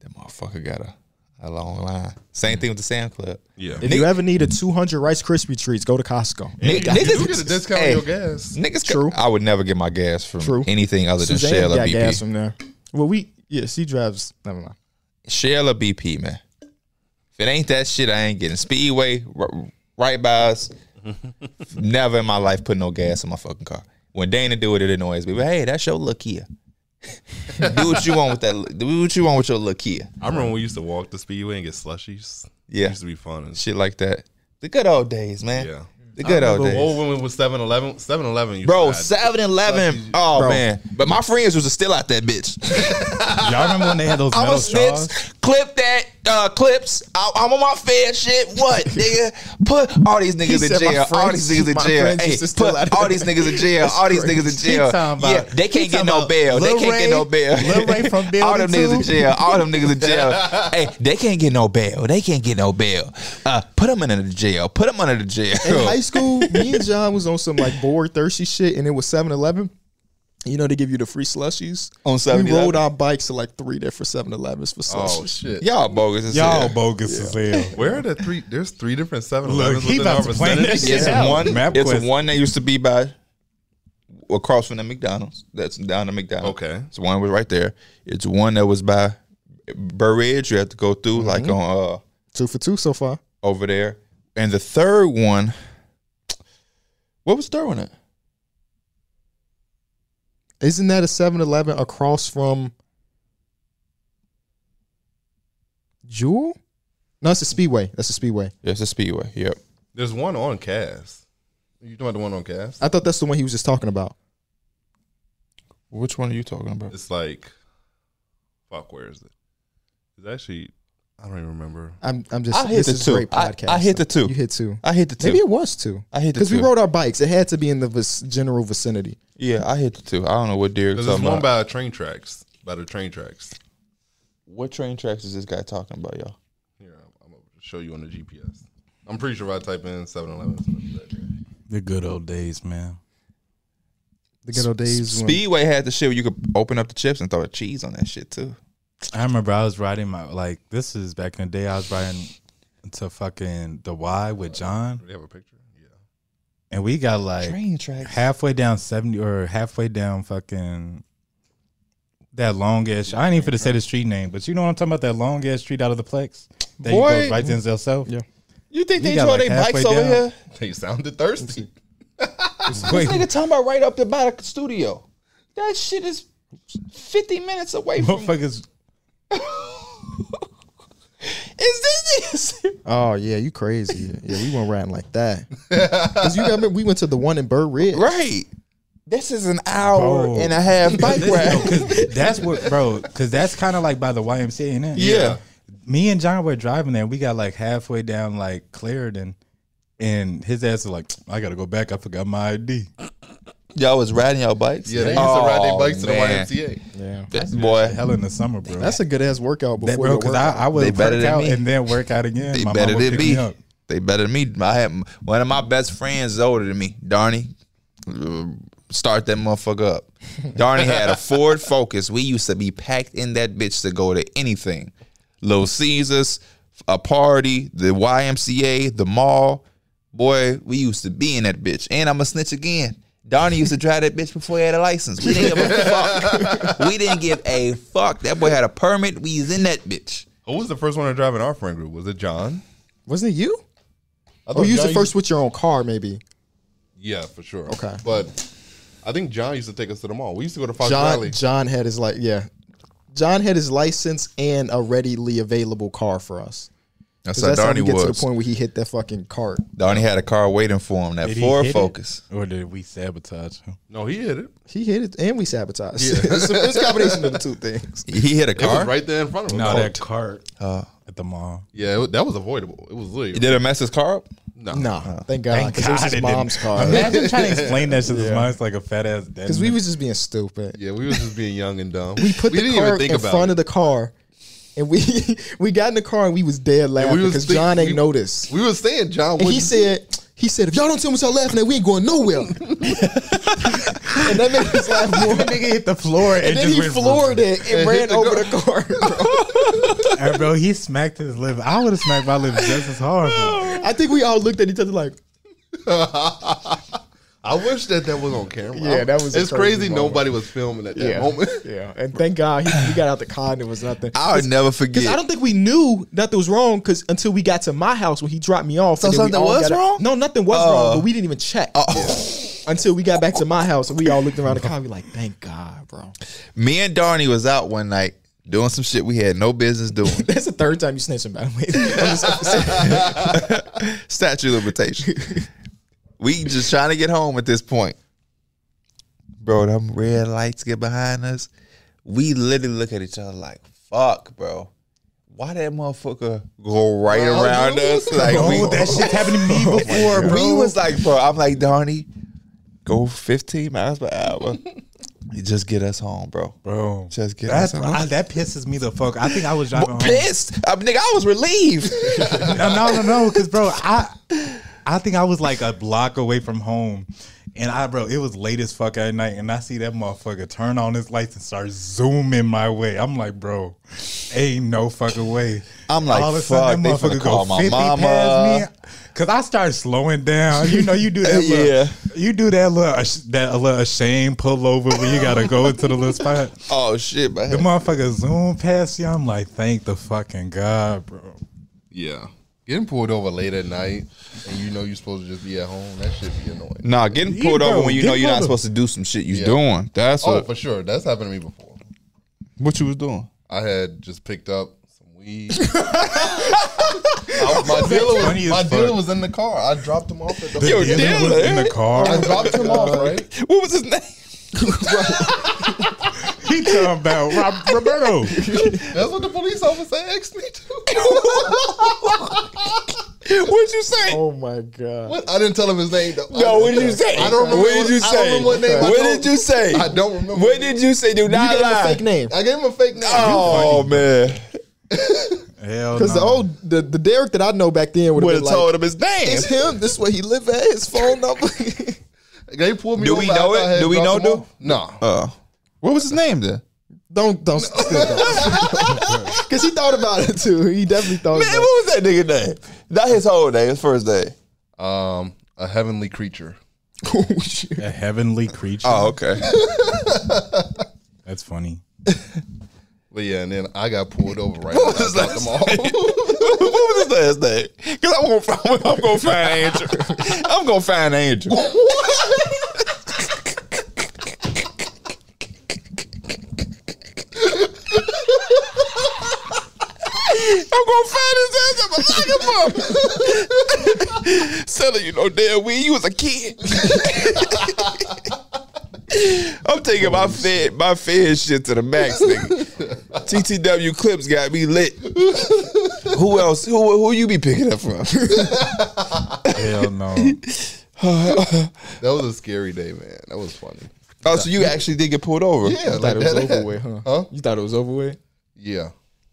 [SPEAKER 2] that motherfucker got a, a long line. Same thing with the Sam Club.
[SPEAKER 3] Yeah.
[SPEAKER 1] If you ever needed 200 Rice Krispie treats, go to Costco.
[SPEAKER 2] Ni-
[SPEAKER 3] You do get a discount
[SPEAKER 2] hey,
[SPEAKER 3] on your gas.
[SPEAKER 2] Niggas,
[SPEAKER 1] True.
[SPEAKER 2] True. I would never get my gas from
[SPEAKER 1] True.
[SPEAKER 2] anything other than
[SPEAKER 1] Suzanne
[SPEAKER 2] Shell or
[SPEAKER 1] got
[SPEAKER 2] BP.
[SPEAKER 1] gas from there. Well, we yeah, she drives. Never mind.
[SPEAKER 2] Shell or BP, man. If it ain't that shit, I ain't getting Speedway r- right by us. never in my life put no gas in my fucking car. When Dana do it, it annoys me. But hey, that's your look here. do what you want with that. li- Do what you want with your look here.
[SPEAKER 3] I remember we used to walk the speedway and get slushies.
[SPEAKER 2] Yeah.
[SPEAKER 3] It used to be fun. And
[SPEAKER 2] shit like that. The good old days, man.
[SPEAKER 3] Yeah.
[SPEAKER 2] The good old
[SPEAKER 3] The
[SPEAKER 2] days.
[SPEAKER 3] old woman was 7 Eleven. 7 Eleven used
[SPEAKER 2] Bro,
[SPEAKER 3] to have-
[SPEAKER 2] 7 Eleven. Oh,
[SPEAKER 1] Bro.
[SPEAKER 2] man. But my friends was still out that bitch.
[SPEAKER 4] Y'all remember when they had those
[SPEAKER 2] I'm
[SPEAKER 4] metal
[SPEAKER 2] a snitch.
[SPEAKER 4] straws?
[SPEAKER 2] Clip that. Uh, clips. I, I'm on my fair shit. What, nigga? Put all these niggas in
[SPEAKER 1] said my
[SPEAKER 2] jail. all
[SPEAKER 1] friends-
[SPEAKER 2] these niggas in
[SPEAKER 1] my
[SPEAKER 2] jail.
[SPEAKER 1] friends
[SPEAKER 2] Hey,
[SPEAKER 1] used to steal out
[SPEAKER 2] put
[SPEAKER 1] of-
[SPEAKER 2] all these niggas in jail. All these niggas in
[SPEAKER 4] He
[SPEAKER 2] jail.
[SPEAKER 4] talking
[SPEAKER 2] yeah,
[SPEAKER 4] about-
[SPEAKER 2] they
[SPEAKER 4] he
[SPEAKER 2] can't get
[SPEAKER 4] talking
[SPEAKER 2] no
[SPEAKER 4] about
[SPEAKER 2] bail. They
[SPEAKER 4] Lil
[SPEAKER 2] can't get no
[SPEAKER 4] Ray-
[SPEAKER 2] bail.
[SPEAKER 4] Lil Ray from
[SPEAKER 2] all them
[SPEAKER 4] Building
[SPEAKER 2] niggas in
[SPEAKER 4] Two.
[SPEAKER 2] jail. All them niggas in jail. hey, they can't get no bail. They can't get no bail. Uh, put them under the jail. Put them under the jail.
[SPEAKER 1] In high school, me and John was on some like bored, thirsty shit, and it was 7 Eleven. You know, they give you the free slushies.
[SPEAKER 2] On
[SPEAKER 1] We
[SPEAKER 2] 7-Eleven?
[SPEAKER 1] rode our bikes to like three different 7 Elevens for slushies.
[SPEAKER 3] Oh, shit.
[SPEAKER 2] Y'all bogus as
[SPEAKER 4] Y'all
[SPEAKER 2] hell.
[SPEAKER 4] bogus as hell.
[SPEAKER 3] Where are the three? There's three different 7
[SPEAKER 4] Look,
[SPEAKER 3] Elevens
[SPEAKER 4] he
[SPEAKER 3] within
[SPEAKER 4] about
[SPEAKER 3] our
[SPEAKER 4] to plan
[SPEAKER 3] vicinity.
[SPEAKER 4] this shit
[SPEAKER 2] It's
[SPEAKER 4] out.
[SPEAKER 2] one. It's
[SPEAKER 4] MapQuest.
[SPEAKER 2] one that used to be by across from the McDonald's. That's down the McDonald's.
[SPEAKER 3] Okay.
[SPEAKER 2] It's one was right there. It's one that was by Burr Ridge. You have to go through
[SPEAKER 1] Mm-hmm.
[SPEAKER 2] like on uh
[SPEAKER 1] Two for two so far.
[SPEAKER 2] over there. And the third one, what was the third one at?
[SPEAKER 1] Isn't that a 7 Eleven across from Jewel? No, it's a Speedway. That's a Speedway.
[SPEAKER 2] It's a Speedway. Yep.
[SPEAKER 3] There's one on Cass. You talking about the one on Cass?
[SPEAKER 1] I thought that's the one he was just talking about.
[SPEAKER 2] Which one are you talking about?
[SPEAKER 3] It's like, fuck, where is it? It's actually, I don't even remember.
[SPEAKER 1] I'm, I'm just.
[SPEAKER 2] I hit
[SPEAKER 1] this
[SPEAKER 2] the
[SPEAKER 1] is
[SPEAKER 2] two.
[SPEAKER 1] Great
[SPEAKER 2] I-
[SPEAKER 1] podcast.
[SPEAKER 2] I hit the two.
[SPEAKER 1] You hit two.
[SPEAKER 2] I hit the two.
[SPEAKER 1] Maybe it was two.
[SPEAKER 2] I hit the
[SPEAKER 1] because we
[SPEAKER 2] two.
[SPEAKER 1] rode our bikes. It had to be in the vic- general vicinity.
[SPEAKER 2] yeah, I hit the two. I don't know what Derek was
[SPEAKER 3] Because there's
[SPEAKER 2] talking
[SPEAKER 3] one
[SPEAKER 2] about.
[SPEAKER 3] by train tracks. By the train tracks.
[SPEAKER 2] what train tracks is this guy talking about, y'all?
[SPEAKER 3] Here, I'm, I'm gonna show you on the GPS. I'm pretty sure if I type in 7 Eleven.
[SPEAKER 4] The good old days, man.
[SPEAKER 1] The good old days. when-
[SPEAKER 2] Speedway had the shit where you could open up the chips and throw a cheese on that shit too.
[SPEAKER 4] I remember I was riding my like this is back in the day. I was riding to fucking the Y with John,
[SPEAKER 3] Do they have a picture? Yeah.
[SPEAKER 4] and we got like
[SPEAKER 2] Train tracks.
[SPEAKER 4] halfway down seventy or halfway down fucking that long ass. I ain't even to say the street name, but you know what I'm talking about. That long ass street out of the Plex. That you
[SPEAKER 2] Boy.
[SPEAKER 4] go right to El South.
[SPEAKER 1] Yeah.
[SPEAKER 2] You think
[SPEAKER 4] You
[SPEAKER 2] they
[SPEAKER 4] got,
[SPEAKER 2] throw
[SPEAKER 4] like,
[SPEAKER 2] their bikes
[SPEAKER 4] halfway
[SPEAKER 2] over
[SPEAKER 4] down.
[SPEAKER 2] here?
[SPEAKER 3] They sounded thirsty.
[SPEAKER 4] Wait,
[SPEAKER 2] Nigga talking about right up the by the studio. That shit is fifty minutes away from.
[SPEAKER 4] motherfuckers.
[SPEAKER 2] Is this?
[SPEAKER 1] Oh yeah, you crazy. Yeah, we went riding like that. Cause you remember we went to the one in Burr Ridge.
[SPEAKER 2] Right. This is an hour
[SPEAKER 4] Bro.
[SPEAKER 2] and a half bike ride.
[SPEAKER 4] Because that's what, bro. Because that's kind of like by the YMCA, ain't it?
[SPEAKER 2] Yeah.
[SPEAKER 4] Me and John were driving there. We got like halfway down like Clarendon, and his ass was like, "I gotta go back. I forgot my ID."
[SPEAKER 2] Y'all was riding y'all bikes. Oh,
[SPEAKER 3] Yeah, they used to ride their bikes to the
[SPEAKER 2] man.
[SPEAKER 3] YMCA.
[SPEAKER 1] Yeah.
[SPEAKER 2] That boy.
[SPEAKER 4] Hell in the summer, bro.
[SPEAKER 1] That's a good ass workout
[SPEAKER 4] that,
[SPEAKER 1] before
[SPEAKER 4] bro.
[SPEAKER 1] the
[SPEAKER 4] Because
[SPEAKER 1] workout.
[SPEAKER 4] I, I
[SPEAKER 2] They
[SPEAKER 4] would
[SPEAKER 2] better
[SPEAKER 4] work
[SPEAKER 2] than
[SPEAKER 4] out
[SPEAKER 2] me.
[SPEAKER 4] and then work out again.
[SPEAKER 2] They
[SPEAKER 4] My mom
[SPEAKER 2] better
[SPEAKER 4] would
[SPEAKER 2] than
[SPEAKER 4] pick
[SPEAKER 2] me.
[SPEAKER 4] up.
[SPEAKER 2] They better than me. I had one of my best friends is older than me, Darnie. Uh, Start that motherfucker up. Darnie had a Ford Focus. We used to be packed in that bitch to go to anything. Little Caesars, a party, the YMCA, the mall. Boy, we used to be in that bitch. And I'm a snitch again. Darnie used to drive that bitch before he had a license. We didn't give a fuck. We didn't give a fuck. That boy had a permit. We was in that bitch.
[SPEAKER 3] Who was the first one to drive in our friend group? Was it John?
[SPEAKER 1] Wasn't it you?
[SPEAKER 3] I
[SPEAKER 1] Oh,
[SPEAKER 3] thought
[SPEAKER 1] you used
[SPEAKER 3] John
[SPEAKER 1] to first with your own car, maybe.
[SPEAKER 3] Yeah, for sure.
[SPEAKER 1] Okay.
[SPEAKER 3] But I think John used to take us to the mall. We used to go to Fox
[SPEAKER 1] John
[SPEAKER 3] Valley.
[SPEAKER 1] John had his like yeah. John had his license and a readily available car for us.
[SPEAKER 2] That's
[SPEAKER 1] 'Cause
[SPEAKER 2] how
[SPEAKER 1] that's how we
[SPEAKER 2] Darnie
[SPEAKER 1] get to the
[SPEAKER 2] was.
[SPEAKER 1] point where he hit that fucking cart.
[SPEAKER 2] Donnie had a car waiting for him. That
[SPEAKER 4] Did he
[SPEAKER 2] Ford
[SPEAKER 4] hit it?
[SPEAKER 2] Focus.
[SPEAKER 4] or did we sabotage him?
[SPEAKER 3] No, he hit it.
[SPEAKER 1] He hit it and we sabotaged. it's, a, it's a combination of the two things.
[SPEAKER 2] He hit a
[SPEAKER 3] It
[SPEAKER 2] car.
[SPEAKER 3] was right there in front of him.
[SPEAKER 4] No,
[SPEAKER 3] Oh,
[SPEAKER 4] that cart
[SPEAKER 2] Uh,
[SPEAKER 4] at the mall.
[SPEAKER 3] yeah, it, wa- that was avoidable. It was
[SPEAKER 2] He
[SPEAKER 3] legal.
[SPEAKER 2] did it mess his car up?
[SPEAKER 3] No.
[SPEAKER 1] Nah, thank God. Because it was his
[SPEAKER 4] it
[SPEAKER 1] mom's
[SPEAKER 4] didn't.
[SPEAKER 1] car.
[SPEAKER 4] Imagine trying to explain that shit to his mom. It's like a fat ass.
[SPEAKER 1] Because we was just being stupid.
[SPEAKER 3] Yeah, we was just being young and dumb.
[SPEAKER 1] We put the
[SPEAKER 3] didn't
[SPEAKER 1] car
[SPEAKER 3] even think
[SPEAKER 1] in
[SPEAKER 3] about
[SPEAKER 1] front
[SPEAKER 3] it.
[SPEAKER 1] of the car. And we we got in the car and we was dead laughing
[SPEAKER 3] we was
[SPEAKER 1] because
[SPEAKER 3] think-
[SPEAKER 1] John ain't
[SPEAKER 3] we-
[SPEAKER 1] noticed.
[SPEAKER 3] We was saying John.
[SPEAKER 1] And he
[SPEAKER 3] wouldn't-
[SPEAKER 1] said, he said, if y'all don't tell me start laughing, then we ain't going nowhere. and that made us laugh more.
[SPEAKER 4] nigga hit the floor and,
[SPEAKER 1] And then
[SPEAKER 4] just
[SPEAKER 1] he
[SPEAKER 4] went
[SPEAKER 1] floored it and,
[SPEAKER 3] And hit
[SPEAKER 1] ran
[SPEAKER 3] the
[SPEAKER 1] over
[SPEAKER 3] go-
[SPEAKER 1] the car.
[SPEAKER 4] Hey, bro, he smacked his lip. I would have smacked my lip just as hard. bro.
[SPEAKER 1] I think we all looked at each other like,
[SPEAKER 3] I wish that that was on camera.
[SPEAKER 1] Yeah, that was a
[SPEAKER 3] It's
[SPEAKER 1] crazy
[SPEAKER 3] crazy.
[SPEAKER 1] moment.
[SPEAKER 3] nobody was filming at that
[SPEAKER 1] yeah,
[SPEAKER 3] moment.
[SPEAKER 1] yeah. And thank God he, he got out the car and there was nothing.
[SPEAKER 2] I'll never
[SPEAKER 1] Because
[SPEAKER 2] forget.
[SPEAKER 1] I don't think we knew nothing was wrong because until we got to my house when he dropped me off. So
[SPEAKER 2] something was wrong?
[SPEAKER 1] No, nothing was Uh.
[SPEAKER 2] Oh.
[SPEAKER 1] wrong, but we didn't even check until we got back to my house and we all looked around the car. We like, thank God, bro.
[SPEAKER 2] Me and Darnie was out one night doing some shit we had no business doing.
[SPEAKER 1] That's the third time you snitching, by the way. I'm just upset.
[SPEAKER 2] Statue of limitation. we just trying to get home at this point. Bro, them red lights get behind us. We literally look at each other like, fuck, bro. Why that motherfucker go right around us? Like
[SPEAKER 4] Bro,
[SPEAKER 2] we,
[SPEAKER 4] that shit's happened to me before, bro.
[SPEAKER 2] We was like, bro, I'm like, Donnie, go 15 miles per hour. You just get us home, bro.
[SPEAKER 4] bro.
[SPEAKER 2] Just get
[SPEAKER 4] That's,
[SPEAKER 2] us home.
[SPEAKER 4] I, that pisses me the fuck. I think I was driving home.
[SPEAKER 2] Pissed, I, nigga. I was relieved.
[SPEAKER 4] no, no, no, no, because bro, I, I think I was like a block away from home, and I, bro, it was late as fuck at night, and I see that motherfucker turn on his lights and start zooming my way. I'm like, bro, ain't no fucking way.
[SPEAKER 2] I'm like, fuck, they finna call my mama.
[SPEAKER 4] me, cause I start slowing down. You know, you do that, little,
[SPEAKER 2] Yeah.
[SPEAKER 4] You do that little ash- that little ashamed pullover where you gotta go into the little spot.
[SPEAKER 2] oh shit, man.
[SPEAKER 4] The motherfucker zoom past you. I'm like, thank the fucking god, bro.
[SPEAKER 3] Yeah. Getting pulled over late at night, and you know you're supposed to just be at home. That should be annoying.
[SPEAKER 2] Nah, getting pulled
[SPEAKER 4] Yeah,
[SPEAKER 2] over
[SPEAKER 4] bro,
[SPEAKER 2] when you
[SPEAKER 4] get
[SPEAKER 2] know you're not
[SPEAKER 4] pulled
[SPEAKER 2] supposed to do some shit you
[SPEAKER 3] Yeah.
[SPEAKER 2] doing. That's
[SPEAKER 3] Oh,
[SPEAKER 2] what,
[SPEAKER 3] for sure. That's happened to me before.
[SPEAKER 2] what you was doing.
[SPEAKER 3] I had just picked up some weed. I- my dealer,
[SPEAKER 4] funny
[SPEAKER 3] was,
[SPEAKER 4] as
[SPEAKER 3] my
[SPEAKER 4] fuck.
[SPEAKER 3] dealer was in the car. I dropped him off at the.
[SPEAKER 2] Yo,
[SPEAKER 4] Dylan
[SPEAKER 2] Dylan,
[SPEAKER 4] was in
[SPEAKER 2] eh?
[SPEAKER 4] the car.
[SPEAKER 3] I dropped him off, right?
[SPEAKER 2] What was his name?
[SPEAKER 4] He talking about Rob, Roberto.
[SPEAKER 3] That's what the police officer asked me to.
[SPEAKER 2] What'd you say?
[SPEAKER 1] oh my God.
[SPEAKER 3] What? I didn't tell him his name though.
[SPEAKER 2] No,
[SPEAKER 3] I,
[SPEAKER 2] what did you say?
[SPEAKER 3] I don't remember.
[SPEAKER 2] What did you
[SPEAKER 3] I don't
[SPEAKER 2] say?
[SPEAKER 3] remember what name. I
[SPEAKER 2] What
[SPEAKER 3] told-
[SPEAKER 2] did you say?
[SPEAKER 3] I don't remember.
[SPEAKER 2] What did you say? Do
[SPEAKER 1] You
[SPEAKER 2] not
[SPEAKER 1] gave him a
[SPEAKER 2] lie.
[SPEAKER 1] fake name.
[SPEAKER 3] I gave him a fake name.
[SPEAKER 2] Oh man,
[SPEAKER 4] Hell
[SPEAKER 1] Because the
[SPEAKER 4] no.
[SPEAKER 1] old the, the Derek that I know back then would
[SPEAKER 2] would
[SPEAKER 1] have
[SPEAKER 2] have
[SPEAKER 1] been like,
[SPEAKER 2] told him his name.
[SPEAKER 1] it's him. This is where he live at. His phone number.
[SPEAKER 3] They pulled me
[SPEAKER 2] Do we
[SPEAKER 3] over
[SPEAKER 2] know
[SPEAKER 3] after I
[SPEAKER 2] it?
[SPEAKER 3] had
[SPEAKER 2] Do we
[SPEAKER 3] drunk
[SPEAKER 2] know,
[SPEAKER 3] them
[SPEAKER 2] dude?
[SPEAKER 3] off. No.
[SPEAKER 2] Uh, what was his name then?
[SPEAKER 1] Don't don't because he thought about it too. He definitely thought.
[SPEAKER 7] Man,
[SPEAKER 1] about it.
[SPEAKER 7] what was that nigga name? Not his whole name, his first name.
[SPEAKER 3] Um, a heavenly creature.
[SPEAKER 1] Oh, shit.
[SPEAKER 4] A heavenly creature.
[SPEAKER 2] Oh, okay.
[SPEAKER 4] That's funny.
[SPEAKER 3] But yeah, and then I got pulled over right what
[SPEAKER 2] was
[SPEAKER 3] I dropped them off.
[SPEAKER 2] what was his last name? Because I'm gonna find, I'm gonna find Andrew. I'm gonna find Andrew. I'm gonna find his ass. I'm gonna lock him up. Selling you no damn weed. You was a kid. I'm taking my fed my fed shit to the max, nigga. TTW clips got me lit. Who else? Who who you be picking up from?
[SPEAKER 4] Hell no.
[SPEAKER 3] that was a scary day, man. That was funny.
[SPEAKER 2] oh, so you actually did get pulled over?
[SPEAKER 3] Yeah,
[SPEAKER 1] You
[SPEAKER 3] like
[SPEAKER 1] thought it was
[SPEAKER 3] that.
[SPEAKER 1] over with, huh?
[SPEAKER 3] Huh?
[SPEAKER 1] You thought it was over with?
[SPEAKER 3] Yeah.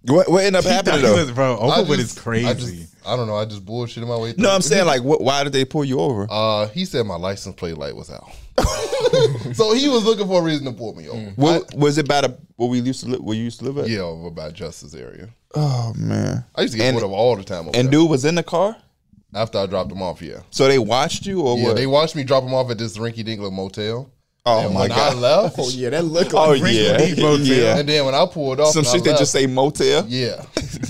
[SPEAKER 2] What what ended up happening though?
[SPEAKER 4] Bro,
[SPEAKER 3] I
[SPEAKER 4] over with
[SPEAKER 3] just-
[SPEAKER 4] is
[SPEAKER 3] I,
[SPEAKER 4] crazy.
[SPEAKER 3] just, I don't know. I just bullshitted my way through.
[SPEAKER 2] No, I'm saying like, what, why did they pull you over?
[SPEAKER 3] Uh, he said my license plate light was out. so he was looking for a reason to pull me over.
[SPEAKER 2] What, was it about a, where we used to live? Where you used to live at?
[SPEAKER 3] Yeah, over by Justice area.
[SPEAKER 2] Oh man.
[SPEAKER 3] I used to get
[SPEAKER 2] And-
[SPEAKER 3] pulled over all the time. Over
[SPEAKER 2] And
[SPEAKER 3] there.
[SPEAKER 2] dude was in the car,
[SPEAKER 3] after I dropped him off, yeah.
[SPEAKER 2] so they watched you or
[SPEAKER 3] Yeah,
[SPEAKER 2] what?
[SPEAKER 3] they watched me drop him off at this rinky dink little motel.
[SPEAKER 2] oh
[SPEAKER 3] And
[SPEAKER 2] my
[SPEAKER 3] when I
[SPEAKER 2] god.
[SPEAKER 3] left,
[SPEAKER 1] Oh yeah, that looked
[SPEAKER 2] oh
[SPEAKER 1] like
[SPEAKER 2] yeah. yeah.
[SPEAKER 3] and then when I pulled off,
[SPEAKER 2] Some
[SPEAKER 3] and I
[SPEAKER 2] shit that
[SPEAKER 3] left-
[SPEAKER 2] just say motel.
[SPEAKER 3] Yeah,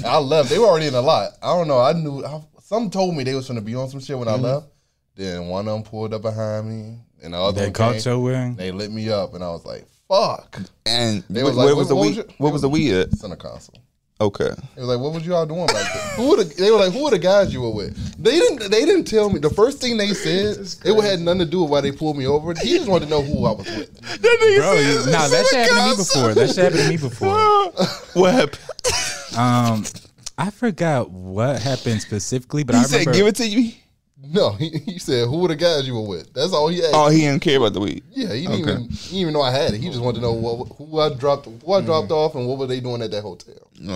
[SPEAKER 3] I left. They were already in a lot. I don't know. I knew. I, some told me they was gonna be on some shit when
[SPEAKER 4] Mm-hmm.
[SPEAKER 3] I left. Then one of them pulled up behind me, and the other
[SPEAKER 4] They
[SPEAKER 3] one
[SPEAKER 4] caught
[SPEAKER 3] came,
[SPEAKER 4] your wing.
[SPEAKER 3] They lit me up, and I was like, "Fuck!"
[SPEAKER 2] And
[SPEAKER 3] They
[SPEAKER 2] wh-
[SPEAKER 3] was like,
[SPEAKER 2] where
[SPEAKER 3] what-
[SPEAKER 2] was the
[SPEAKER 3] what
[SPEAKER 2] weed?
[SPEAKER 3] was your-
[SPEAKER 2] Where was the weed at?
[SPEAKER 3] Center console.
[SPEAKER 2] Okay.
[SPEAKER 3] It was like, what was y'all doing back then? who were the, they were like, who were the guys you were with? They didn't. They didn't tell me. The first thing they said, it had nothing to do with why they pulled me over. He just wanted to know who I was with.
[SPEAKER 4] Bro, you- nah, that shit happened to me before. That shit happened to me before.
[SPEAKER 2] What happened?
[SPEAKER 4] Um, I forgot what happened specifically, but I
[SPEAKER 2] He
[SPEAKER 4] remember.
[SPEAKER 2] said, "Give it to you."
[SPEAKER 3] No, he, he said, who were the guys you were with? That's all he asked.
[SPEAKER 2] Oh, he didn't care about the weed.
[SPEAKER 3] yeah, he didn't,
[SPEAKER 2] okay.
[SPEAKER 3] even, he didn't even know I had it. He just wanted to know what, who I dropped, who I dropped off, and what were they doing at that hotel.
[SPEAKER 2] No.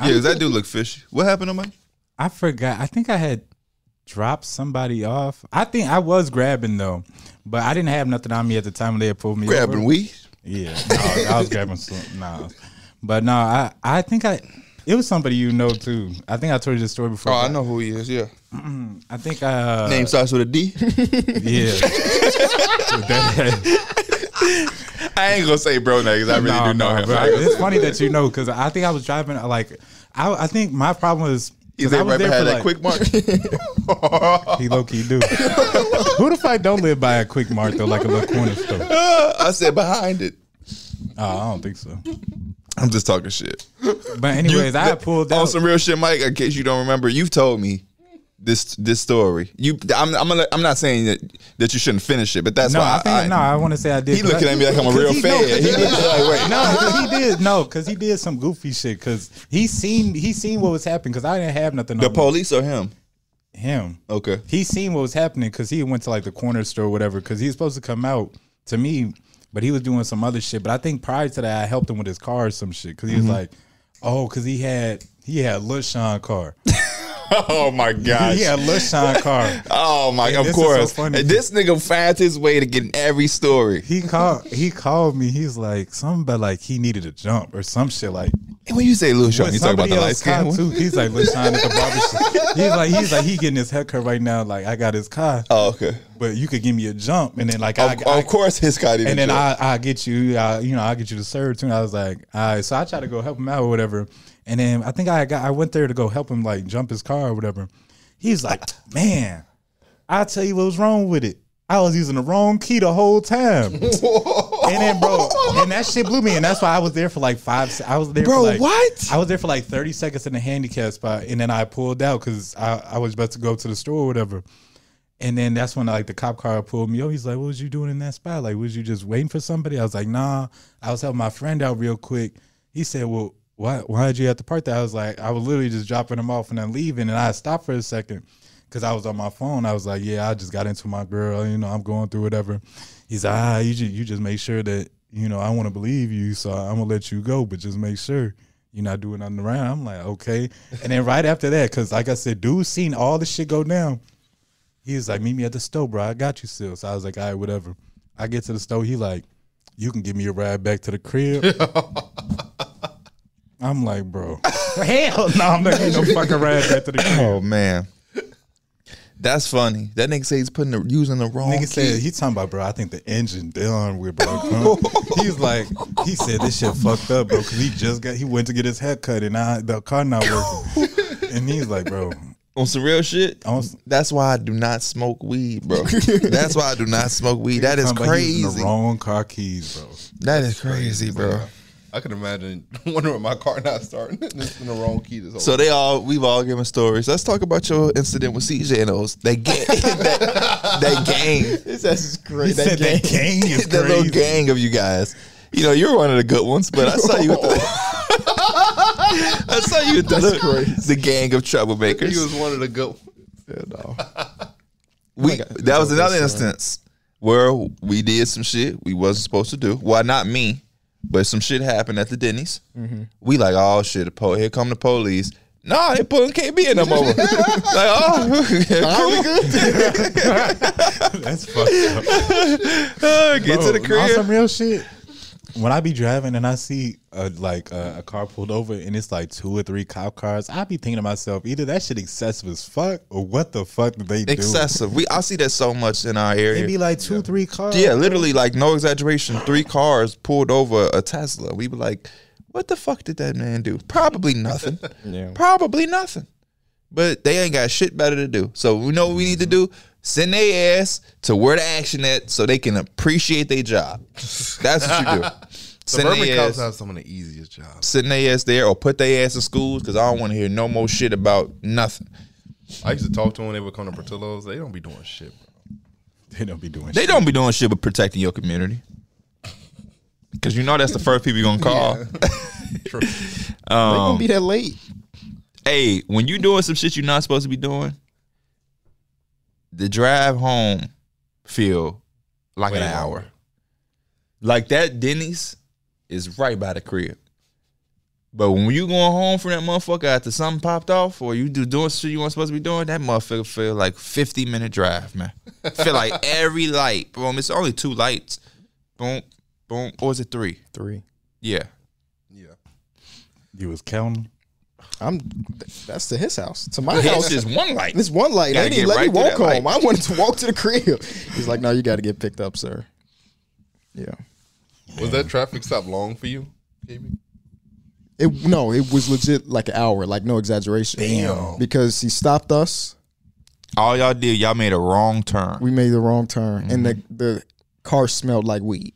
[SPEAKER 2] Yeah, 'cause that dude look fishy. What happened to Mike?
[SPEAKER 4] I forgot. I think I had dropped somebody off. I think I was grabbing though, but I didn't have nothing on me at the time when they had pulled me over.
[SPEAKER 2] Grabbing weed.
[SPEAKER 4] Yeah, no, I was grabbing some. Nah, but no, I I think I it was somebody you know too. I think I told you the story before.
[SPEAKER 2] Oh, I
[SPEAKER 4] but
[SPEAKER 2] know who he is. Yeah.
[SPEAKER 4] I think uh,
[SPEAKER 2] Name starts with a D.
[SPEAKER 4] yeah.
[SPEAKER 2] I ain't gonna say bro now because I really
[SPEAKER 4] Nah,
[SPEAKER 2] do know
[SPEAKER 4] nah,
[SPEAKER 2] him.
[SPEAKER 4] bro. It's funny that you know because I think I was driving uh, like I I think my problem was. 'cause
[SPEAKER 2] He's
[SPEAKER 4] I
[SPEAKER 2] right
[SPEAKER 4] was there
[SPEAKER 2] behind
[SPEAKER 4] for,
[SPEAKER 2] that
[SPEAKER 4] like-
[SPEAKER 2] quick mark.
[SPEAKER 4] He low key do. Who the fuck don't live by a quick mart though, like a little corner store? Oh,
[SPEAKER 2] I said behind it.
[SPEAKER 4] I don't think so.
[SPEAKER 2] I'm just talking shit.
[SPEAKER 4] But anyways, I had pulled
[SPEAKER 2] on
[SPEAKER 4] out.
[SPEAKER 2] some real shit, Mike. In case you don't remember, you've told me this this story. You, I'm I'm, gonna, I'm not saying that, that you shouldn't finish it, but that's
[SPEAKER 4] no,
[SPEAKER 2] why
[SPEAKER 4] I think no. I want to say I did.
[SPEAKER 2] He looking at me like I'm a
[SPEAKER 4] 'cause
[SPEAKER 2] real
[SPEAKER 4] he-
[SPEAKER 2] fan.
[SPEAKER 4] No, 'cause
[SPEAKER 2] He uh, looking like, wait.
[SPEAKER 4] No, 'cause he did no, because he did some goofy shit. Because he seen he seen what was happening. Because I didn't have nothing.
[SPEAKER 2] the
[SPEAKER 4] on me.
[SPEAKER 2] police or him.
[SPEAKER 4] him.
[SPEAKER 2] Okay.
[SPEAKER 4] He seen what was happening because he went to like the corner store or whatever. Because he was supposed to come out to me, but he was doing some other shit. But I think prior to that, I helped him with his car or some shit. Because he was
[SPEAKER 2] Mm-hmm.
[SPEAKER 4] like, oh, because he had he had Lil Sean car.
[SPEAKER 2] Oh my gosh.
[SPEAKER 4] He had Lil Sean car.
[SPEAKER 2] Oh my.
[SPEAKER 4] Hey,
[SPEAKER 2] of
[SPEAKER 4] this is so
[SPEAKER 2] course.
[SPEAKER 4] funny.
[SPEAKER 2] And This nigga finds his way to getting every story.
[SPEAKER 4] He called. He called me. He's like something about like he needed a jump or some shit like.
[SPEAKER 2] And when you say Lil Sean,
[SPEAKER 4] But
[SPEAKER 2] you talking about
[SPEAKER 4] somebody
[SPEAKER 2] the light
[SPEAKER 4] else
[SPEAKER 2] skin
[SPEAKER 4] car,
[SPEAKER 2] one.
[SPEAKER 4] too. He's like Lil Sean at the barbershop. He's like he's like he getting his haircut right now. Like I got his car,
[SPEAKER 2] Oh, okay.
[SPEAKER 4] but you could give me a jump and then like I,
[SPEAKER 2] Of,
[SPEAKER 4] I,
[SPEAKER 2] of course, his guy didn't.
[SPEAKER 4] and then
[SPEAKER 2] show.
[SPEAKER 4] I I get you, I, you know, I get you to serve too. And I was like, all right. So I tried to go help him out or whatever. And then I think I got I went there to go help him like jump his car or whatever. He's like, man, I tell you what was wrong with it. I was using the wrong key the whole time. and then bro, and that shit blew me. And that's why I was there for like five. se- I was there,
[SPEAKER 2] Bro,
[SPEAKER 4] For like,
[SPEAKER 2] what?
[SPEAKER 4] I was there for like thirty seconds in the handicap spot, and then I pulled out because I, I was about to go to the store or whatever. And then that's when like the cop car pulled me over. He's like, "What was you doing in that spot? Like, was you just waiting for somebody?" I was like, "Nah, I was helping my friend out real quick." He said, "Well, why why did you have to park there?" I was like, "I was literally just dropping him off and then leaving." And I stopped for a second because I was on my phone. I was like, "Yeah, I just got into my girl. You know, I'm going through whatever." He's like, "Ah, you just, you just make sure that you know I want to believe you, so I'm gonna let you go, but just make sure." You're not doing nothing around. I'm like, okay. And then right after that, because like I said, dude seen all this shit go down He was like, "Meet me at the store, bro. I got you still." So I was like, "All right, whatever." I get to the store. He like, "You can give me a ride back to the crib." I'm like, "Bro,
[SPEAKER 5] Hell
[SPEAKER 4] no, I'm not getting no fucking ride back to the crib."
[SPEAKER 2] Oh man, that's funny. That nigga say he's putting the, using the wrong
[SPEAKER 4] Nigga
[SPEAKER 2] key.
[SPEAKER 4] said he talking about bro. I think the engine done with bro. huh? He's like he said this shit fucked up, bro. Because he just got he went to get his hair cut and I the car not working. and he's like, bro,
[SPEAKER 2] on some real shit.
[SPEAKER 4] On some-
[SPEAKER 2] That's why I do not smoke weed, bro. That's why I do not smoke weed. That is
[SPEAKER 4] talking about he was
[SPEAKER 2] crazy.
[SPEAKER 4] in The wrong car keys, bro.
[SPEAKER 2] That is crazy, bro.
[SPEAKER 3] I can imagine wondering my car not starting. it's in the wrong key. This whole
[SPEAKER 2] So they all we've all given stories. Let's talk about your incident with CJ and those that gang, that, that gang,
[SPEAKER 1] This ass is
[SPEAKER 4] He
[SPEAKER 1] crazy.
[SPEAKER 4] said that gang is
[SPEAKER 2] that little
[SPEAKER 4] crazy.
[SPEAKER 2] gang of you guys. You know, you're one of the good ones, but I saw you. At the, I saw you at the, the gang of
[SPEAKER 3] he
[SPEAKER 2] troublemakers.
[SPEAKER 3] was one of the good.
[SPEAKER 2] we that was another
[SPEAKER 4] uh,
[SPEAKER 2] instance where we did some shit we wasn't supposed to do. Well, not me, but some shit happened at the Denny's.
[SPEAKER 4] Mm-hmm.
[SPEAKER 2] We like, oh shit, the po- here come the police. Nah, they pulling KB in them over. like, oh, cool.
[SPEAKER 4] That's fucked up.
[SPEAKER 2] Uh, Get to
[SPEAKER 4] Bro,
[SPEAKER 2] the
[SPEAKER 4] on Oh, Some
[SPEAKER 2] crib.
[SPEAKER 4] real shit. When I be driving and I see a, like a, a car pulled over and it's like two or three cop cars, I be thinking to myself, either that shit excessive as fuck or what the fuck did they do?
[SPEAKER 2] Excessive. We I see that so much in our
[SPEAKER 4] It'd be
[SPEAKER 2] area.
[SPEAKER 4] like two, three cars.
[SPEAKER 2] Yeah, literally, like no exaggeration. Three cars pulled over a Tesla. We were like, "What the fuck did that man do?" Probably nothing. Probably nothing. But they ain't got shit better to do. So we know what we need to do. Send their ass to where the action at so they can appreciate their job. That's what you do. Send
[SPEAKER 3] Suburban
[SPEAKER 2] their ass,
[SPEAKER 3] cops have some of the easiest jobs.
[SPEAKER 2] send their ass there or put their ass in schools because I don't want to hear no more shit about nothing.
[SPEAKER 3] I used to talk to them when they would come to Portillo's. They don't be doing shit. Bro.
[SPEAKER 4] They don't be doing shit.
[SPEAKER 2] They don't be doing shit but protecting your community. Cause you know that's the first people you're gonna call.
[SPEAKER 1] They gonna be that late.
[SPEAKER 2] hey, when you doing some shit you're not supposed to be doing, the drive home feel like an hour. Like that Denny's is right by the crib. But when you going home from that motherfucker after something popped off or you do doing shit you weren't supposed to be doing, that motherfucker feel like 50 minute drive, man. feel like every light, boom, it's only two lights. Boom, boom, or is it three?
[SPEAKER 1] Three.
[SPEAKER 2] Yeah.
[SPEAKER 3] Yeah.
[SPEAKER 4] You was counting.
[SPEAKER 1] I'm. th- That's to his house. To my
[SPEAKER 2] It's
[SPEAKER 1] house.
[SPEAKER 2] just one light.
[SPEAKER 1] This one light.
[SPEAKER 2] Gotta
[SPEAKER 1] They didn't
[SPEAKER 2] get
[SPEAKER 1] let me
[SPEAKER 2] right
[SPEAKER 1] walk
[SPEAKER 2] to that
[SPEAKER 1] home. I wanted to walk to the crib. He's like, no, you got to get picked up, sir. Yeah.
[SPEAKER 3] Was that traffic stop long for you, KB?
[SPEAKER 1] It no, it was legit like an hour, like no exaggeration. Damn. Because he stopped us.
[SPEAKER 2] All y'all did, y'all made a wrong turn.
[SPEAKER 1] We made the wrong turn, and the
[SPEAKER 2] Mm-hmm.
[SPEAKER 1] the car smelled like weed.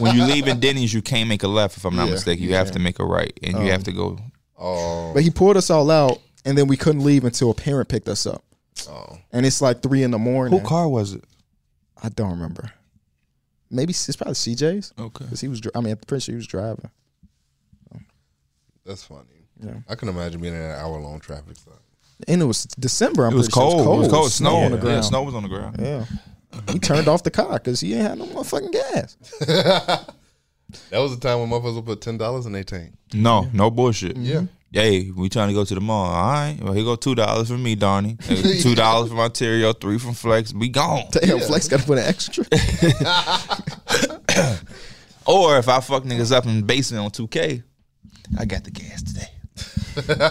[SPEAKER 2] when you leave in Denny's, you can't make a left. If I'm not mistaken, you have to make a right, and you have to go.
[SPEAKER 3] Oh,
[SPEAKER 1] But he pulled us all out, and then we couldn't leave until a parent picked us up.
[SPEAKER 3] oh.
[SPEAKER 1] And it's like three in the morning.
[SPEAKER 2] car was it?
[SPEAKER 1] I don't remember. Maybe it's probably CJ's
[SPEAKER 2] Okay.
[SPEAKER 1] because he was. dri- I mean, I'm pretty sure he was driving.
[SPEAKER 3] that's funny. I can imagine being in an hour long traffic stop.
[SPEAKER 1] And it was December. I'm
[SPEAKER 2] It was
[SPEAKER 1] pretty sure
[SPEAKER 2] cold. It was cold. Snow
[SPEAKER 1] on the
[SPEAKER 2] Yeah,
[SPEAKER 1] ground.
[SPEAKER 2] snow was on the ground.
[SPEAKER 1] Yeah. He turned off the car because he ain't had no motherfucking gas.
[SPEAKER 3] That was the time when motherfuckers would put ten dollars in their tank.
[SPEAKER 2] No, no bullshit.
[SPEAKER 3] Yeah.
[SPEAKER 2] Hey, we trying to go to the mall. All right. Well, here go two dollars from me, Donnie. Hey, Two dollars from Ontario. Three from Flex. We gone.
[SPEAKER 1] Damn, Flex got to put an extra.
[SPEAKER 2] Or if I fuck niggas up in the basement on 2K, I got the gas today.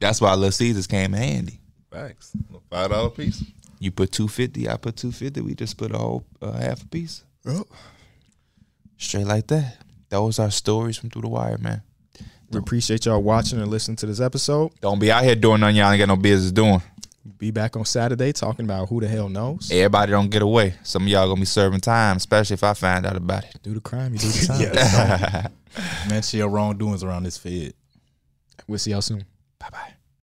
[SPEAKER 2] That's why Little Caesars came handy.
[SPEAKER 3] Facts. A Five dollar piece.
[SPEAKER 2] You put two fifty, I put two fifty. We just put a whole uh, half a piece. Straight like that. Those are stories from through the wire, man.
[SPEAKER 1] We appreciate y'all watching and listening to this episode.
[SPEAKER 2] Don't be out here doing nothing y'all ain't got no business doing.
[SPEAKER 1] Be back on Saturday talking about who the hell knows.
[SPEAKER 2] Everybody don't get away. Some of y'all gonna be serving time, especially if I find out about it.
[SPEAKER 1] Do the crime, you do the time.
[SPEAKER 4] Yeah. Man, shit, your wrongdoings around this fed.
[SPEAKER 1] We'll see y'all soon.
[SPEAKER 2] Bye bye.